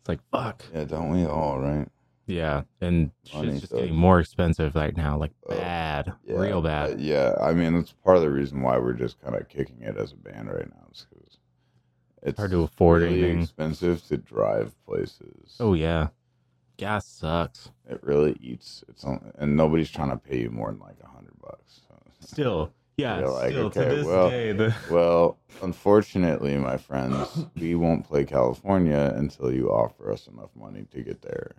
Speaker 1: It's like fuck.
Speaker 2: Yeah, don't we all, right?
Speaker 1: Yeah, and
Speaker 2: Money
Speaker 1: shit's just
Speaker 2: sucks.
Speaker 1: getting more expensive right now, like
Speaker 2: Oh,
Speaker 1: bad,
Speaker 2: Yeah.
Speaker 1: real bad.
Speaker 2: Uh, yeah. I mean, it's part of the reason why we're just kind of kicking it as a band right now. Is 'cause it's
Speaker 1: Hard to afford
Speaker 2: really
Speaker 1: anything.
Speaker 2: expensive to drive places.
Speaker 1: Oh yeah, gas sucks.
Speaker 2: It really eats. It's on, and nobody's trying to pay you more than like a hundred bucks. So.
Speaker 1: Still, Yeah,
Speaker 2: You're like,
Speaker 1: still to
Speaker 2: okay,
Speaker 1: this
Speaker 2: well,
Speaker 1: day, the,
Speaker 2: Well, unfortunately, my friends, we won't play California until you offer us enough money to get there.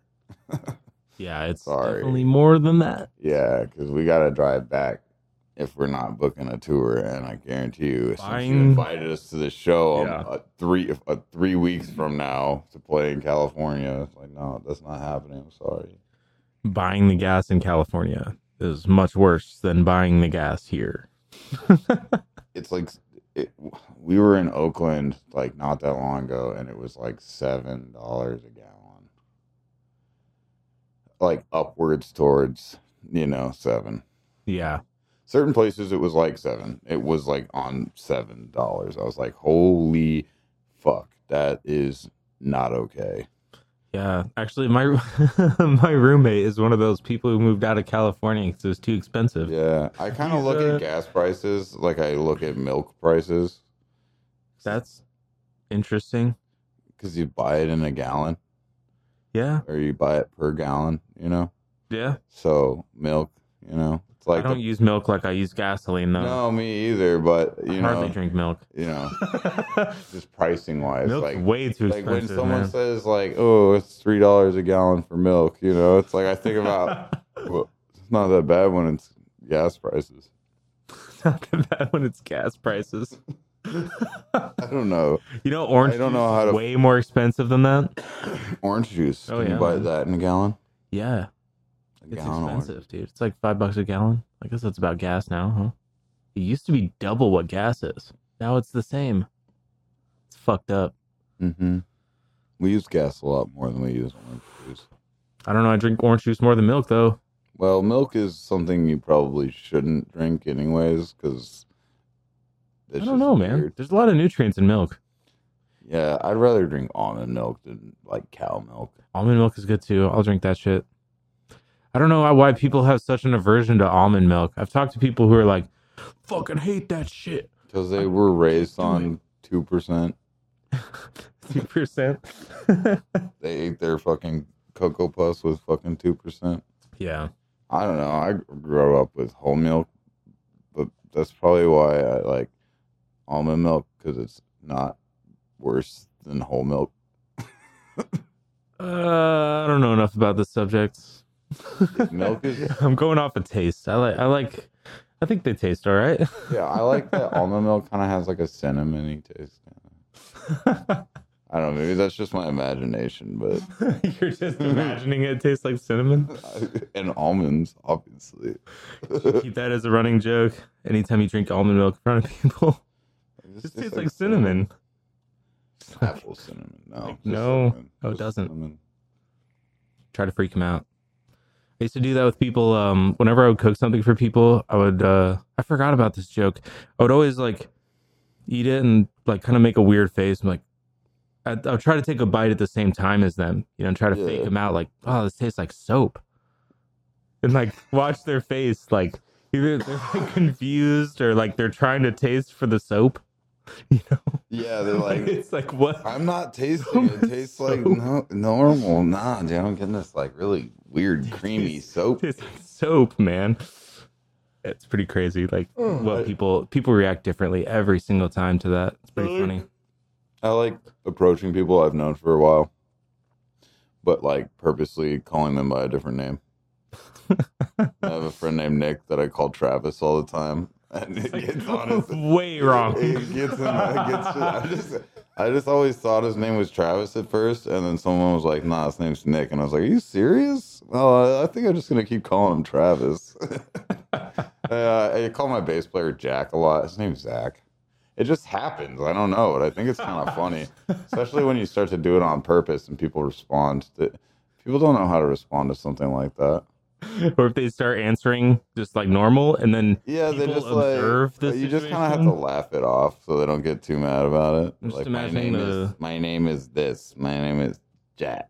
Speaker 1: yeah, it's
Speaker 2: sorry.
Speaker 1: definitely more than that.
Speaker 2: Yeah, because we got to drive back if we're not booking a tour. And I guarantee you, since you
Speaker 1: Fine.
Speaker 2: invited us to the show
Speaker 1: Yeah.
Speaker 2: um, uh, three uh, three weeks from now to play in California, it's like, no, that's not happening. I'm sorry.
Speaker 1: Buying the gas in California is much worse than buying the gas here.
Speaker 2: It's like it, we were in Oakland like not that long ago, and it was like seven dollars a gallon, like upwards towards you know seven.
Speaker 1: Yeah,
Speaker 2: certain places it was like seven it was like on seven dollars i was like holy fuck that is not okay
Speaker 1: yeah. Actually, my my roommate is one of those people who moved out of California because it was too expensive.
Speaker 2: yeah i kind of
Speaker 1: He's,
Speaker 2: look
Speaker 1: uh,
Speaker 2: at gas prices like i look at milk prices
Speaker 1: That's interesting.
Speaker 2: because you buy it in a gallon
Speaker 1: Yeah,
Speaker 2: or you buy it per gallon you know
Speaker 1: yeah.
Speaker 2: so milk you know it's like
Speaker 1: I don't use milk like I use gasoline
Speaker 2: the-
Speaker 1: though.
Speaker 2: no me either but
Speaker 1: I
Speaker 2: you
Speaker 1: hardly
Speaker 2: know
Speaker 1: drink milk.
Speaker 2: you know
Speaker 1: Milk's
Speaker 2: just pricing wise like
Speaker 1: way too
Speaker 2: like
Speaker 1: expensive.
Speaker 2: when someone
Speaker 1: man.
Speaker 2: says like oh it's three dollars a gallon for milk you know it's like i think about Well, it's not that bad when it's gas prices.
Speaker 1: not that bad when it's gas prices.
Speaker 2: I don't know.
Speaker 1: You know, orange
Speaker 2: I don't
Speaker 1: juice
Speaker 2: know how
Speaker 1: is
Speaker 2: to-
Speaker 1: way more expensive than that.
Speaker 2: Orange juice.
Speaker 1: Oh,
Speaker 2: Can
Speaker 1: yeah,
Speaker 2: you buy
Speaker 1: man.
Speaker 2: that in a gallon?
Speaker 1: Yeah,
Speaker 2: A
Speaker 1: it's
Speaker 2: gallon of orange-
Speaker 1: expensive, dude. It's like five bucks a gallon. I guess that's about gas now, huh? It used to be double what gas is. Now it's the same. It's fucked up.
Speaker 2: Mhm. We use gas a lot more than we use orange juice.
Speaker 1: I don't know. I drink orange juice more than milk, though.
Speaker 2: Well, milk is something you probably shouldn't drink anyways because
Speaker 1: I don't know, man. There's a lot of nutrients in milk.
Speaker 2: Yeah, I'd rather drink almond milk than like cow milk.
Speaker 1: Almond milk is good too. I'll drink that shit. I don't know why people have such an aversion to almond milk. I've talked to people who are like, fucking hate that shit.
Speaker 2: Because they were raised
Speaker 1: do
Speaker 2: on two percent.
Speaker 1: 2%.
Speaker 2: They ate their fucking cocoa puffs with fucking two percent.
Speaker 1: yeah.
Speaker 2: I don't know. I grew up with whole milk, but that's probably why I like almond milk because it's not worse than whole milk.
Speaker 1: Uh, I don't know enough about this subject.
Speaker 2: Milk is
Speaker 1: I'm going off of taste. I like, I like, I think they taste all right.
Speaker 2: yeah. I like that almond milk kind of has like a cinnamony taste. I don't know. Maybe that's just my imagination, but
Speaker 1: You're just imagining it tastes like cinnamon.
Speaker 2: and almonds obviously.
Speaker 1: Keep that as a running joke. Anytime you drink almond milk in front of people,
Speaker 2: It
Speaker 1: it just tastes like cinnamon.
Speaker 2: Apple cinnamon. No, just
Speaker 1: no.
Speaker 2: cinnamon.
Speaker 1: Oh, it
Speaker 2: Just
Speaker 1: doesn't.
Speaker 2: cinnamon.
Speaker 1: try to freak them out. I used to do that with people. Um, whenever I would cook something for people, I would. Uh, I forgot about this joke. I would always like eat it and like kind of make a weird face. i like, I'd, I'll try to take a bite at the same time as them, you know, and try to fake
Speaker 2: Yeah.
Speaker 1: them out. Like, oh, this tastes like soap, and like watch their face, like either they're like confused or like they're trying to taste for the soap. You know,
Speaker 2: Yeah, they're like
Speaker 1: it's like what?
Speaker 2: I'm not tasting. It tastes like no, normal. Nah, dude, I'm getting this like really weird, creamy soap.
Speaker 1: It's like soap, man. It's pretty crazy. Like
Speaker 2: Oh,
Speaker 1: what
Speaker 2: I-
Speaker 1: people people react differently every single time to that. It's pretty
Speaker 2: Really?
Speaker 1: funny.
Speaker 2: I like approaching people I've known for a while, but like purposely calling them by a different name. I have a friend named Nick that I call Travis all the time, and it gets
Speaker 1: oh,
Speaker 2: on his.
Speaker 1: Way wrong.
Speaker 2: It gets him. It gets. I just. I just always thought his name was Travis at first, and then someone was like, "Nah, his name's Nick," and I was like, "Are you serious?" Well, I- I think I'm just gonna keep calling him Travis. Uh, I call my bass player Jack a lot. His name's Zach. It just happens. I don't know, but I think it's kind of funny, especially when you start to do it on purpose and people respond. To, people don't know how to respond to something like that.
Speaker 1: or if they start answering just like normal and then
Speaker 2: Yeah, they
Speaker 1: People
Speaker 2: just
Speaker 1: observe
Speaker 2: like
Speaker 1: the
Speaker 2: you just kind of have
Speaker 1: situation?
Speaker 2: to laugh it off so they don't get too mad about it.
Speaker 1: I'm just
Speaker 2: like my
Speaker 1: imagining
Speaker 2: name is
Speaker 1: the-
Speaker 2: my name is this. My name is Jack.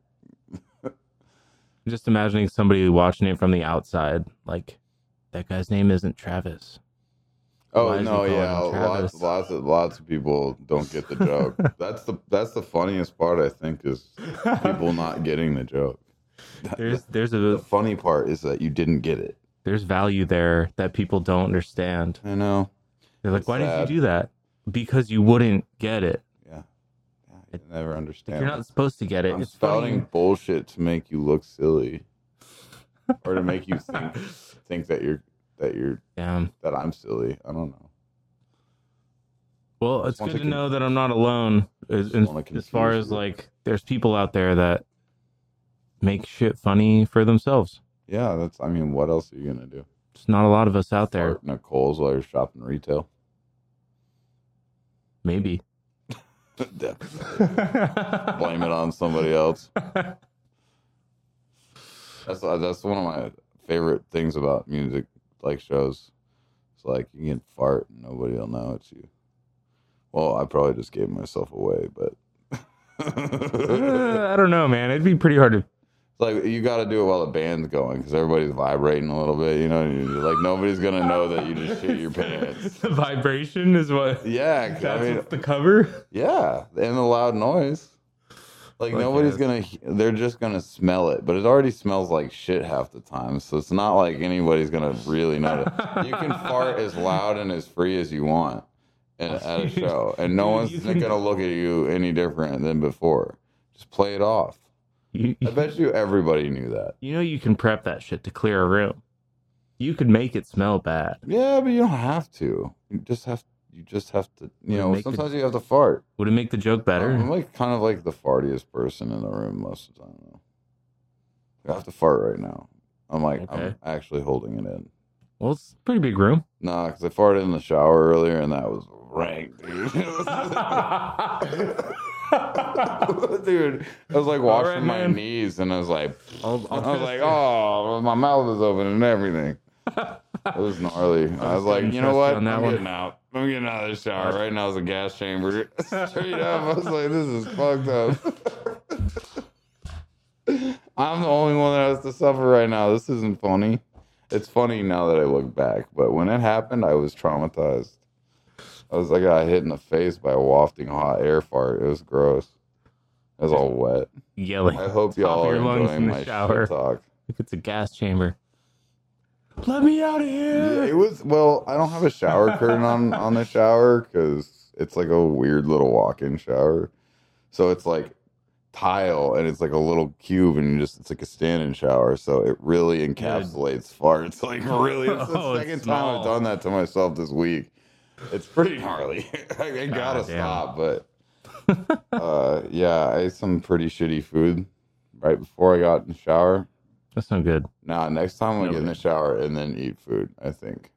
Speaker 1: just imagining somebody watching it from the outside, like that guy's name isn't Travis.
Speaker 2: Oh
Speaker 1: Why is he
Speaker 2: no,
Speaker 1: calling him
Speaker 2: yeah, lots,
Speaker 1: Travis?
Speaker 2: lots of lots of people don't get the joke. that's the that's the funniest part I think is people not getting the joke.
Speaker 1: there's there's
Speaker 2: The
Speaker 1: a
Speaker 2: funny part is that you didn't get it.
Speaker 1: there's value there that people don't understand.
Speaker 2: I know.
Speaker 1: They're like,
Speaker 2: It's
Speaker 1: why did
Speaker 2: sad.
Speaker 1: you do that? Because you wouldn't get it.
Speaker 2: Yeah. yeah you never understand.
Speaker 1: You're not supposed to get it.
Speaker 2: I'm
Speaker 1: It's
Speaker 2: spouting
Speaker 1: fucking-
Speaker 2: bullshit to make you look silly, or to make you think think that you're that you're
Speaker 1: Damn.
Speaker 2: that I'm silly. I don't know.
Speaker 1: Well, it's
Speaker 2: Just want
Speaker 1: good to
Speaker 2: to con-
Speaker 1: know that I'm not alone. As,
Speaker 2: Just
Speaker 1: as-
Speaker 2: wanna
Speaker 1: as far
Speaker 2: confuse
Speaker 1: as
Speaker 2: you.
Speaker 1: like, there's people out there that make shit funny for themselves.
Speaker 2: Yeah, that's. I mean, what else are you gonna do?
Speaker 1: It's not a lot of us out there.
Speaker 2: Fart in a Coles while you're shopping retail.
Speaker 1: Maybe.
Speaker 2: Definitely. Blame it on somebody else. That's uh, that's one of my favorite things about music, like shows. It's like you can fart and nobody will know it's you. Well, I probably just gave myself away, but
Speaker 1: Uh, I don't know, man. It'd be pretty hard to.
Speaker 2: It's like you got to do it while the band's going because everybody's vibrating a little bit. You know, and you're like nobody's gonna know that you just shit your pants.
Speaker 1: the vibration is what.
Speaker 2: Yeah, 'cause,
Speaker 1: That's
Speaker 2: I mean,
Speaker 1: what's the cover.
Speaker 2: yeah, and the loud noise. Like
Speaker 1: Fuck
Speaker 2: nobody's
Speaker 1: yes.
Speaker 2: gonna, he- they're just gonna smell it, but it already smells like shit half the time. So it's not like anybody's gonna really notice. you can fart as loud and as free as you want at, at a show, and no
Speaker 1: Dude,
Speaker 2: one's
Speaker 1: you can-
Speaker 2: gonna look at you any different than before. Just play it off.
Speaker 1: You,
Speaker 2: I bet you everybody knew that.
Speaker 1: you know you can prep that shit to clear a room. You could make it smell bad.
Speaker 2: Yeah, but you don't have to. You just have you just have to. You
Speaker 1: Or
Speaker 2: know,
Speaker 1: make it-
Speaker 2: sometimes you have to fart.
Speaker 1: Would it make the joke better?
Speaker 2: I'm like kind of like the fartiest person in the room most of the time. Though. I have to fart right now. I'm like
Speaker 1: Okay.
Speaker 2: I'm actually holding it in.
Speaker 1: Well, it's a pretty big room.
Speaker 2: Nah, because I farted in the shower earlier and that was rank, dude. dude, I was like
Speaker 1: All
Speaker 2: washing
Speaker 1: right,
Speaker 2: my
Speaker 1: man.
Speaker 2: knees and I was like,
Speaker 1: I'll- I'll
Speaker 2: I was
Speaker 1: just-
Speaker 2: like, oh, my mouth is open and everything. It was gnarly. I was like,
Speaker 1: couldn't
Speaker 2: you know
Speaker 1: trust you
Speaker 2: what?
Speaker 1: on that
Speaker 2: I'm
Speaker 1: one.
Speaker 2: getting out. I'm getting out of the shower right now. Is a gas chamber. Straight up, I was like, this is fucked up. I'm the only one that has to suffer right now. This isn't funny. It's funny now that I look back, but when it happened, I was traumatized. I was like, I got hit in the face by a wafting hot air fart. It was gross. It was all wet.
Speaker 1: Yelling.
Speaker 2: I hope y'all
Speaker 1: of
Speaker 2: are
Speaker 1: your lungs in
Speaker 2: enjoying
Speaker 1: the
Speaker 2: my
Speaker 1: shower.
Speaker 2: shit talk.
Speaker 1: If it's a gas chamber. Let me out of
Speaker 2: Yeah,
Speaker 1: here.
Speaker 2: it was. Well, I don't have a shower curtain on on the shower because it's like a weird little walk-in shower. So it's like tile and it's like a little cube and you just it's like a stand-in shower. So it really encapsulates farts. Like really, it's the
Speaker 1: Oh, it's
Speaker 2: second time
Speaker 1: small.
Speaker 2: I've done that to myself this week. It's pretty gnarly. I, I gotta
Speaker 1: God damn.
Speaker 2: stop, but uh, yeah, I ate some pretty shitty food right before I got in the shower.
Speaker 1: That's not good.
Speaker 2: Nah, next time I
Speaker 1: No,
Speaker 2: get in the shower and then eat food, I think.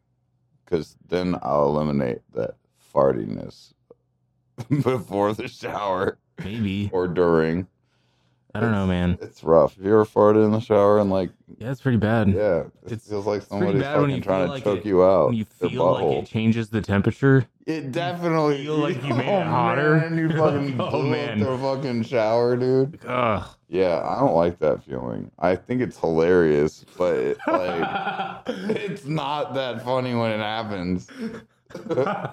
Speaker 2: Because then I'll eliminate that fartiness before the shower
Speaker 1: Maybe.
Speaker 2: or during.
Speaker 1: I don't know, man.
Speaker 2: It's rough. Have you ever farted in the shower and like,
Speaker 1: Yeah, it's pretty bad.
Speaker 2: yeah, it
Speaker 1: Mm. It's-
Speaker 2: feels like
Speaker 1: pretty
Speaker 2: somebody's
Speaker 1: bad when
Speaker 2: fucking
Speaker 1: you
Speaker 2: trying
Speaker 1: feel
Speaker 2: to
Speaker 1: like
Speaker 2: choke
Speaker 1: it-
Speaker 2: you out.
Speaker 1: When you
Speaker 2: your
Speaker 1: feel like
Speaker 2: butthole.
Speaker 1: it changes the temperature.
Speaker 2: It definitely
Speaker 1: feel like you made it hotter.
Speaker 2: Man, you
Speaker 1: You're
Speaker 2: fucking
Speaker 1: like, oh,
Speaker 2: blew
Speaker 1: man.
Speaker 2: up the fucking shower, dude.
Speaker 1: Ugh.
Speaker 2: Yeah, I don't like that feeling. I think it's hilarious, but it, like.
Speaker 1: I
Speaker 2: It's not that funny when it happens.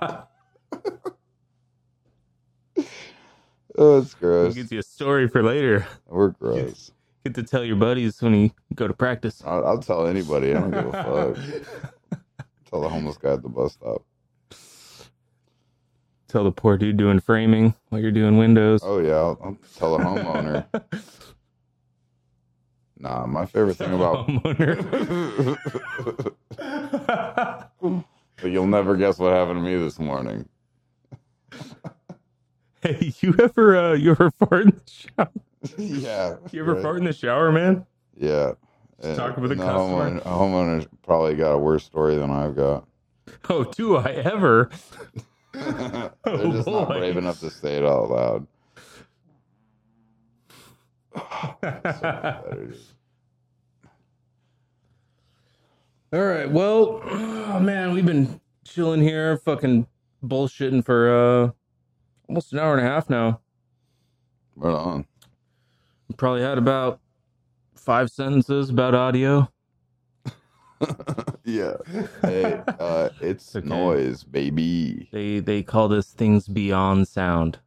Speaker 2: Oh, it's gross.
Speaker 1: gives you a story for later.
Speaker 2: We're gross.
Speaker 1: Get to tell your buddies when you go to practice.
Speaker 2: I'll, I'll tell anybody. I don't give a fuck. Tell the homeless guy at the bus stop.
Speaker 1: Tell the poor dude doing framing while you're doing windows.
Speaker 2: Oh yeah, I'll, I'll tell a homeowner. Nah, my favorite thing about
Speaker 1: homeowner.
Speaker 2: but you'll never guess what happened to me this morning.
Speaker 1: hey, you ever uh, you ever fart in the shower?
Speaker 2: yeah.
Speaker 1: You ever
Speaker 2: right.
Speaker 1: fart in the shower, man?
Speaker 2: Yeah.
Speaker 1: Just
Speaker 2: Uh,
Speaker 1: talking with a
Speaker 2: no,
Speaker 1: customer?
Speaker 2: Homeowner, homeowner's probably got a worse story than I've got.
Speaker 1: Oh, do I ever?
Speaker 2: They're
Speaker 1: Oh,
Speaker 2: just not
Speaker 1: boy.
Speaker 2: brave enough to say it out loud. That is-
Speaker 1: All right. Well, oh, man, we've been chilling here, fucking bullshitting for uh, almost an hour and a half now.
Speaker 2: Right on.
Speaker 1: We Probably had about five sentences about audio.
Speaker 2: yeah. Hey, uh, it's
Speaker 1: okay.
Speaker 2: noise, baby.
Speaker 1: They they call this things beyond sound.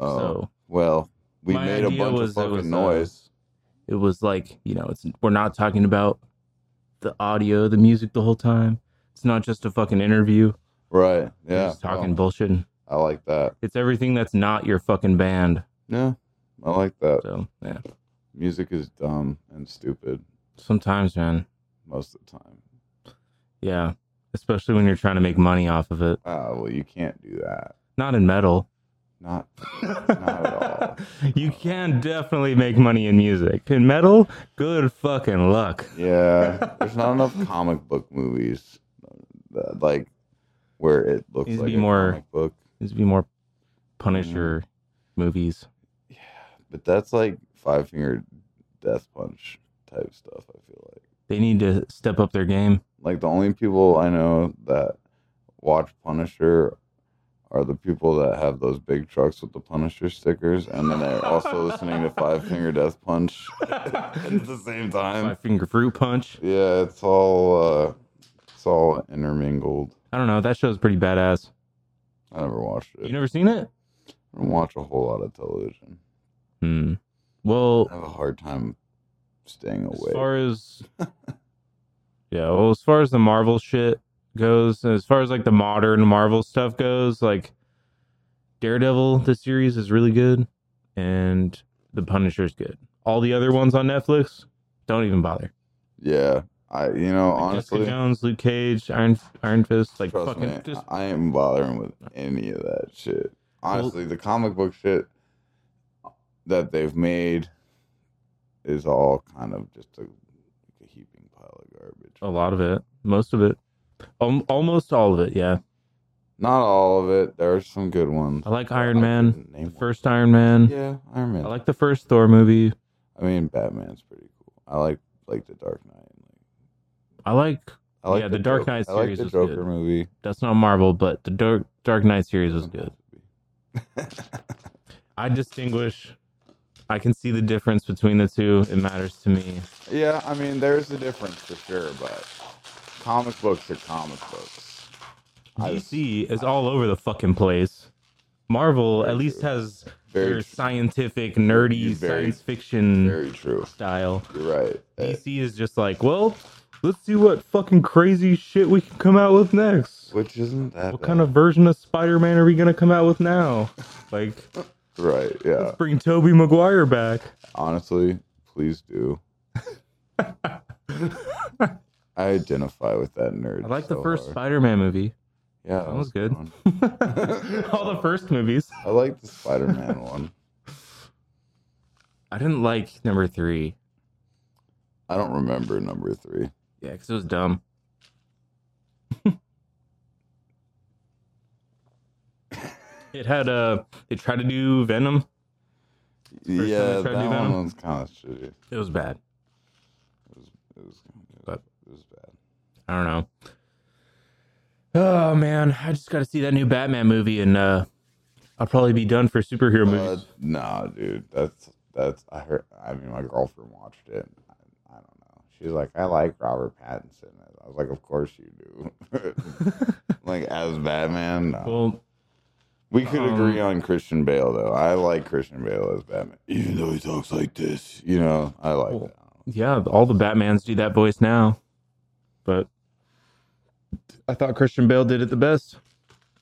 Speaker 2: Oh,
Speaker 1: So
Speaker 2: well, we
Speaker 1: My
Speaker 2: made a
Speaker 1: idea
Speaker 2: bunch
Speaker 1: was
Speaker 2: of
Speaker 1: it
Speaker 2: fucking
Speaker 1: was, uh,
Speaker 2: noise.
Speaker 1: it was like you know, it's we're not talking about the audio, the music the whole time. It's not just a fucking interview.
Speaker 2: Right.
Speaker 1: You're
Speaker 2: Yeah.
Speaker 1: just talking bullshit.
Speaker 2: I like that.
Speaker 1: It's everything that's not your fucking band.
Speaker 2: Yeah. I like that.
Speaker 1: So yeah,
Speaker 2: Music is dumb and stupid
Speaker 1: sometimes, man.
Speaker 2: most of the time.
Speaker 1: Yeah, especially when you're trying to make money off of it.
Speaker 2: Ah, well, you can't do that.
Speaker 1: Not in metal.
Speaker 2: Not Not at all.
Speaker 1: You can definitely make money in music. In metal, good fucking luck.
Speaker 2: Yeah, there's not enough comic book movies uh, that, like where it looks
Speaker 1: Needs to
Speaker 2: like
Speaker 1: be
Speaker 2: a
Speaker 1: more-
Speaker 2: comic book.
Speaker 1: There's be more Punisher movies.
Speaker 2: Yeah, but that's like Five Finger Death Punch type stuff. I feel like
Speaker 1: They need to step up their game.
Speaker 2: like the only people I know that watch Punisher are the people that have those big trucks with the Punisher stickers, and then they're also listening to Five Finger Death Punch at the same time.
Speaker 1: Five Finger Fruit Punch.
Speaker 2: Yeah, it's all uh, it's all intermingled.
Speaker 1: I don't know. That show's pretty badass.
Speaker 2: I never watched it.
Speaker 1: You never seen it?
Speaker 2: I don't watch a whole lot of television.
Speaker 1: Hmm. Well,
Speaker 2: I have a hard time staying
Speaker 1: as
Speaker 2: awake.
Speaker 1: far as yeah, well, as far as the Marvel shit goes, as far as like the modern Marvel stuff goes, like Daredevil, the series is really good, and The Punisher's good. All the other ones on Netflix, don't even bother.
Speaker 2: yeah, I you know
Speaker 1: Like Jessica
Speaker 2: honestly,
Speaker 1: Jones, Luke Cage, Iron Iron Fist, like
Speaker 2: trust
Speaker 1: fucking
Speaker 2: me,
Speaker 1: just
Speaker 2: I ain't bothering with any of that shit. Honestly, the comic book shit that they've made is all kind of just a, a heaping pile of garbage.
Speaker 1: a lot of it, most of it, um, almost all of it. Yeah,
Speaker 2: Not all of it. There are some good ones.
Speaker 1: I like Iron
Speaker 2: I
Speaker 1: Man,
Speaker 2: couldn't
Speaker 1: the
Speaker 2: name
Speaker 1: first Iron Man.
Speaker 2: one. Yeah, Iron Man.
Speaker 1: I like the first Thor movie.
Speaker 2: I mean, Batman's pretty cool. I like like the Dark Knight.
Speaker 1: I like
Speaker 2: I like
Speaker 1: Yeah, the Dark
Speaker 2: Joker-
Speaker 1: Knight
Speaker 2: I like
Speaker 1: series
Speaker 2: the
Speaker 1: was
Speaker 2: Joker
Speaker 1: good.
Speaker 2: movie.
Speaker 1: that's not Marvel, but the Dark Dark Knight series was
Speaker 2: Doesn't
Speaker 1: good.
Speaker 2: have to be.
Speaker 1: I distinguish. I can see the difference between the two. It matters to me.
Speaker 2: yeah, I mean, there's a difference for sure, but comic books are comic books. I
Speaker 1: DC is all over the fucking place. Marvel
Speaker 2: Very
Speaker 1: at least
Speaker 2: true.
Speaker 1: has
Speaker 2: Very
Speaker 1: your
Speaker 2: true.
Speaker 1: scientific, nerdy
Speaker 2: Very-
Speaker 1: science fiction
Speaker 2: Very true.
Speaker 1: style.
Speaker 2: You're right. Eh,
Speaker 1: DC is just like, well, let's see what fucking crazy shit we can come out with next.
Speaker 2: Which isn't that
Speaker 1: What
Speaker 2: bad.
Speaker 1: kind of version of Spider-Man are we gonna come out with now? Like,
Speaker 2: right? Yeah.
Speaker 1: let's bring Tobey Maguire back.
Speaker 2: Honestly, please do. I identify with that nerd.
Speaker 1: I like the
Speaker 2: so
Speaker 1: first
Speaker 2: hard.
Speaker 1: Spider-Man movie.
Speaker 2: Yeah,
Speaker 1: that was good.
Speaker 2: one.
Speaker 1: All the first movies.
Speaker 2: I like the Spider-Man one.
Speaker 1: I didn't like number three.
Speaker 2: I don't remember number three.
Speaker 1: Yeah, because it was dumb. it had Uh, they tried to do Venom. time
Speaker 2: yeah,
Speaker 1: they
Speaker 2: that
Speaker 1: tried to do
Speaker 2: one
Speaker 1: Venom?
Speaker 2: was kind of shitty. It
Speaker 1: It was bad.
Speaker 2: was, it was, it was,
Speaker 1: But-
Speaker 2: it was bad.
Speaker 1: I don't know. Oh man, I just got to see that new Batman movie, and uh, I'll probably be done for superhero
Speaker 2: Uh,
Speaker 1: movies.
Speaker 2: nah, dude, that's that's. I heard. I mean, my girlfriend watched it. I, I don't know. She's like, I like Robert Pattinson. I was like, of course you do. like as Batman, no.
Speaker 1: Well,
Speaker 2: we could
Speaker 1: um,
Speaker 2: agree on Christian Bale though. I like Christian Bale as Batman, even though he talks like this. You know, I like.
Speaker 1: Well,
Speaker 2: that.
Speaker 1: yeah, all the Batmans do that voice now, but I thought Christian Bale did it the best.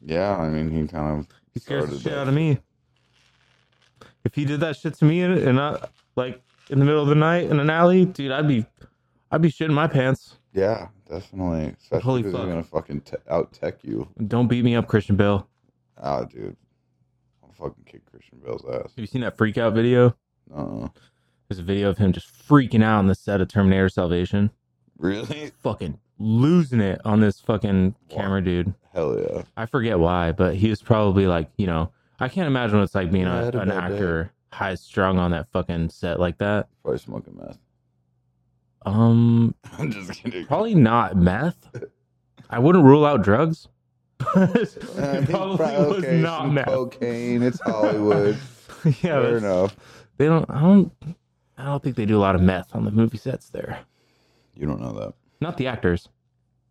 Speaker 2: Yeah, I mean, he kind of.
Speaker 1: He scares the
Speaker 2: started
Speaker 1: shit
Speaker 2: that
Speaker 1: out of me. If he did that shit to me and, and I like in the middle of the night in an alley, dude, I'd be I'd be shitting my pants.
Speaker 2: Yeah, definitely. Especially
Speaker 1: Holy
Speaker 2: 'cause
Speaker 1: fuck.
Speaker 2: he's gonna fucking te- out tech you.
Speaker 1: Don't beat me up, Christian Bale.
Speaker 2: Ah, dude, I'll fucking kick Christian Bale's ass.
Speaker 1: Have you seen that freak out video?
Speaker 2: Uh,
Speaker 1: There's a video of him just freaking out on the set of Terminator Salvation.
Speaker 2: really?
Speaker 1: Fucking losing it on this fucking camera dude.
Speaker 2: Hell yeah.
Speaker 1: I forget why, but he was probably like, you know, I can't imagine what it's like being
Speaker 2: Yeah,
Speaker 1: a,
Speaker 2: that'd be
Speaker 1: an
Speaker 2: bad.
Speaker 1: actor high strung on that fucking set like that.
Speaker 2: Probably smoking meth.
Speaker 1: Um,
Speaker 2: I'm just kidding.
Speaker 1: Probably not meth. I wouldn't rule out drugs. But it probably
Speaker 2: Uh, he's pro-
Speaker 1: was
Speaker 2: okay,
Speaker 1: not
Speaker 2: some
Speaker 1: meth.
Speaker 2: Cocaine. It's Hollywood.
Speaker 1: yeah,
Speaker 2: Fair
Speaker 1: that's-
Speaker 2: enough.
Speaker 1: they don't. I don't. I don't think they do a lot of meth on the movie sets there.
Speaker 2: You don't know that.
Speaker 1: Not the actors.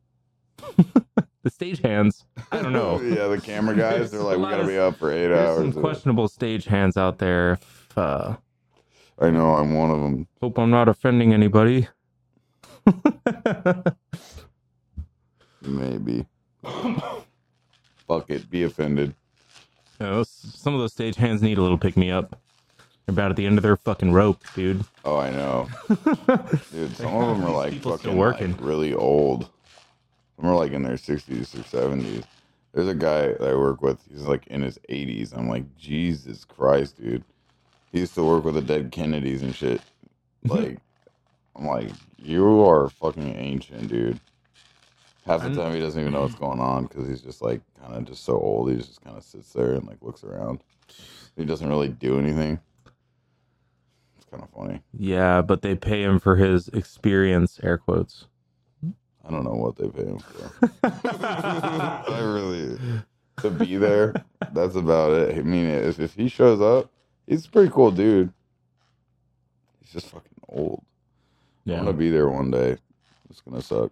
Speaker 1: the stagehands. I don't know.
Speaker 2: yeah, the camera guys. They're
Speaker 1: There's
Speaker 2: like,
Speaker 1: a
Speaker 2: we
Speaker 1: lot
Speaker 2: gotta
Speaker 1: of-
Speaker 2: be up for eight
Speaker 1: There's
Speaker 2: hours.
Speaker 1: some questionable stagehands out there. If, uh,
Speaker 2: I know. I'm one of them.
Speaker 1: hope I'm not offending anybody.
Speaker 2: Maybe. Fuck it. Be offended.
Speaker 1: You know, those- some of those stage hands need a little pick me up. They're about at the end of their fucking rope, dude.
Speaker 2: Oh, I know. Dude, some of them are like
Speaker 1: People still
Speaker 2: fucking
Speaker 1: working.
Speaker 2: like, really old. Some are like in their 60s or 70s. There's a guy that I work with. He's like in his 80s. I'm like, Jesus Christ, dude. He used to work with the dead Kennedys and shit. Like, I'm like, you are fucking ancient, dude. Half the
Speaker 1: I'm-
Speaker 2: time he doesn't even know what's going on because he's just like kind of just so old. He just kind of sits there and like looks around. He doesn't really do anything. It's kind of funny.
Speaker 1: Yeah, but they pay him for his experience, air quotes.
Speaker 2: I don't know what they pay him for. I really to be there. That's about it. I mean, if if he shows up, he's a pretty cool dude. He's just fucking old. I'm
Speaker 1: Yeah.
Speaker 2: gonna be there one day. It's gonna suck.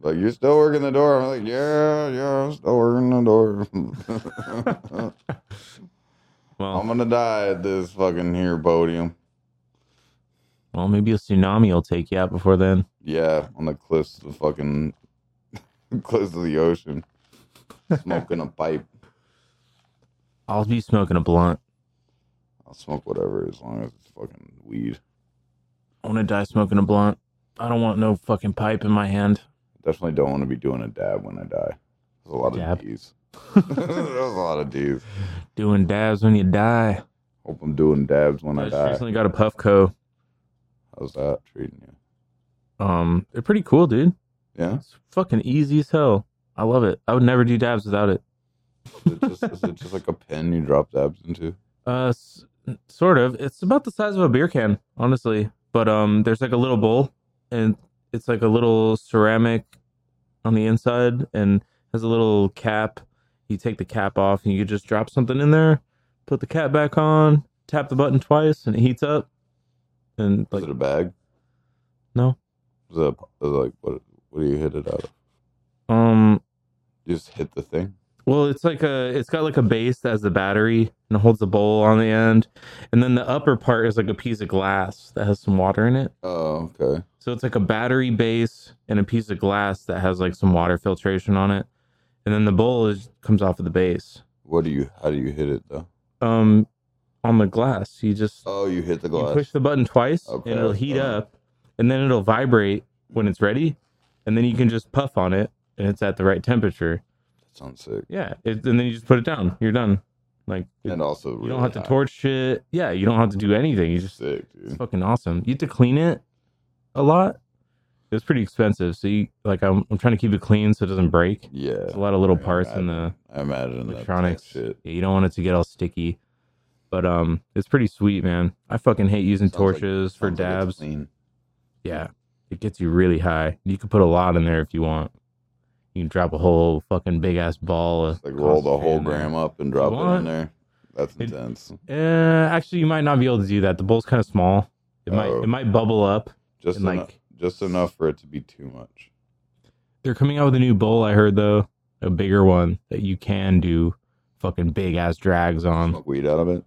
Speaker 2: like you're still working the door. I'm like, yeah, yeah, I'm still working the door. I'm
Speaker 1: Well,
Speaker 2: gonna die at this fucking here podium.
Speaker 1: well, maybe a tsunami will take you out before then.
Speaker 2: Yeah, on the cliffs of the fucking cliffs of the ocean, smoking a pipe.
Speaker 1: I'll be smoking a blunt.
Speaker 2: I'll smoke whatever as long as it's fucking weed.
Speaker 1: I want to die smoking a blunt. I don't want no fucking pipe in my hand.
Speaker 2: Definitely don't want to be doing a dab when I die. There's a lot
Speaker 1: Dab.
Speaker 2: of D's. There's a lot of D's.
Speaker 1: Doing dabs when you die.
Speaker 2: Hope I'm doing dabs when
Speaker 1: I
Speaker 2: I
Speaker 1: just
Speaker 2: die.
Speaker 1: recently got a Puffco.
Speaker 2: How's that treating you?
Speaker 1: Um, they're pretty cool, dude.
Speaker 2: Yeah.
Speaker 1: It's fucking easy as hell. I love it. I would never do dabs without it.
Speaker 2: Is it just, is it just like a pen you drop dabs into?
Speaker 1: Uh, s- sort of. It's about the size of a beer can, honestly. But um, there's like a little bowl, and it's like a little ceramic on the inside, and has a little cap. You take the cap off, and you could just drop something in there, put the cap back on, tap the button twice, and it heats up. And like,
Speaker 2: is it a bag?
Speaker 1: No.
Speaker 2: Is it, a, is it like what? What do you hit it out of?
Speaker 1: um,
Speaker 2: You just hit the thing.
Speaker 1: Well, it's like a it's got like a base that has the battery and it holds a bowl on the end. And then the upper part is like a piece of glass that has some water in it.
Speaker 2: Oh, okay.
Speaker 1: So it's like a battery base and a piece of glass that has like some water filtration on it. And then the bowl is comes off of the base.
Speaker 2: What do you? How do you hit it though?
Speaker 1: Um on the glass. You just
Speaker 2: Oh, you hit the
Speaker 1: you
Speaker 2: glass.
Speaker 1: push the button twice
Speaker 2: Okay,
Speaker 1: and it'll heat
Speaker 2: uh-huh.
Speaker 1: up and then it'll vibrate when it's ready. And then you can just puff on it and it's at the right temperature.
Speaker 2: that sounds sick.
Speaker 1: Yeah. It, and then you just put it down. You're done. Like it-
Speaker 2: And also, really
Speaker 1: You don't have to
Speaker 2: high.
Speaker 1: torch shit. Yeah, you don't have to do anything. You just
Speaker 2: Sick,
Speaker 1: it's
Speaker 2: dude.
Speaker 1: fucking awesome. You have to clean it a lot. It was pretty expensive, so you like I'm I'm trying to keep it clean so it doesn't break.
Speaker 2: Yeah,
Speaker 1: There's a lot of little
Speaker 2: I
Speaker 1: parts in the
Speaker 2: I imagine
Speaker 1: electronics.
Speaker 2: that shit.
Speaker 1: Yeah, you don't want it to get all sticky. But um, it's pretty sweet, man. I fucking hate using
Speaker 2: Sounds like-
Speaker 1: torches for
Speaker 2: sounds like it's
Speaker 1: dabs.
Speaker 2: clean.
Speaker 1: yeah, it gets you really high. You can put a lot in there if you want. You can drop a whole fucking big ass ball. Of
Speaker 2: Like roll the
Speaker 1: concentrate
Speaker 2: whole
Speaker 1: in there.
Speaker 2: gram up and drop it
Speaker 1: want-
Speaker 2: in there. That's
Speaker 1: It-
Speaker 2: intense.
Speaker 1: Uh, actually, you might not be able to do that. The bowl's kind of small. It might
Speaker 2: Oh.
Speaker 1: it might bubble up.
Speaker 2: Just
Speaker 1: and
Speaker 2: enough,
Speaker 1: like
Speaker 2: just enough for it to be too much.
Speaker 1: they're coming out with a new bowl. I heard though, a bigger one that you can do fucking big ass drags on.
Speaker 2: Smoke weed out of it.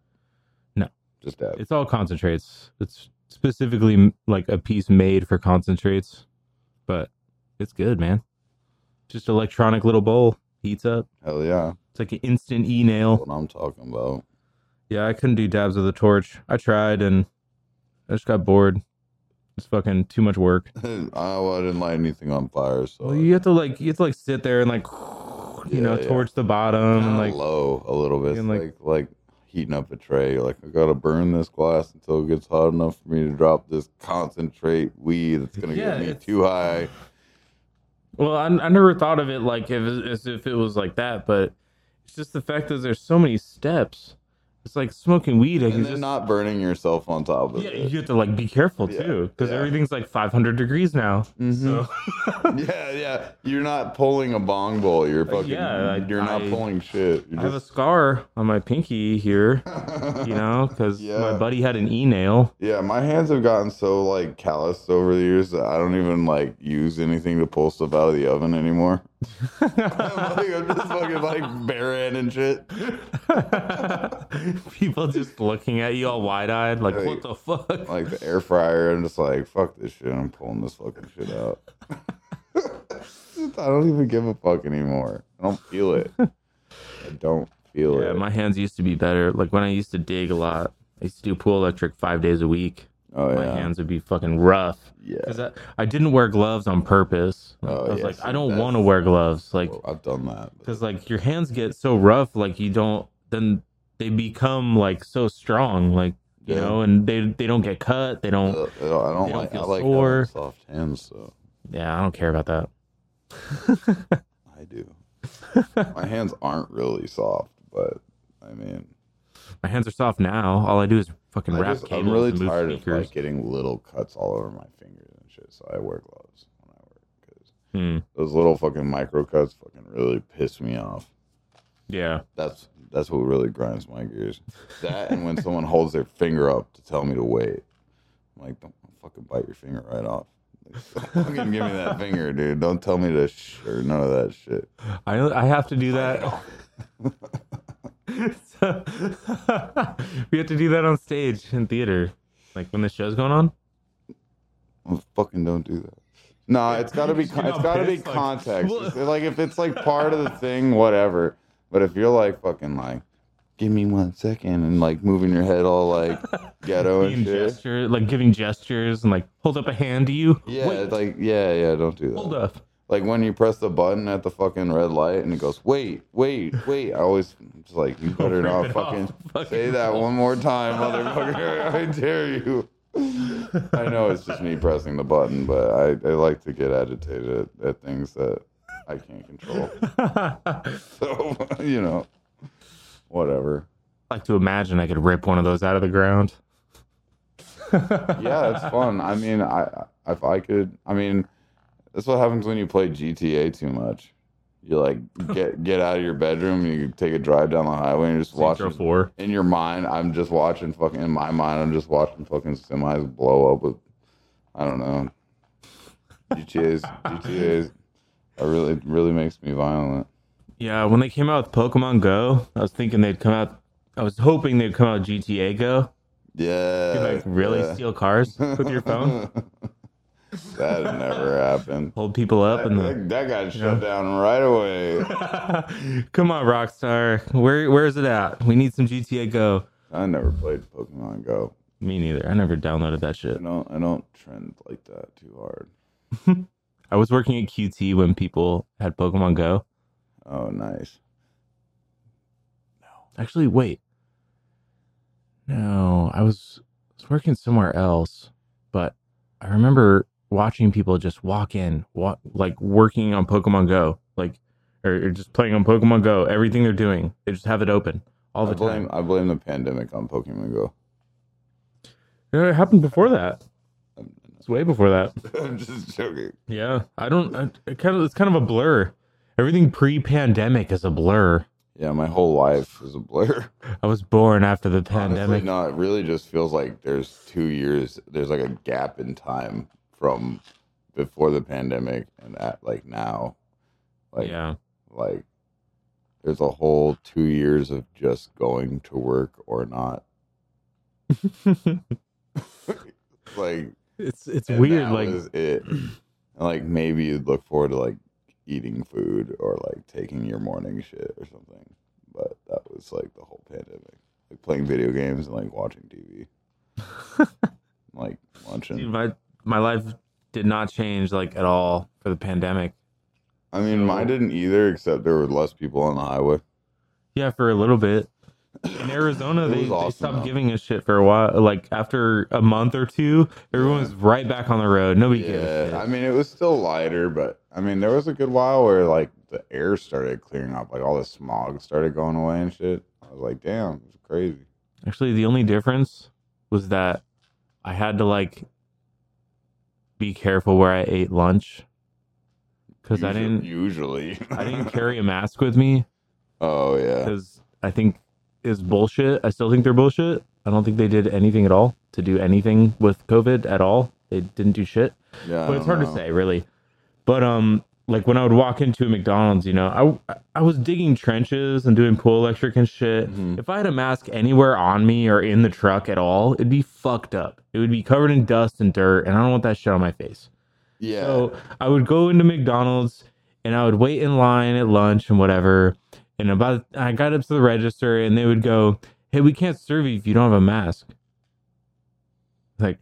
Speaker 1: No.
Speaker 2: just dabs.
Speaker 1: It's all concentrates. It's specifically m- like a piece made for concentrates, but it's good, man. Just electronic little bowl heats up.
Speaker 2: Hell yeah,
Speaker 1: It's like an instant e
Speaker 2: that's
Speaker 1: nail.
Speaker 2: what I'm talking about.
Speaker 1: Yeah, I couldn't do dabs with a torch. I tried and I just got bored. It's fucking too much work.
Speaker 2: oh, I didn't light anything on fire, so
Speaker 1: Well, you have to like you have to like sit there and like you know
Speaker 2: Yeah, yeah.
Speaker 1: towards the bottom and
Speaker 2: Kinda
Speaker 1: like
Speaker 2: low a little bit,
Speaker 1: and,
Speaker 2: like,
Speaker 1: like-
Speaker 2: like heating up a tray. Like I gotta burn this glass until it gets hot enough for me to drop this concentrate weed that's gonna
Speaker 1: Yeah,
Speaker 2: get me
Speaker 1: it's-
Speaker 2: too high.
Speaker 1: well I, I never thought of it like if, as if it was like that but it's just the fact that there's so many steps it's like smoking weed like
Speaker 2: and
Speaker 1: you
Speaker 2: then
Speaker 1: just
Speaker 2: not burning yourself on top of
Speaker 1: yeah
Speaker 2: it.
Speaker 1: you have to like be careful
Speaker 2: Yeah,
Speaker 1: too because
Speaker 2: yeah.
Speaker 1: everything's like 500 degrees now
Speaker 2: Mhm.
Speaker 1: so
Speaker 2: yeah, yeah. You're not pulling a bong bowl. You're fucking.
Speaker 1: Uh, yeah, I-
Speaker 2: you're not
Speaker 1: I-
Speaker 2: pulling shit.
Speaker 1: I
Speaker 2: You're
Speaker 1: have a scar on my pinky here
Speaker 2: just.
Speaker 1: you know because
Speaker 2: Yeah.
Speaker 1: my buddy had an e nail
Speaker 2: yeah, my hands have gotten so like calloused over the years that I don't even like use anything to pull stuff out of the oven anymore. I'm, like, I'm just fucking like bare and shit.
Speaker 1: People just looking at you all wide eyed, like,
Speaker 2: Right.
Speaker 1: what the fuck?
Speaker 2: Like the air fryer, I'm just like fuck this shit. I'm pulling this fucking shit out. I don't even give a fuck anymore. I don't feel it. I don't feel
Speaker 1: Yeah,
Speaker 2: it.
Speaker 1: my hands used to be better. Like when I used to dig a lot, I used to do pool electric five days a week.
Speaker 2: oh
Speaker 1: My
Speaker 2: yeah,
Speaker 1: hands would be fucking rough.
Speaker 2: yeah.
Speaker 1: Because I, I didn't wear gloves on purpose.
Speaker 2: Oh,
Speaker 1: I was
Speaker 2: yeah,
Speaker 1: like,
Speaker 2: see,
Speaker 1: I don't
Speaker 2: that's-
Speaker 1: want to wear gloves. Like,
Speaker 2: Well, I've done that. but-
Speaker 1: because like your hands get so rough, like you don't, then they become like so strong, like, you
Speaker 2: Yeah.
Speaker 1: know, and they, they don't get cut. They
Speaker 2: I
Speaker 1: don't,
Speaker 2: don't, Uh, I don't
Speaker 1: They don't
Speaker 2: like. I
Speaker 1: feel
Speaker 2: like
Speaker 1: sore.
Speaker 2: having soft hands, so
Speaker 1: yeah, I don't care about that.
Speaker 2: I do. my hands aren't really soft, but I mean,
Speaker 1: My hands are soft now. All I do is fucking
Speaker 2: I
Speaker 1: wrap
Speaker 2: just,
Speaker 1: cables
Speaker 2: I'm really
Speaker 1: and move
Speaker 2: tired of
Speaker 1: speakers.
Speaker 2: like getting little cuts all over my fingers and shit. So I wear gloves when I work because
Speaker 1: Hmm.
Speaker 2: those little fucking micro cuts fucking really piss me off.
Speaker 1: Yeah.
Speaker 2: That's that's what really grinds my gears. That and when someone holds their finger up to tell me to wait, I'm like, don't fucking bite your finger right off. Like, don't fucking give me that finger, dude. Don't tell me to shh or none of that shit.
Speaker 1: I, I have to do that. So- we have to do that on stage in theater. Like when the show's going on?
Speaker 2: Well, fucking don't do that. No, it's got to be.
Speaker 1: You're
Speaker 2: Con- it's
Speaker 1: not
Speaker 2: got to be
Speaker 1: pissed, like,
Speaker 2: context.
Speaker 1: what-
Speaker 2: It's like if it's like part of the thing, whatever. But if you're like fucking like, give me one second, and like moving your head all like ghetto
Speaker 1: Being
Speaker 2: and shit.
Speaker 1: gesture, like giving gestures and like hold up a hand to you.
Speaker 2: Yeah,
Speaker 1: Wait,
Speaker 2: it's like yeah, yeah. Don't do
Speaker 1: hold
Speaker 2: that.
Speaker 1: up.
Speaker 2: Like when you press the button at the fucking red light and it goes wait, wait, wait. I always I'm just like you better
Speaker 1: Rip
Speaker 2: not
Speaker 1: it
Speaker 2: fucking
Speaker 1: off. Fucking
Speaker 2: say that one more time, motherfucker. I dare you. I know it's just me pressing the button, but I, I like to get agitated at, at things that I can't control.
Speaker 1: I
Speaker 2: So, you know, whatever.
Speaker 1: like to imagine I could rip one of those out of the ground.
Speaker 2: Yeah, it's fun. I mean, I if I could, I mean, that's what happens when you play GTA too much. You like get get out of your bedroom, you take a drive down the highway, and just watch
Speaker 1: Zero four.
Speaker 2: in your mind, I'm just watching fucking. In my mind, I'm just watching fucking semis blow up with, I don't know. GTA's GTA's, it really it really makes me violent.
Speaker 1: Yeah, when they came out with Pokemon Go, I was thinking they'd come out. I was hoping they'd come out with GTA Go.
Speaker 2: Yeah,
Speaker 1: You, like really
Speaker 2: yeah.
Speaker 1: steal cars with your phone,
Speaker 2: that never happened.
Speaker 1: hold people up, and the
Speaker 2: That, that got shut down right away.
Speaker 1: Come on, Rockstar. Where where is it at? We need some GTA Go.
Speaker 2: I never played Pokemon Go.
Speaker 1: Me neither. I never downloaded that
Speaker 2: I
Speaker 1: shit.
Speaker 2: don't I don't trend like that too hard.
Speaker 1: I was working at QT when people had Pokemon Go.
Speaker 2: Oh, nice.
Speaker 1: Actually, wait. No, I was, I was working somewhere else, but I remember watching people just walk in, wa- like working on Pokemon Go, like or, or just playing on Pokemon Go. Everything they're doing, they just have it open all
Speaker 2: I
Speaker 1: the
Speaker 2: blame
Speaker 1: time.
Speaker 2: I blame the pandemic on Pokemon Go.
Speaker 1: Yeah, It happened before that.
Speaker 2: I'm,
Speaker 1: It's way before that.
Speaker 2: I'm just joking.
Speaker 1: Yeah, I don't. I, it kind of, it's kind of a blur. Everything pre-pandemic is a blur.
Speaker 2: Yeah, my whole life is a blur.
Speaker 1: I was born after the
Speaker 2: Honestly,
Speaker 1: pandemic.
Speaker 2: no, it really just feels like there's two years. There's like a gap in time from before the pandemic and at like now. Like,
Speaker 1: yeah,
Speaker 2: like there's a whole two years of just going to work or not. Like
Speaker 1: it's it's
Speaker 2: and
Speaker 1: weird.
Speaker 2: that
Speaker 1: Like
Speaker 2: was it. And like maybe you'd look forward to like eating food or like taking your morning shit or something. But that was like the whole pandemic. Like playing video games and like watching TV. like lunching.
Speaker 1: dude, my my life did not change like at all for the pandemic.
Speaker 2: I mean mine didn't either except there were less people on the highway.
Speaker 1: Yeah, for a little bit. In Arizona,
Speaker 2: It
Speaker 1: they,
Speaker 2: was
Speaker 1: they
Speaker 2: awesome,
Speaker 1: stopped
Speaker 2: though.
Speaker 1: giving a shit for a while. Like after a month or two, everyone
Speaker 2: Yeah.
Speaker 1: was right back on the road. Nobody gave a shit.
Speaker 2: Yeah. I mean it was still lighter, but I mean there was a good while where like the air started clearing up, like all the smog started going away and shit. I was like, damn, it's crazy.
Speaker 1: Actually, the only difference was that I had to like be careful where I ate lunch because I
Speaker 2: Usu-
Speaker 1: didn't
Speaker 2: usually
Speaker 1: I didn't carry a mask with me
Speaker 2: Oh yeah.
Speaker 1: because I think is bullshit. I still think they're bullshit. I don't think they did anything at all to do anything with COVID at all. They didn't do shit.
Speaker 2: Yeah. I
Speaker 1: but it's
Speaker 2: don't
Speaker 1: hard to
Speaker 2: know.
Speaker 1: say really but um like when i would walk into a mcdonald's you know i i was digging trenches and doing pool electric and shit
Speaker 2: Mhm.
Speaker 1: if i had a mask anywhere on me or in the truck at all it'd be fucked up it would be covered in dust and dirt and i don't want that shit on my face
Speaker 2: Yeah.
Speaker 1: so i would go into mcdonald's and I would wait in line at lunch and whatever. And about I got up to the register and they would go, "Hey, we can't serve you if you don't have a mask." Like,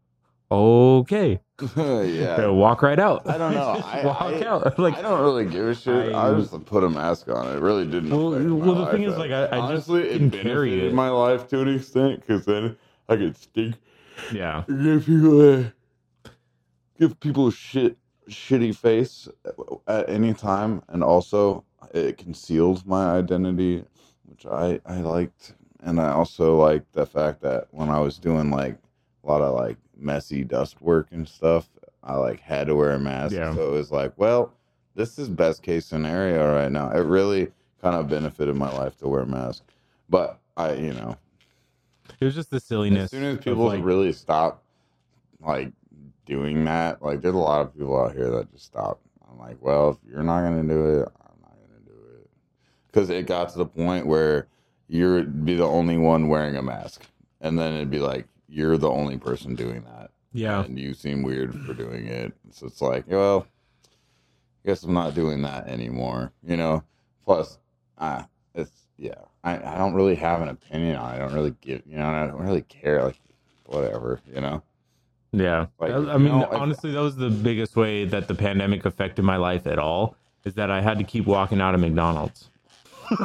Speaker 1: okay,
Speaker 2: yeah.
Speaker 1: So walk right out.
Speaker 2: I don't know.
Speaker 1: Just
Speaker 2: I-
Speaker 1: walk
Speaker 2: I-
Speaker 1: out. Like,
Speaker 2: I don't really give a shit. I,
Speaker 1: I-
Speaker 2: just put a mask on. It really didn't.
Speaker 1: Well,
Speaker 2: affect my
Speaker 1: well, the
Speaker 2: life
Speaker 1: thing is,
Speaker 2: at
Speaker 1: like, I- I just
Speaker 2: honestly,
Speaker 1: didn't
Speaker 2: it
Speaker 1: carry
Speaker 2: benefited
Speaker 1: it.
Speaker 2: my life to an extent because then I could stink.
Speaker 1: yeah,
Speaker 2: Give people a uh, give people a shit shitty face at any time, and also it concealed my identity, which I I liked, and I also liked the fact that when I was doing like a lot of like messy dust work and stuff, I like had to wear a mask.
Speaker 1: Yeah.
Speaker 2: So it was like, well, this is best case scenario right now. It really kind of benefited my life to wear a mask, but I you know
Speaker 1: it was just the silliness.
Speaker 2: as soon as
Speaker 1: of,
Speaker 2: people
Speaker 1: like,
Speaker 2: really stop like doing that, like there's a lot of people out here that just stop. I'm like, well, if you're not gonna do it, I'm not gonna do it. Because it got to the point where you'd be the only one wearing a mask, and then it'd be like you're the only person doing that,
Speaker 1: yeah,
Speaker 2: and you seem weird for doing it. So it's like, well, I guess I'm not doing that anymore. You know. Plus, I it's yeah. I, I don't really have an opinion on. it. I don't really give. You know. and I don't really care. Like whatever. You know.
Speaker 1: yeah.
Speaker 2: Like,
Speaker 1: I, I
Speaker 2: you
Speaker 1: mean,
Speaker 2: know, I-
Speaker 1: honestly, that was the biggest way that the pandemic affected my life at all. Is that I had to keep walking out of McDonald's.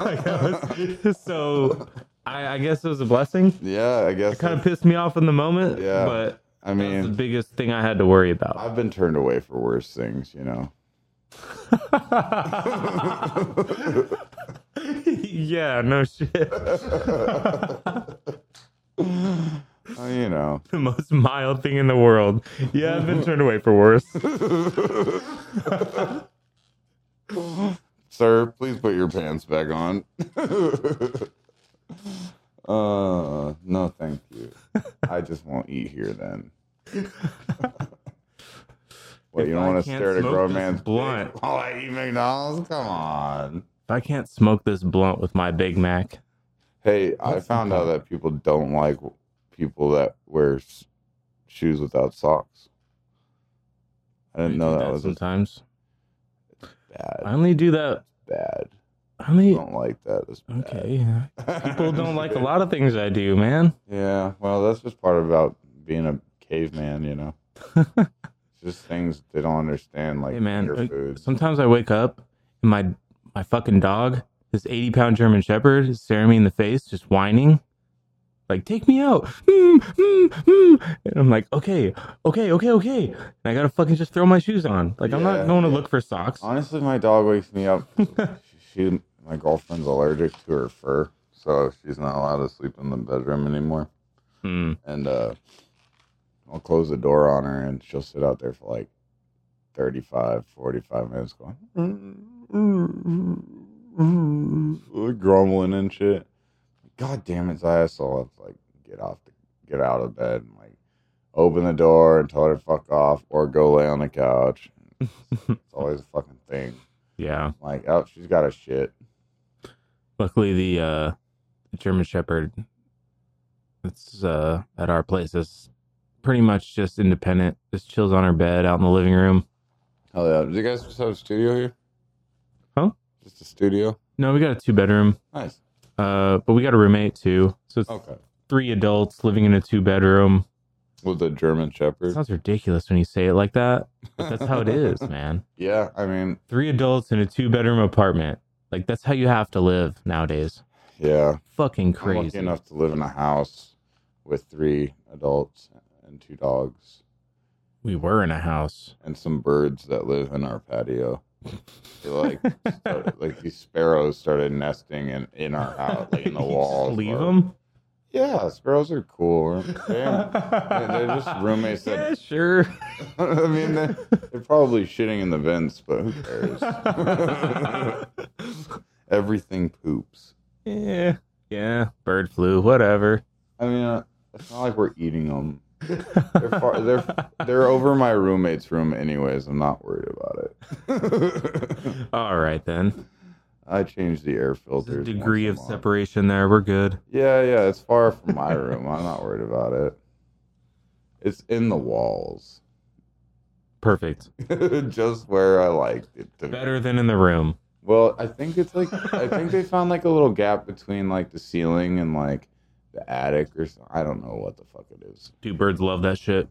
Speaker 1: like I was, so I, I guess it was a blessing.
Speaker 2: Yeah, I guess.
Speaker 1: It kind of pissed me off in the moment,
Speaker 2: Yeah.
Speaker 1: but
Speaker 2: I
Speaker 1: that was the
Speaker 2: mean,
Speaker 1: biggest thing I had to worry about.
Speaker 2: I've been turned away for worse things. You know.
Speaker 1: yeah, no shit.
Speaker 2: Uh, you know.
Speaker 1: The most mild thing in the world. Yeah, I've been turned away for worse.
Speaker 2: Sir, please put your pants back on. uh, no, thank you. I just won't eat here then. Wait,
Speaker 1: If
Speaker 2: you don't
Speaker 1: I
Speaker 2: want to
Speaker 1: can't
Speaker 2: stare at a
Speaker 1: smoke
Speaker 2: grown
Speaker 1: this
Speaker 2: man's
Speaker 1: blunt.
Speaker 2: dick while I eat McDonald's? Come on.
Speaker 1: If I can't smoke this blunt with my Big Mac,
Speaker 2: Hey, I
Speaker 1: That's
Speaker 2: found out that people don't like people that wear s- shoes without socks. I didn't know
Speaker 1: do
Speaker 2: that, was a
Speaker 1: sometimes. I
Speaker 2: bad,
Speaker 1: only do that.
Speaker 2: bad.
Speaker 1: I only.
Speaker 2: Don't like that. It's bad.
Speaker 1: Okay. People don't like a lot of things I do, man.
Speaker 2: Yeah, well, that's just part about being a caveman, you know. It's just things they don't understand, like
Speaker 1: Hey, man,
Speaker 2: your
Speaker 1: uh,
Speaker 2: food.
Speaker 1: Sometimes I wake up and my my fucking dog, this 80 pound German Shepherd, is staring me in the face, just whining. Like, take me out. Mm, mm, mm. And I'm like, okay, okay, okay, okay. And I gotta fucking just throw my shoes on. Like, I'm
Speaker 2: Yeah,
Speaker 1: not going to
Speaker 2: yeah.
Speaker 1: look for socks.
Speaker 2: Honestly, my dog wakes me up. she, my girlfriend's allergic to her fur, so she's not allowed to sleep in the bedroom anymore.
Speaker 1: Mm.
Speaker 2: and uh I'll close the door on her and she'll sit out there for like 35 45 minutes going grumbling and shit god damn it Zaya so I'll have to like get off the, get out of bed and like open the door and tell her to fuck off or go lay on the couch it's always a fucking thing
Speaker 1: Yeah.
Speaker 2: like oh she's got a shit
Speaker 1: Luckily, the uh, German Shepherd that's uh, at our place is pretty much just independent, just chills on her bed out in the living room.
Speaker 2: hell yeah do you guys just have a studio here
Speaker 1: Huh?
Speaker 2: just a studio
Speaker 1: No, we got a two bedroom.
Speaker 2: nice
Speaker 1: Uh, but we got a roommate too. So it's
Speaker 2: okay
Speaker 1: three adults living in a two bedroom.
Speaker 2: with a German Shepherd.
Speaker 1: sounds ridiculous when you say it like that. But that's how it is, man.
Speaker 2: Yeah, I mean,
Speaker 1: Three adults in a two bedroom apartment. Like that's how you have to live nowadays.
Speaker 2: yeah.
Speaker 1: Fucking
Speaker 2: I'm lucky
Speaker 1: crazy.
Speaker 2: enough to live in a house with three adults and two dogs
Speaker 1: We were in a house.
Speaker 2: and some birds that live in our patio. They like, started, like these sparrows started nesting in, in our house, like in the
Speaker 1: You just
Speaker 2: walls. of
Speaker 1: Leave
Speaker 2: our-
Speaker 1: them.
Speaker 2: Yeah, sparrows are cool. They're, they're just roommates
Speaker 1: yeah,
Speaker 2: that,
Speaker 1: sure.
Speaker 2: I mean, they're, they're probably shitting in the vents, but who cares? Everything poops.
Speaker 1: yeah. Yeah. Bird flu. Whatever.
Speaker 2: I mean, uh, it's not like we're eating them. They're far, they're they're over my roommate's room, anyways. I'm not worried about it.
Speaker 1: All right then.
Speaker 2: I changed the air
Speaker 1: There's a
Speaker 2: filters.
Speaker 1: degree of
Speaker 2: once a month.
Speaker 1: separation there. We're good.
Speaker 2: Yeah, yeah, it's far from my room. I'm not worried about it. It's in the walls.
Speaker 1: Perfect.
Speaker 2: just where I liked it to be.
Speaker 1: Better than in the room.
Speaker 2: Well, I think it's like I think they found like a little gap between like the ceiling and like the attic or something. I don't know what the fuck it is,
Speaker 1: Two birds love that shit.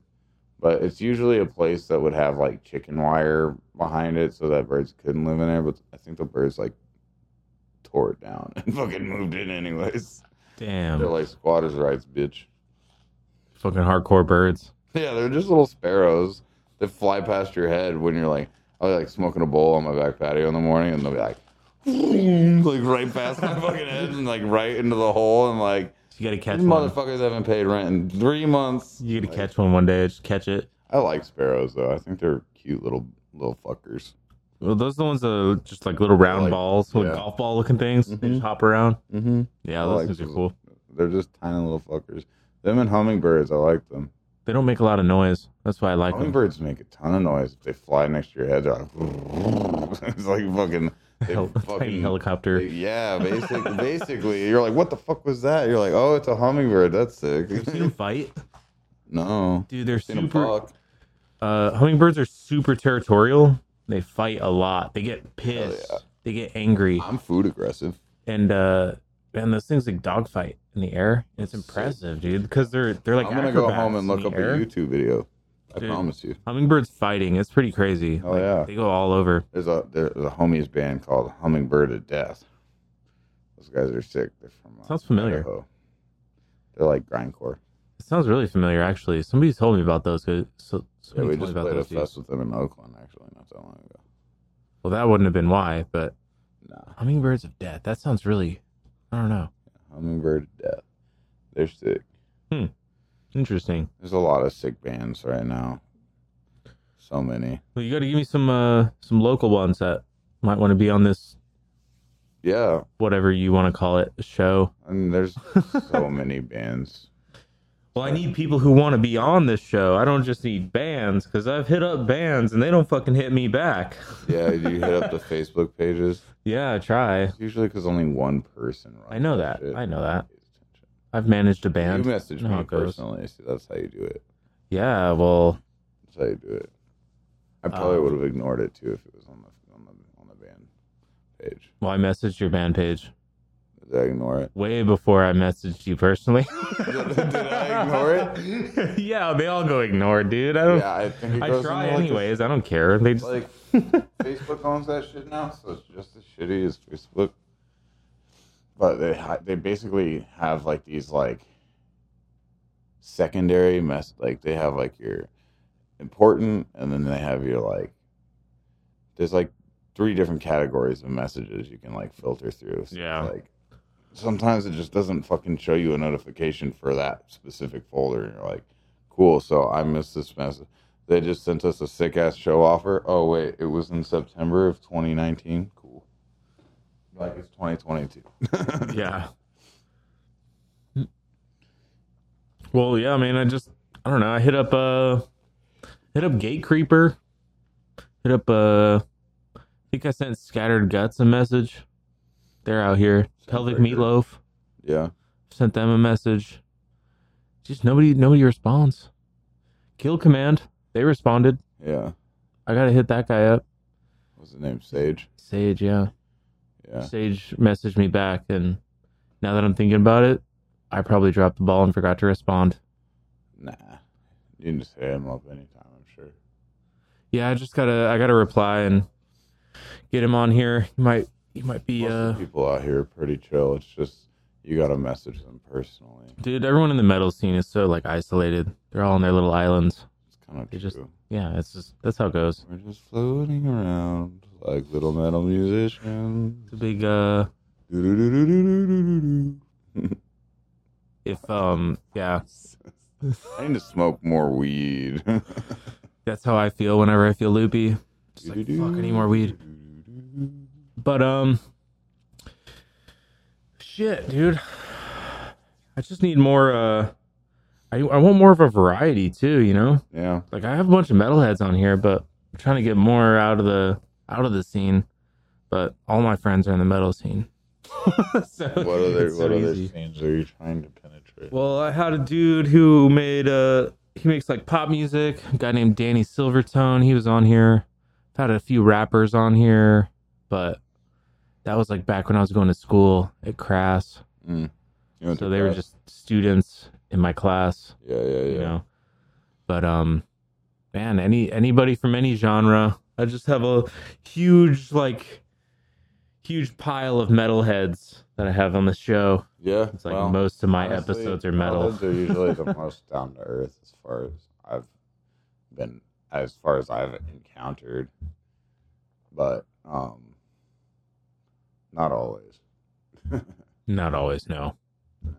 Speaker 2: but it's usually a place that would have like chicken wire behind it so that birds couldn't live in there. But I think the birds like tore it down and fucking moved in anyways.
Speaker 1: Damn.
Speaker 2: They're like squatters' rights, bitch.
Speaker 1: Fucking hardcore birds.
Speaker 2: Yeah, they're just little sparrows that fly past your head when you're like, I was like smoking a bowl on my back patio in the morning, and they'll be like, like right past my fucking head and like right into the hole, and like
Speaker 1: You gotta catch
Speaker 2: these
Speaker 1: one.
Speaker 2: motherfuckers haven't paid rent in three months.
Speaker 1: You gotta catch one one day. Just catch it.
Speaker 2: I like sparrows though. I think they're cute little little fuckers.
Speaker 1: Well, those are the ones that are just like little round
Speaker 2: Like-
Speaker 1: balls with
Speaker 2: yeah.
Speaker 1: golf ball looking things. They
Speaker 2: Mhm.
Speaker 1: just hop around.
Speaker 2: Mm-hmm.
Speaker 1: Yeah,
Speaker 2: I
Speaker 1: those
Speaker 2: like
Speaker 1: things are
Speaker 2: those.
Speaker 1: cool.
Speaker 2: They're just tiny little fuckers. Them and hummingbirds, I like them.
Speaker 1: They don't make a lot of noise. That's why I like them.
Speaker 2: Hummingbirds make a ton of noise if they fly next to your head. They're like, it's like fucking, they
Speaker 1: Hel- tiny
Speaker 2: fucking
Speaker 1: helicopter.
Speaker 2: Yeah, basically, basically, you're like, what the fuck was that? You're like, oh, it's a hummingbird. That's sick.
Speaker 1: You seen them fight?
Speaker 2: no,
Speaker 1: Dude, they're
Speaker 2: seen a
Speaker 1: super.
Speaker 2: buck.
Speaker 1: Uh, hummingbirds are super territorial. They fight a lot. They get pissed.
Speaker 2: yeah.
Speaker 1: They get angry.
Speaker 2: I'm food aggressive.
Speaker 1: And uh, and those things like dogfight in the air. It's
Speaker 2: That's sick.
Speaker 1: impressive, dude. Because they're they're like.
Speaker 2: I'm gonna go
Speaker 1: acrobats
Speaker 2: home and
Speaker 1: in
Speaker 2: look
Speaker 1: the
Speaker 2: up
Speaker 1: air.
Speaker 2: a YouTube video. I
Speaker 1: Dude.
Speaker 2: promise you.
Speaker 1: Hummingbirds fighting. It's pretty crazy.
Speaker 2: Oh yeah,
Speaker 1: They go all over.
Speaker 2: there's a there's a homies band called Hummingbird of Death. Those guys are sick. They're from uh,
Speaker 1: Sounds familiar.
Speaker 2: Idaho. They're like grindcore.
Speaker 1: It sounds really familiar, actually. Somebody told me about those. 'cause- So,
Speaker 2: Yeah,
Speaker 1: somebody
Speaker 2: we
Speaker 1: told me
Speaker 2: just
Speaker 1: about
Speaker 2: played a
Speaker 1: those. dudes.
Speaker 2: fest with them in Oakland actually not that long ago.
Speaker 1: Well, that wouldn't have been why, but
Speaker 2: Nah,
Speaker 1: hummingbirds of death. That sounds really. I don't know.
Speaker 2: Hummingbird of Death. They're sick.
Speaker 1: Interesting.
Speaker 2: There's a lot of sick bands right now. So many.
Speaker 1: Well, you got to give me some uh some local ones that might want to be on this
Speaker 2: Yeah,
Speaker 1: whatever you want to call it show.
Speaker 2: I mean, there's so many bands.
Speaker 1: Well, I need people who want to be on this show. I don't just need bands because I've hit up bands and they don't fucking hit me back.
Speaker 2: Yeah, you hit up the Facebook pages.
Speaker 1: Yeah, I try.
Speaker 2: It's usually because only one person. Runs
Speaker 1: I know that.
Speaker 2: shit.
Speaker 1: I know that.
Speaker 2: Pays attention.
Speaker 1: I've managed a
Speaker 2: You
Speaker 1: band.
Speaker 2: message
Speaker 1: know how
Speaker 2: me
Speaker 1: it goes.
Speaker 2: personally. See, that's how you do it.
Speaker 1: Yeah, well,
Speaker 2: That's how you do it. I probably
Speaker 1: Um,
Speaker 2: would have ignored it too if it was on the on the on the band page.
Speaker 1: well, I messaged your band page
Speaker 2: Did I ignore it?
Speaker 1: way before I messaged you personally.
Speaker 2: Did I ignore it?
Speaker 1: yeah, they all go ignore, dude. I don't.
Speaker 2: Yeah, I think it
Speaker 1: I
Speaker 2: goes
Speaker 1: try
Speaker 2: into, like, a
Speaker 1: anyways. I don't care. They just
Speaker 2: like Facebook owns that shit now, so it's just as shitty as Facebook. But they hi- they basically have like these like secondary mess like they have like your important and then they have your like there's like three different categories of messages you can like filter through. So it's,
Speaker 1: Yeah.
Speaker 2: Like sometimes it just doesn't fucking show you a notification for that specific folder and you're like, cool, so I missed this message. They just sent us a sick ass show offer. Oh wait, it was in September of 2019. Cool. Like it's 2022.
Speaker 1: yeah. Well, yeah, man. I just I don't know. I hit up uh hit up Gate Creeper. Hit up uh I think I sent Scattered Guts a message. They're out here. Pelvic
Speaker 2: Burger.
Speaker 1: Meatloaf
Speaker 2: Yeah.
Speaker 1: sent them a message. Just nobody nobody responds. Kill Command, they responded.
Speaker 2: Yeah.
Speaker 1: I gotta hit that guy up.
Speaker 2: What's the name? Sage.
Speaker 1: Sage, yeah.
Speaker 2: Yeah.
Speaker 1: Sage messaged me back, and now that I'm thinking about it, I probably dropped the ball and forgot to respond.
Speaker 2: Nah. You can just hit him up anytime, I'm sure.
Speaker 1: Yeah, I just gotta I gotta reply and get him on here. He might he might be
Speaker 2: Most of
Speaker 1: uh
Speaker 2: the people out here are pretty chill. It's just you gotta message them personally.
Speaker 1: dude. Everyone in the metal scene is so like isolated. They're all on their little islands.
Speaker 2: It's kind of
Speaker 1: They
Speaker 2: true.
Speaker 1: just- Yeah, it's just that's how it goes.
Speaker 2: We're just floating around like little metal musicians.
Speaker 1: It's a big uh
Speaker 2: Doo-doo-doo-doo-doo-doo-doo.
Speaker 1: if um yeah
Speaker 2: I need to smoke more weed.
Speaker 1: that's how I feel whenever I feel loopy. Just like
Speaker 2: Doo-doo-doo.
Speaker 1: fuck, I need more weed. But um shit, dude. I just need more uh I I want more of a variety too, you know?
Speaker 2: Yeah.
Speaker 1: Like I have a bunch of metalheads on here, but I'm trying to get more out of the out of the scene. But all my friends are in the metal scene. so
Speaker 2: What other
Speaker 1: it's so
Speaker 2: what other
Speaker 1: easy.
Speaker 2: scenes are you trying to penetrate?
Speaker 1: Well, I had a dude who made uh he makes like pop music. A guy named Danny Silvertone. He was on here. I've had a few rappers on here, but that was like back when I was going to school at Crass.
Speaker 2: Mm. You went
Speaker 1: So
Speaker 2: to
Speaker 1: they were
Speaker 2: class?
Speaker 1: just students in my class,
Speaker 2: yeah, yeah, yeah.
Speaker 1: you know. But um, man, any anybody from any genre, I just have a huge like huge pile of metalheads that I have on the show.
Speaker 2: yeah.
Speaker 1: It's like
Speaker 2: well,
Speaker 1: most of my
Speaker 2: honestly,
Speaker 1: episodes are metal.
Speaker 2: Those are usually the most down to earth as far as I've been, as far as I've encountered. But um, not always.
Speaker 1: Not always, no.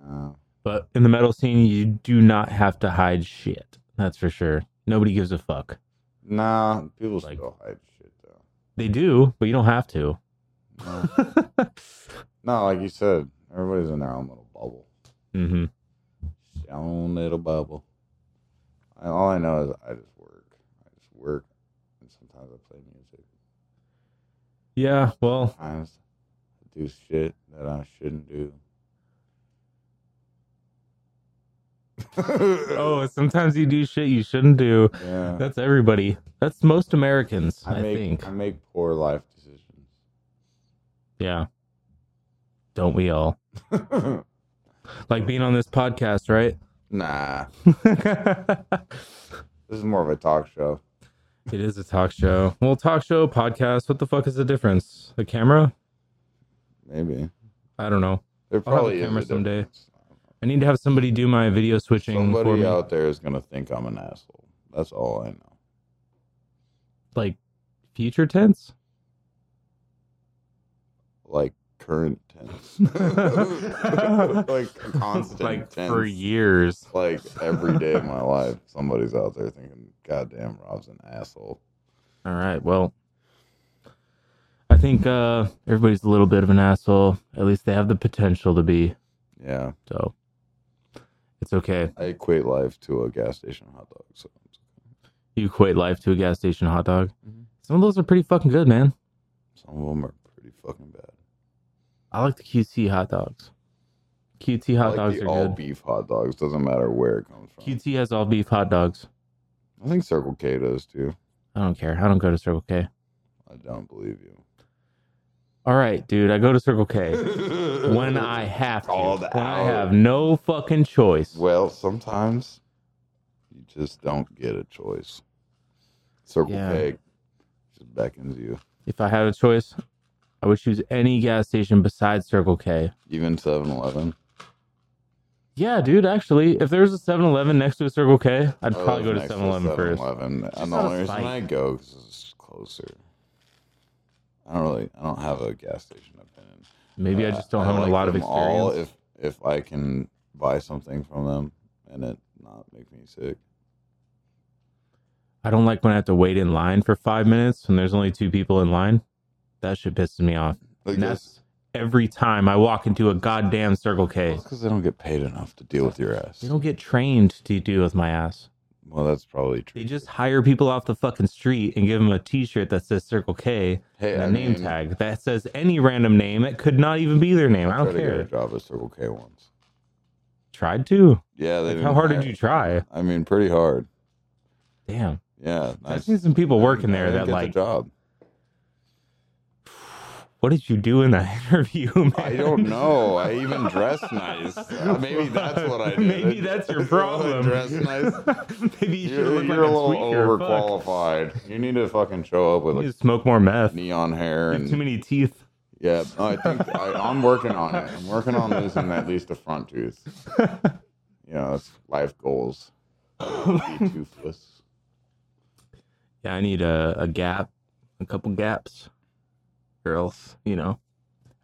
Speaker 2: Uh,
Speaker 1: But in the metal scene, you do not have to hide shit. That's for sure. Nobody gives a fuck.
Speaker 2: nah, people
Speaker 1: Like-
Speaker 2: still hide shit though.
Speaker 1: They do, but you don't have to.
Speaker 2: No. no, like you said, everybody's in their own little bubble.
Speaker 1: hmm
Speaker 2: own little bubble. I, all I know is I just work. I just work, and sometimes I play music.
Speaker 1: Yeah, well,
Speaker 2: Sometimes I do shit that I shouldn't do.
Speaker 1: oh, sometimes you do shit you shouldn't do.
Speaker 2: yeah.
Speaker 1: That's everybody. That's most Americans, I,
Speaker 2: I make
Speaker 1: think.
Speaker 2: I make poor life decisions.
Speaker 1: yeah. Don't we all? Like being on this podcast, right?
Speaker 2: nah, this is more of a talk show.
Speaker 1: it is a talk show. Well, talk show, podcast, what the fuck is the difference? A camera?
Speaker 2: Maybe
Speaker 1: I don't know.
Speaker 2: there
Speaker 1: I'll have a
Speaker 2: probably
Speaker 1: camera
Speaker 2: is a
Speaker 1: someday.
Speaker 2: difference.
Speaker 1: I need to have somebody do my video switching for
Speaker 2: Somebody
Speaker 1: me.
Speaker 2: uh, out there is gonna think I'm an asshole. That's all I know.
Speaker 1: Like future tense?
Speaker 2: like current tense, like constant,
Speaker 1: like
Speaker 2: tense.
Speaker 1: for years.
Speaker 2: like every day of my life, somebody's out there thinking, "God damn, Rob's an asshole."
Speaker 1: All right. Well, I think uh, everybody's a little bit of an asshole. At least they have the potential to be.
Speaker 2: Yeah,
Speaker 1: So it's okay.
Speaker 2: I equate life to a gas station hot dog. So
Speaker 1: You equate life to a gas station hot dog.
Speaker 2: Mhm.
Speaker 1: Some of those are pretty fucking good, man.
Speaker 2: some of them are pretty fucking bad.
Speaker 1: I like the QT hot dogs. QT hot
Speaker 2: like
Speaker 1: dogs
Speaker 2: the
Speaker 1: are
Speaker 2: all
Speaker 1: good.
Speaker 2: beef hot dogs. Doesn't matter where it comes from.
Speaker 1: QT has all beef hot dogs.
Speaker 2: I think Circle K does too.
Speaker 1: I don't care. I don't go to Circle K.
Speaker 2: I don't believe you.
Speaker 1: All right, dude. I go to Circle K when I have to.
Speaker 2: Called
Speaker 1: When I
Speaker 2: out.
Speaker 1: have no fucking choice.
Speaker 2: Well, sometimes you just don't get a choice. Circle
Speaker 1: Yeah.
Speaker 2: K just beckons you.
Speaker 1: If I had a choice, I would choose any gas station besides Circle K.
Speaker 2: Even 7 Eleven.
Speaker 1: Yeah, dude, actually, if there was a 7 Eleven next to a Circle K, I'd
Speaker 2: Oh,
Speaker 1: probably go to 7 Eleven first.
Speaker 2: And
Speaker 1: Just
Speaker 2: the
Speaker 1: out of
Speaker 2: only reason
Speaker 1: spite.
Speaker 2: I go because it's closer. I don't really, I don't have a gas station opinion.
Speaker 1: Maybe I
Speaker 2: Uh,
Speaker 1: just don't have
Speaker 2: like
Speaker 1: a lot of
Speaker 2: them all
Speaker 1: experience.
Speaker 2: if, if I can buy something from them and it not make me sick.
Speaker 1: I don't like when I have to wait in line for five minutes when there's only two people in line. That shit pisses me off.
Speaker 2: Like
Speaker 1: And that's every time I walk into a goddamn Circle K.
Speaker 2: because they don't get paid enough to deal with your ass.
Speaker 1: They don't get trained to deal with my ass.
Speaker 2: Well, that's probably true.
Speaker 1: They just hire people off the fucking street and give them a t shirt that says Circle K
Speaker 2: hey,
Speaker 1: and a
Speaker 2: I
Speaker 1: name
Speaker 2: mean,
Speaker 1: tag that says any random name. It could not even be their name. I don't
Speaker 2: tried to
Speaker 1: care.
Speaker 2: get a job at Circle K once.
Speaker 1: Tried to.
Speaker 2: Yeah, they
Speaker 1: Like,
Speaker 2: didn't
Speaker 1: how hard
Speaker 2: hire-
Speaker 1: did you try?
Speaker 2: I mean, pretty hard.
Speaker 1: Damn.
Speaker 2: Yeah,
Speaker 1: I've seen some people working
Speaker 2: I
Speaker 1: there
Speaker 2: didn't
Speaker 1: that
Speaker 2: get
Speaker 1: like,
Speaker 2: the job.
Speaker 1: what did you do in that interview, man?
Speaker 2: I don't know. I even dress nice. Uh, Maybe that's what I did.
Speaker 1: Maybe that's your problem.
Speaker 2: I dress nice.
Speaker 1: Maybe you should
Speaker 2: You're,
Speaker 1: look like
Speaker 2: you're
Speaker 1: a
Speaker 2: a little
Speaker 1: tweaker. Fuck.
Speaker 2: overqualified. You need to fucking show up with
Speaker 1: You need
Speaker 2: like
Speaker 1: to smoke more meth. You
Speaker 2: neon hair
Speaker 1: have Too
Speaker 2: and
Speaker 1: many teeth.
Speaker 2: yeah. No, I think I, I'm working on it. I'm working on losing at least a front tooth. You know, it's life goals. Be toothless.
Speaker 1: Yeah, I need a, a gap, a couple gaps. Girls, you know,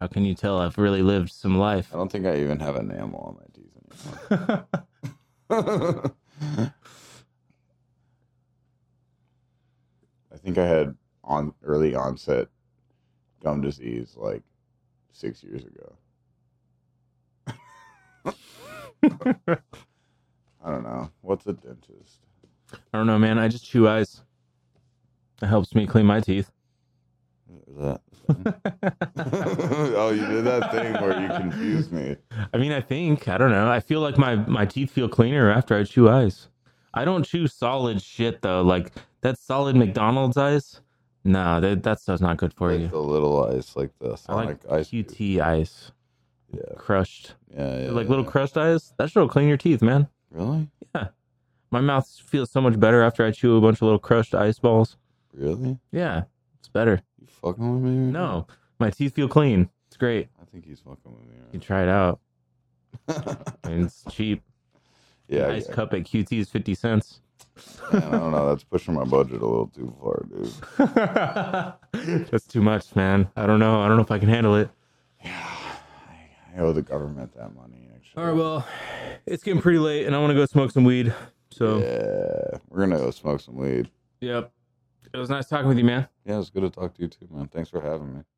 Speaker 1: how can you tell I've really lived some life?
Speaker 2: I don't think I even have enamel on my teeth anymore. I think I had on early onset gum disease like six years ago. I don't know. What's a dentist?
Speaker 1: I don't know, man. I just chew ice. It helps me clean my teeth.
Speaker 2: Is that? oh, you did that thing where you confused me.
Speaker 1: I mean, I think I don't know. I feel like my my teeth feel cleaner after I chew ice. I don't chew solid shit though. Like that solid McDonald's ice. Nah, that that stuff's not good for
Speaker 2: like
Speaker 1: you.
Speaker 2: the little ice, like the
Speaker 1: I like
Speaker 2: Sonic ice. cube.
Speaker 1: QT ice,
Speaker 2: Yeah,
Speaker 1: crushed,
Speaker 2: yeah, yeah.
Speaker 1: like little
Speaker 2: yeah.
Speaker 1: crushed ice. That shit'll clean your teeth, man.
Speaker 2: Really,
Speaker 1: My mouth feels so much better after I chew a bunch of little crushed ice balls.
Speaker 2: really?
Speaker 1: Yeah, it's better.
Speaker 2: You fucking with me? right now?
Speaker 1: No, my teeth feel clean. It's great.
Speaker 2: I think he's fucking with
Speaker 1: You
Speaker 2: me.
Speaker 1: try it out.
Speaker 2: Right now.
Speaker 1: I mean, it's cheap.
Speaker 2: yeah,
Speaker 1: ice
Speaker 2: yeah.
Speaker 1: cup at QT is fifty cents.
Speaker 2: Man, I don't know. That's pushing my budget a little too far, dude.
Speaker 1: That's too much, man. I don't know. I don't know if I can handle it.
Speaker 2: Yeah, I owe the government that money. Actually.
Speaker 1: All right, well, it's getting pretty late, and I want to go smoke some weed. So,
Speaker 2: yeah, we're gonna go smoke some weed.
Speaker 1: yep. It was nice talking with you, man.
Speaker 2: Yeah, it's good to talk to you too, man. Thanks for having me.